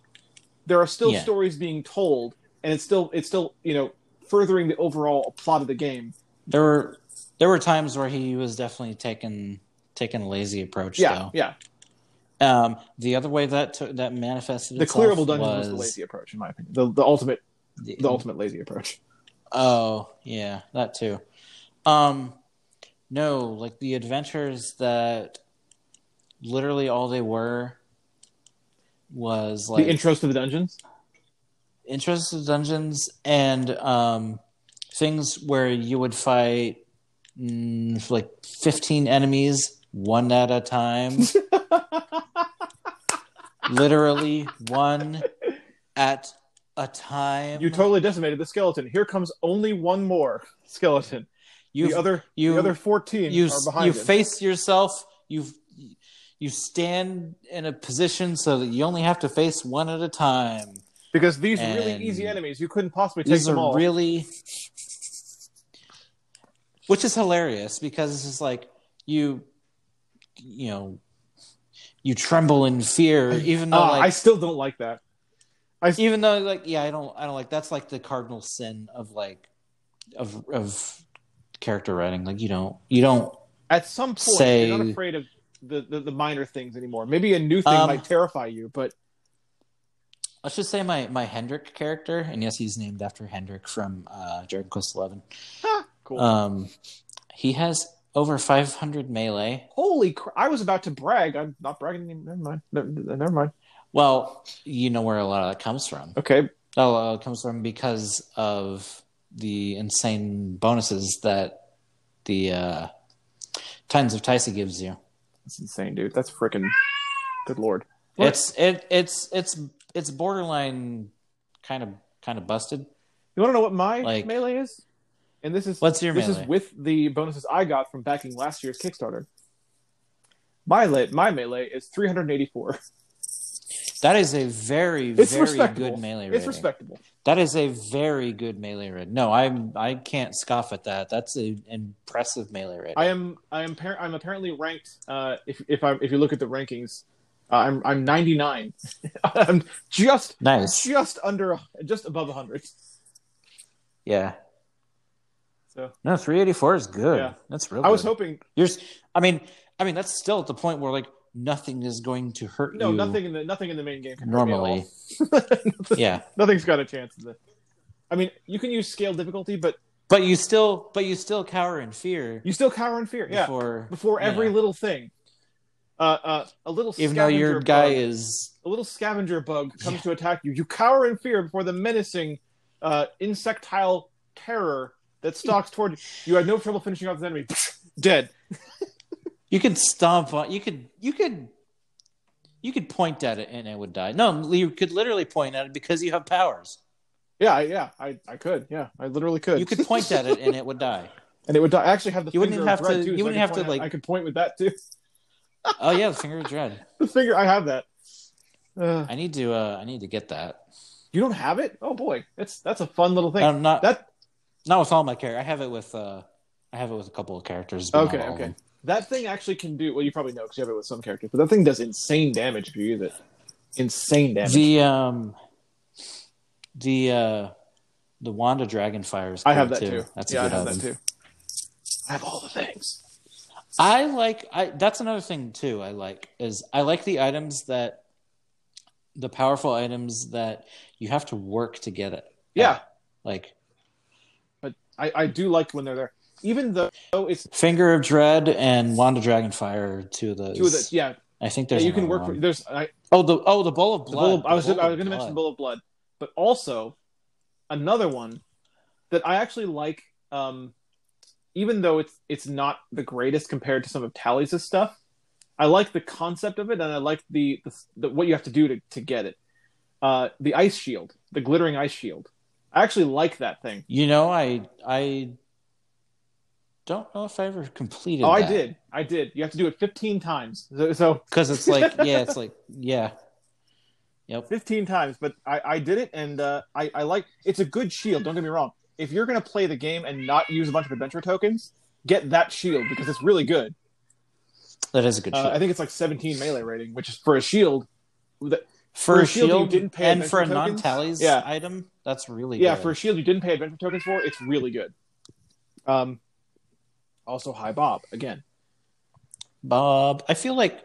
[SPEAKER 1] There are still
[SPEAKER 2] Yeah.
[SPEAKER 1] stories being told, and it's still it's still you know furthering the overall plot of the game.
[SPEAKER 2] There were there were times where he was definitely taking taking a lazy approach.
[SPEAKER 1] Yeah,
[SPEAKER 2] though.
[SPEAKER 1] yeah.
[SPEAKER 2] Um, the other way that took that manifested
[SPEAKER 1] The
[SPEAKER 2] itself
[SPEAKER 1] clearable dungeon was...
[SPEAKER 2] was
[SPEAKER 1] the lazy approach, in my opinion. The, the ultimate
[SPEAKER 2] the-
[SPEAKER 1] the ultimate lazy approach.
[SPEAKER 2] Oh, yeah, that too. Um no, like the adventures that literally all they were was like
[SPEAKER 1] the intros to the dungeons.
[SPEAKER 2] intros to dungeons and um things where you would fight mm, like 15 enemies one at a
[SPEAKER 1] [LAUGHS]
[SPEAKER 2] time. literally one at a time.
[SPEAKER 1] You totally decimated the skeleton. Here comes only one more skeleton.
[SPEAKER 2] you
[SPEAKER 1] the other
[SPEAKER 2] you-
[SPEAKER 1] the other fourteen
[SPEAKER 2] you
[SPEAKER 1] are behind
[SPEAKER 2] you
[SPEAKER 1] him.
[SPEAKER 2] face yourself you you stand in a position so that you only have to face one at a time
[SPEAKER 1] because these really
[SPEAKER 2] and-
[SPEAKER 1] easy enemies you couldn't possibly take
[SPEAKER 2] these
[SPEAKER 1] them all.
[SPEAKER 2] are really which is hilarious because it's just like you you know you tremble in fear even though
[SPEAKER 1] Ah, I
[SPEAKER 2] like
[SPEAKER 1] still don't like that.
[SPEAKER 2] even though like yeah i don't i don't like that's like the cardinal sin of like of of character writing like you don't you don't
[SPEAKER 1] At some point, you're not
[SPEAKER 2] Say-
[SPEAKER 1] afraid of the, the, the minor things anymore. Maybe a new thing
[SPEAKER 2] Um,
[SPEAKER 1] might terrify you, but
[SPEAKER 2] Let's just say my my Hendrick character, and yes, he's named after Hendrick from uh, Dragon Quest Eleven.
[SPEAKER 1] cool.
[SPEAKER 2] Um, he has over 500 melee.
[SPEAKER 1] Holy crap! I was about to brag. I'm not bragging. anymore. Never mind. Never, never mind.
[SPEAKER 2] Well, you know where a lot of that comes from.
[SPEAKER 1] Okay.
[SPEAKER 2] Oh, it comes from because of the insane bonuses that the uh, Titans of Tysa gives you.
[SPEAKER 1] That's insane, dude. That's freaking. Good lord. What?
[SPEAKER 2] It's it it's it's it's borderline kind of kind of busted.
[SPEAKER 1] You want to know what my
[SPEAKER 2] Like-
[SPEAKER 1] melee is? And this is
[SPEAKER 2] What's your
[SPEAKER 1] this
[SPEAKER 2] melee?
[SPEAKER 1] is with the bonuses I got from backing last year's Kickstarter. My late, my melee is 384.
[SPEAKER 2] That is a very,
[SPEAKER 1] It's
[SPEAKER 2] very
[SPEAKER 1] respectable.
[SPEAKER 2] good melee rating.
[SPEAKER 1] It's respectable.
[SPEAKER 2] That is a very good melee raid. No, I'm I can't scoff at that. That's an impressive melee raid.
[SPEAKER 1] I am I am par- I'm apparently ranked. Uh, if if I if you look at the rankings, uh, I'm I'm 99. [LAUGHS] I'm just
[SPEAKER 2] nice.
[SPEAKER 1] just under just above 100.
[SPEAKER 2] Yeah.
[SPEAKER 1] So
[SPEAKER 2] No, 384 is good.
[SPEAKER 1] Yeah.
[SPEAKER 2] That's real.
[SPEAKER 1] I was
[SPEAKER 2] Oh, good.
[SPEAKER 1] hoping
[SPEAKER 2] You're, s- I mean, I mean that's still at the point where like nothing is going to hurt
[SPEAKER 1] no
[SPEAKER 2] you.
[SPEAKER 1] nothing in the nothing in the main game can hurt me at
[SPEAKER 2] normally.
[SPEAKER 1] all. [LAUGHS]
[SPEAKER 2] [LAUGHS] yeah,
[SPEAKER 1] Nothing's got a chance. In the... I mean, you can use scale difficulty, but
[SPEAKER 2] but you still, but you still cower in fear.
[SPEAKER 1] you still cower in fear. Yeah,
[SPEAKER 2] Before,
[SPEAKER 1] before every
[SPEAKER 2] yeah.
[SPEAKER 1] little thing. Uh, uh, a little
[SPEAKER 2] even though your
[SPEAKER 1] scavenger
[SPEAKER 2] guy
[SPEAKER 1] bug-
[SPEAKER 2] is
[SPEAKER 1] a little scavenger bug comes
[SPEAKER 2] Yeah.
[SPEAKER 1] to attack you. You cower in fear before the menacing uh, insectile terror that stalks toward you. You had no trouble finishing off the enemy. [LAUGHS] Dead.
[SPEAKER 2] You could stomp on. You could. You could. You could point at it and it would die. No, you could literally point at it because you have powers.
[SPEAKER 1] Yeah, I- yeah, I, I could. Yeah, I literally could.
[SPEAKER 2] You could point at it and it would die.
[SPEAKER 1] [LAUGHS] and it would die. I actually have the.
[SPEAKER 2] You wouldn't
[SPEAKER 1] finger
[SPEAKER 2] even
[SPEAKER 1] of
[SPEAKER 2] have
[SPEAKER 1] dread,
[SPEAKER 2] to-
[SPEAKER 1] Too,
[SPEAKER 2] you
[SPEAKER 1] so I
[SPEAKER 2] wouldn't
[SPEAKER 1] could
[SPEAKER 2] have to,
[SPEAKER 1] point at-
[SPEAKER 2] like-
[SPEAKER 1] I could point with that too. [LAUGHS]
[SPEAKER 2] Oh yeah, the finger of dread.
[SPEAKER 1] The finger. I have that. Uh,
[SPEAKER 2] I need to. Uh, I need to get that.
[SPEAKER 1] you don't have it? Oh boy, that's that's a fun little thing.
[SPEAKER 2] I'm not
[SPEAKER 1] that
[SPEAKER 2] not with all my characters. I have it with. Uh, I have it with a couple of characters. but not
[SPEAKER 1] Okay,
[SPEAKER 2] all of
[SPEAKER 1] okay.
[SPEAKER 2] them.
[SPEAKER 1] that thing actually can do. Well, you probably know because you have it with some characters, but that thing does insane damage if you use it. Insane damage.
[SPEAKER 2] The um, the uh, the Wanda Dragonfire is.
[SPEAKER 1] I have
[SPEAKER 2] cool,
[SPEAKER 1] that too.
[SPEAKER 2] That's
[SPEAKER 1] yeah,
[SPEAKER 2] a good
[SPEAKER 1] I have
[SPEAKER 2] item.
[SPEAKER 1] that too. I have all the things.
[SPEAKER 2] I like I that's another thing too I like is I like the items that the powerful items that you have to work to get it.
[SPEAKER 1] Yeah,
[SPEAKER 2] Like
[SPEAKER 1] I, I do like when they're there. Even though it's
[SPEAKER 2] Finger of Dread and Wand of Dragonfire are two of those.
[SPEAKER 1] two of the yeah,
[SPEAKER 2] I think
[SPEAKER 1] yeah
[SPEAKER 2] there's
[SPEAKER 1] you can
[SPEAKER 2] another
[SPEAKER 1] work. For,
[SPEAKER 2] one.
[SPEAKER 1] there's I,
[SPEAKER 2] Oh the oh the bowl of
[SPEAKER 1] the
[SPEAKER 2] blood.
[SPEAKER 1] bull of, I
[SPEAKER 2] The
[SPEAKER 1] was
[SPEAKER 2] Bowl
[SPEAKER 1] I
[SPEAKER 2] of
[SPEAKER 1] was going to mention
[SPEAKER 2] Blood.
[SPEAKER 1] bull of blood, but also another one that I actually like. Um, even though it's it's not the greatest compared to some of Tally's stuff, I like the concept of it, and I like the, the, the what you have to do to to get it. Uh, the ice shield, the glittering ice shield. I actually like that thing.
[SPEAKER 2] You know I I don't know if I ever completed.
[SPEAKER 1] Oh, I did. I did. You have to do it 15 times. So, so
[SPEAKER 2] because it's like
[SPEAKER 1] [LAUGHS]
[SPEAKER 2] yeah it's like yeah. Yep.
[SPEAKER 1] 15 times, but I, I did it, and uh, I, I like. It's a good shield. Don't get me wrong. If you're gonna play the game and not use a bunch of adventure tokens, get that shield because it's really good.
[SPEAKER 2] That is a good
[SPEAKER 1] Uh,
[SPEAKER 2] shield.
[SPEAKER 1] I think it's like 17 melee rating, which is for a shield. that-
[SPEAKER 2] for, a shield,
[SPEAKER 1] you didn't pay
[SPEAKER 2] and for a
[SPEAKER 1] adventure tokens?
[SPEAKER 2] non-tallies
[SPEAKER 1] Yeah.
[SPEAKER 2] item, that's really
[SPEAKER 1] yeah,
[SPEAKER 2] good.
[SPEAKER 1] for a shield you didn't pay adventure tokens for, it's really good. Um, also, hi Bob again.
[SPEAKER 2] Bob, I feel like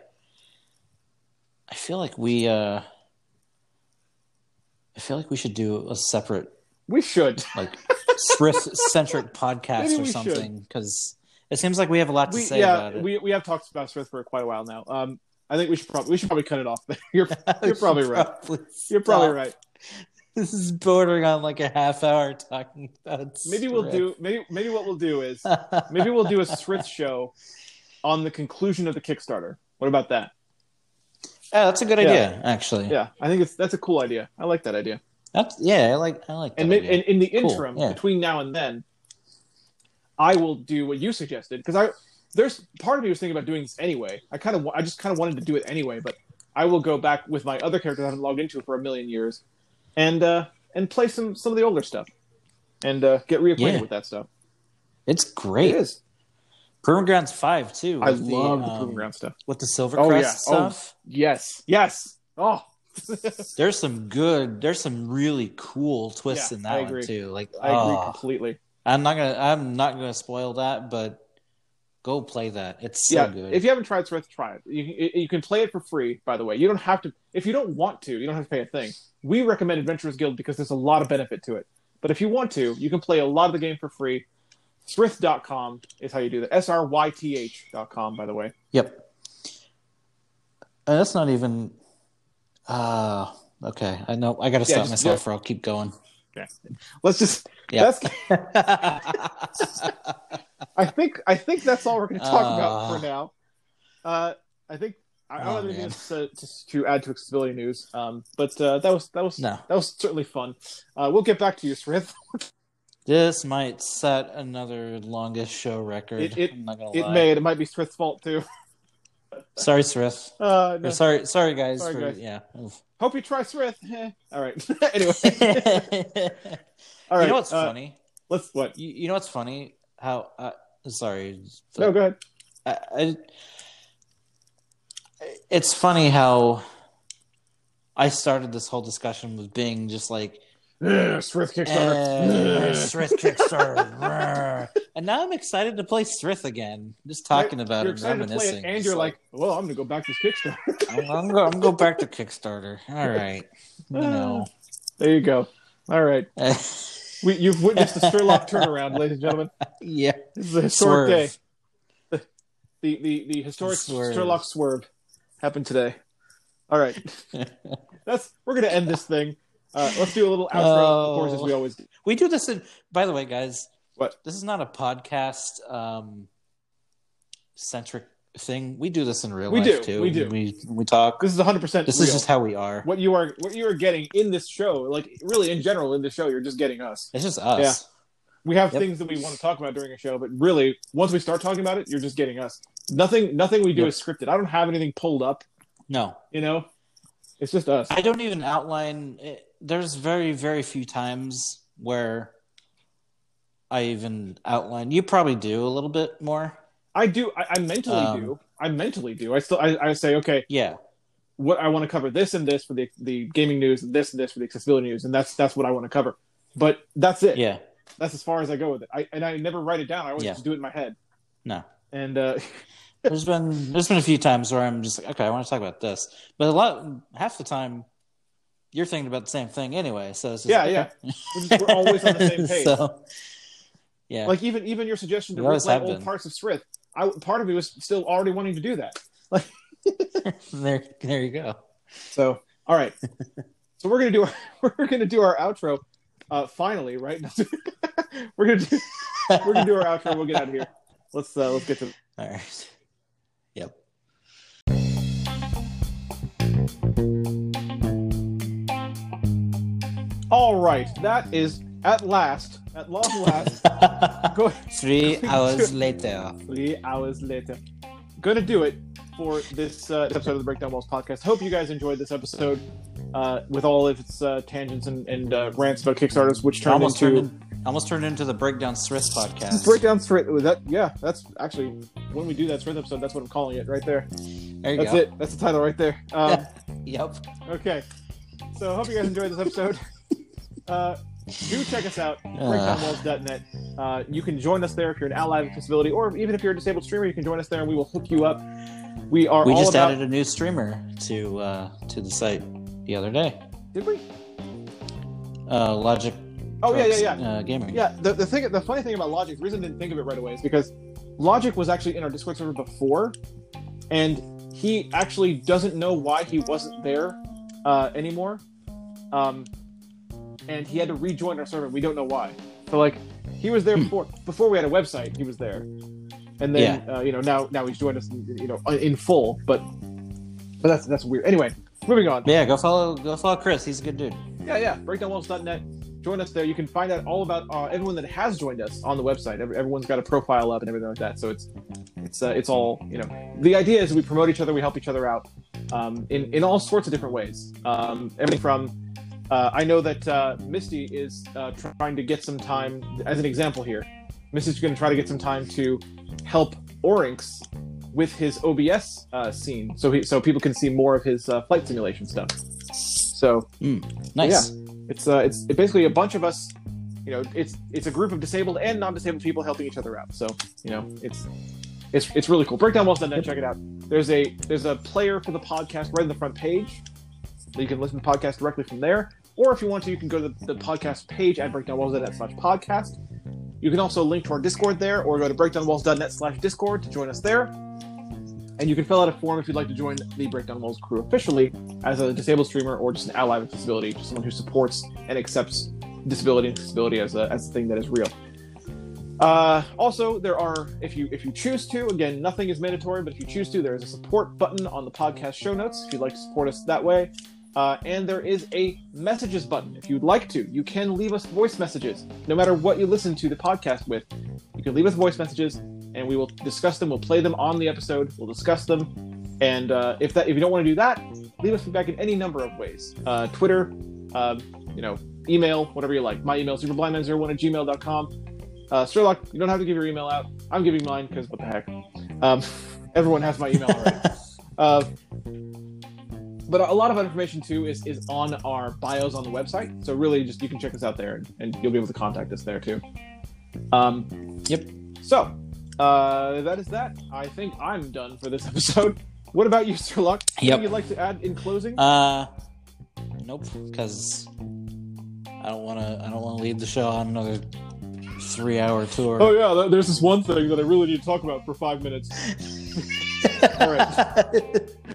[SPEAKER 2] I feel like we uh I feel like we should do a separate
[SPEAKER 1] We should.
[SPEAKER 2] like Srift
[SPEAKER 1] [LAUGHS]
[SPEAKER 2] centric podcast
[SPEAKER 1] Maybe
[SPEAKER 2] or
[SPEAKER 1] we should.
[SPEAKER 2] something cuz it seems like we have a lot to
[SPEAKER 1] We,
[SPEAKER 2] say about
[SPEAKER 1] yeah,
[SPEAKER 2] it. [LAUGHS]
[SPEAKER 1] we, we have talked about Smith for quite a while now. Um, I think we should probably we should probably cut it off. there. [LAUGHS] you're you're probably right. You're probably
[SPEAKER 2] stop.
[SPEAKER 1] right.
[SPEAKER 2] This is bordering on like a half hour talking about Oh,
[SPEAKER 1] Maybe we'll
[SPEAKER 2] Srift. [LAUGHS]
[SPEAKER 1] do maybe maybe what we'll do is maybe we'll do a Srith show on the conclusion of the Kickstarter. What about that?
[SPEAKER 2] Yeah, that's a good
[SPEAKER 1] Yeah.
[SPEAKER 2] idea actually.
[SPEAKER 1] Yeah, I think it's that's a cool idea. I like that idea.
[SPEAKER 2] That's yeah, I like I like that.
[SPEAKER 1] And, may-
[SPEAKER 2] idea.
[SPEAKER 1] and in the
[SPEAKER 2] Cool,
[SPEAKER 1] interim,
[SPEAKER 2] yeah.
[SPEAKER 1] between now and then, I will do what you suggested because I there's part of me was thinking about doing this anyway. I kind of I just kind of wanted to do it anyway, but I will go back with my other characters I haven't logged into for a million years, and uh, and play some some of the older stuff, and uh, get reacquainted
[SPEAKER 2] Yeah.
[SPEAKER 1] with that stuff.
[SPEAKER 2] It's great.
[SPEAKER 1] It is.
[SPEAKER 2] Proving Grounds Five too.
[SPEAKER 1] I
[SPEAKER 2] with the,
[SPEAKER 1] love the,
[SPEAKER 2] um,
[SPEAKER 1] proving ground stuff.
[SPEAKER 2] with the Silver
[SPEAKER 1] Oh,
[SPEAKER 2] Crest
[SPEAKER 1] yeah. Oh.
[SPEAKER 2] stuff.
[SPEAKER 1] Yes. Yes. Oh, [LAUGHS]
[SPEAKER 2] There's some good. There's some really cool twists
[SPEAKER 1] Yeah,
[SPEAKER 2] in
[SPEAKER 1] I
[SPEAKER 2] that one
[SPEAKER 1] agree.
[SPEAKER 2] too. Like
[SPEAKER 1] I agree
[SPEAKER 2] oh,
[SPEAKER 1] completely.
[SPEAKER 2] I'm not gonna I'm not gonna spoil that, but go play that. It's so
[SPEAKER 1] yeah,
[SPEAKER 2] good.
[SPEAKER 1] if you haven't tried Swift, try it. You, you- you can play it for free, by the way. You don't have to, if you don't want to, you don't have to pay a thing. We recommend Adventurers Guild because there's a lot of benefit to it. But if you want to, you can play a lot of the game for free. Sryth.com is how you do that. S R Y T H dot com, by the way.
[SPEAKER 2] yep. Uh, that's not even. Uh okay. I know. I gotta
[SPEAKER 1] Yeah,
[SPEAKER 2] stop
[SPEAKER 1] just-
[SPEAKER 2] myself, or I'll keep going.
[SPEAKER 1] Let's just,
[SPEAKER 2] Yeah.
[SPEAKER 1] that's, I think, I think that's all we're going to talk about
[SPEAKER 2] Uh.
[SPEAKER 1] for now. Uh, I think, I don't
[SPEAKER 2] Oh,
[SPEAKER 1] have anything
[SPEAKER 2] man.
[SPEAKER 1] else to, to, to add to accessibility news. Um, but uh, that was, that was,
[SPEAKER 2] no,
[SPEAKER 1] that was certainly fun. Uh, we'll get back to you, Sryth.
[SPEAKER 2] [LAUGHS] this might set another longest show record.
[SPEAKER 1] It- it-
[SPEAKER 2] I'm not gonna
[SPEAKER 1] It
[SPEAKER 2] lie.
[SPEAKER 1] may. It might be Swift's fault too.
[SPEAKER 2] Sorry, Srith.
[SPEAKER 1] [LAUGHS] Uh,
[SPEAKER 2] Or
[SPEAKER 1] no.
[SPEAKER 2] sorry, sorry, guys.
[SPEAKER 1] Sorry,
[SPEAKER 2] for,
[SPEAKER 1] guys. [LAUGHS]
[SPEAKER 2] Yeah. [LAUGHS]
[SPEAKER 1] Hope you try Srith. [LAUGHS] Eh. All right. anyway, all right.
[SPEAKER 2] You know what's
[SPEAKER 1] uh,
[SPEAKER 2] funny?
[SPEAKER 1] Let's what?
[SPEAKER 2] You, you know what's funny? How? Uh, sorry.
[SPEAKER 1] No, go ahead.
[SPEAKER 2] I, I- it's funny how I started this whole discussion with being just like
[SPEAKER 1] Ugh, Srith
[SPEAKER 2] eh,
[SPEAKER 1] [LAUGHS] Kickstarter.
[SPEAKER 2] Srith Kickstarter, rah. and now I'm excited to play Srith again. Just talking about
[SPEAKER 1] you're
[SPEAKER 2] it,
[SPEAKER 1] excited to play
[SPEAKER 2] reminiscing,
[SPEAKER 1] it, and
[SPEAKER 2] It's
[SPEAKER 1] you're like, well, I'm gonna go back to this Kickstarter. [LAUGHS]
[SPEAKER 2] I'm, I'm go, I'm go back to Kickstarter. All right, you
[SPEAKER 1] [LAUGHS]
[SPEAKER 2] know. [LAUGHS]
[SPEAKER 1] There you go. All right, we, you've witnessed the Sherlock turnaround, ladies and gentlemen.
[SPEAKER 2] yeah,
[SPEAKER 1] This is a
[SPEAKER 2] Swerve.
[SPEAKER 1] historic day. [LAUGHS] The the the historic
[SPEAKER 2] Swerve.
[SPEAKER 1] Sherlock swerve happened today. All right, that's we're gonna end this thing. Uh, let's do a little outro, of course,
[SPEAKER 2] Oh.
[SPEAKER 1] as we always do.
[SPEAKER 2] We do this in. By the way, guys,
[SPEAKER 1] What?
[SPEAKER 2] this is not a podcast um centric thing. We do this in real
[SPEAKER 1] We
[SPEAKER 2] life
[SPEAKER 1] do,
[SPEAKER 2] too.
[SPEAKER 1] we do.
[SPEAKER 2] We we talk.
[SPEAKER 1] This is 100 percent
[SPEAKER 2] This
[SPEAKER 1] real.
[SPEAKER 2] is just how we are.
[SPEAKER 1] what you are what you are getting in this show. Like really, in general, in this show, you're just getting us.
[SPEAKER 2] It's just us.
[SPEAKER 1] We have
[SPEAKER 2] Yep.
[SPEAKER 1] things that we want to talk about during a show, but really, once we start talking about it, you're just getting us. Nothing nothing we do
[SPEAKER 2] Yep.
[SPEAKER 1] is scripted. I don't have anything pulled up.
[SPEAKER 2] No,
[SPEAKER 1] You know, it's just us.
[SPEAKER 2] I don't even outline. It. There's very very few times where I even outline. You probably do a little bit more.
[SPEAKER 1] I do. I, I mentally
[SPEAKER 2] Um,
[SPEAKER 1] do. I mentally do. I still. I, I say, okay,
[SPEAKER 2] Yeah,
[SPEAKER 1] what I want to cover this and this for the the gaming news, and this and this for the accessibility news, and that's that's what I want to cover. But that's it.
[SPEAKER 2] yeah.
[SPEAKER 1] That's as far as I go with it. I and I never write it down. I always
[SPEAKER 2] Yeah.
[SPEAKER 1] just do it in my head.
[SPEAKER 2] No.
[SPEAKER 1] And uh, [LAUGHS]
[SPEAKER 2] There's been there's been a few times where I'm just like, okay, I want to talk about this, but a lot half the time. You're thinking about the same thing anyway, so it's just
[SPEAKER 1] yeah,
[SPEAKER 2] like,
[SPEAKER 1] yeah, we're, just, we're always on the same page.
[SPEAKER 2] [LAUGHS] So, yeah.
[SPEAKER 1] Like even even your suggestion to
[SPEAKER 2] We always
[SPEAKER 1] replay
[SPEAKER 2] have
[SPEAKER 1] old
[SPEAKER 2] been.
[SPEAKER 1] parts of Srith, I part of me was still already wanting to do that.
[SPEAKER 2] there, there you go.
[SPEAKER 1] So all
[SPEAKER 2] [LAUGHS]
[SPEAKER 1] right, so we're gonna do our, [LAUGHS] we're gonna do our outro. Uh, finally, right? [LAUGHS] we're gonna do,
[SPEAKER 2] [LAUGHS]
[SPEAKER 1] we're gonna do our outro. We'll get out of here. Let's uh, let's get to
[SPEAKER 2] All right. Yep.
[SPEAKER 1] All right, that is at last, at long last, [LAUGHS] go,
[SPEAKER 2] Three hours later.
[SPEAKER 1] three hours later. Gonna do it for this uh, episode of the Breakdown Walls podcast. Hope you guys enjoyed this episode uh, with all of its uh, tangents and, and uh, rants about Kickstarters, which turned
[SPEAKER 2] almost
[SPEAKER 1] into
[SPEAKER 2] turned in, almost turned into the breakdown Swiss podcast.
[SPEAKER 1] Breakdown Straight. That yeah, that's actually when we do that Straight episode. That's what I'm calling it right there.
[SPEAKER 2] there you
[SPEAKER 1] That's
[SPEAKER 2] go.
[SPEAKER 1] it. That's the title right there. Um,
[SPEAKER 2] Yep.
[SPEAKER 1] okay, so I hope you guys enjoyed this episode.
[SPEAKER 2] [LAUGHS]
[SPEAKER 1] Uh, do check us out
[SPEAKER 2] Ah.
[SPEAKER 1] breakdownwalls.net. Uh, you can join us there if you're an ally with disability, or even if you're a disabled streamer, you can join us there and we will hook you up. We are
[SPEAKER 2] we
[SPEAKER 1] all
[SPEAKER 2] just
[SPEAKER 1] about.
[SPEAKER 2] added a new streamer to uh, to the site the other day.
[SPEAKER 1] Did we?
[SPEAKER 2] Uh, Logic.
[SPEAKER 1] Oh yeah, yeah,
[SPEAKER 2] Drugs,
[SPEAKER 1] yeah,
[SPEAKER 2] Uh, gaming.
[SPEAKER 1] yeah. The, the thing, the funny thing about Logic, the reason I didn't think of it right away is because Logic was actually in our Discord server before, and he actually doesn't know why he wasn't there uh, anymore, um, and he had to rejoin our server. We don't know why. So like, he was there before. Before we had a website, he was there, and then uh, you know now now he's joined us you know in full. But but that's that's weird. Anyway, moving on.
[SPEAKER 2] Yeah. Go follow. Go follow Chris. He's a good dude.
[SPEAKER 1] Yeah, yeah. Breakdownwolves.net. Join us there. You can find out all about uh, everyone that has joined us on the website. Every, everyone's got a profile up and everything like that. So it's it's uh, it's all you know. The idea is we promote each other, we help each other out um, in in all sorts of different ways. Um, everything from uh, I know that uh, Misty is uh, trying to get some time. As an example here, Misty's going to try to get some time to help Orinx with his OBS uh, scene, so he, so people can see more of his uh, flight simulation stuff. So
[SPEAKER 2] Nice.
[SPEAKER 1] it's uh, it's basically a bunch of us. You know, it's it's a group of disabled and non-disabled people helping each other out. So you know, it's it's it's really cool. Breakdownwalls.net, check it out. There's a there's a player for the podcast right on the front page. You can listen to the podcast directly from there, or if you want to, you can go to the, the podcast page at breakdownwalls.net slash podcast. You can also link to our Discord there, or go to breakdownwalls.net slash Discord to join us there. And you can fill out a form if you'd like to join the Breakdown Walls crew officially as a disabled streamer or just an ally with disability, just someone who supports and accepts disability and disability as a, as a thing that is real. Uh, also, there are if you if you choose to, again, nothing is mandatory, but if you choose to, there is a support button on the podcast show notes if you'd like to support us that way. Uh, and there is a messages button if you'd like to. You can leave us voice messages, no matter what you listen to the podcast with. You can leave us voice messages, and we will discuss them. We'll play them on the episode. We'll discuss them And uh, if that if you don't want to do that, leave us feedback in any number of ways: uh, Twitter, um, you know, email, whatever you like. My email is superblindman01 at gmail.com. Uh, Sherlock, you don't have to give your email out. I'm giving mine because what the heck? Um, [LAUGHS] everyone has my email already. uh, but a lot of our information too is is on our bios on the website. So really, just you can check us out there, and, and you'll be able to contact us there too. Um,
[SPEAKER 2] Yep.
[SPEAKER 1] So uh, that is that. I think I'm done for this [LAUGHS] episode. What about you, Sir Luck?
[SPEAKER 2] Yep.
[SPEAKER 1] Anything you'd like to add in closing?
[SPEAKER 2] Uh, nope, because I don't want to. I don't want to leave the show on another three-hour tour.
[SPEAKER 1] oh yeah, th- there's this one thing that I really need to talk about for five minutes. all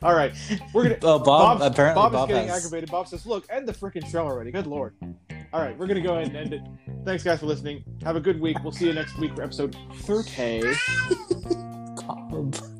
[SPEAKER 1] All right, we're gonna.
[SPEAKER 2] [LAUGHS] Oh, Bob.
[SPEAKER 1] Bob's-
[SPEAKER 2] apparently,
[SPEAKER 1] Bob,
[SPEAKER 2] Bob,
[SPEAKER 1] is getting
[SPEAKER 2] has.
[SPEAKER 1] aggravated. Bob says, "Look, end the freaking show already. Good lord." All right, we're gonna go ahead and end it. Thanks, guys, for listening. Have a good week. We'll see you next week for episode thirty.
[SPEAKER 2] Bob.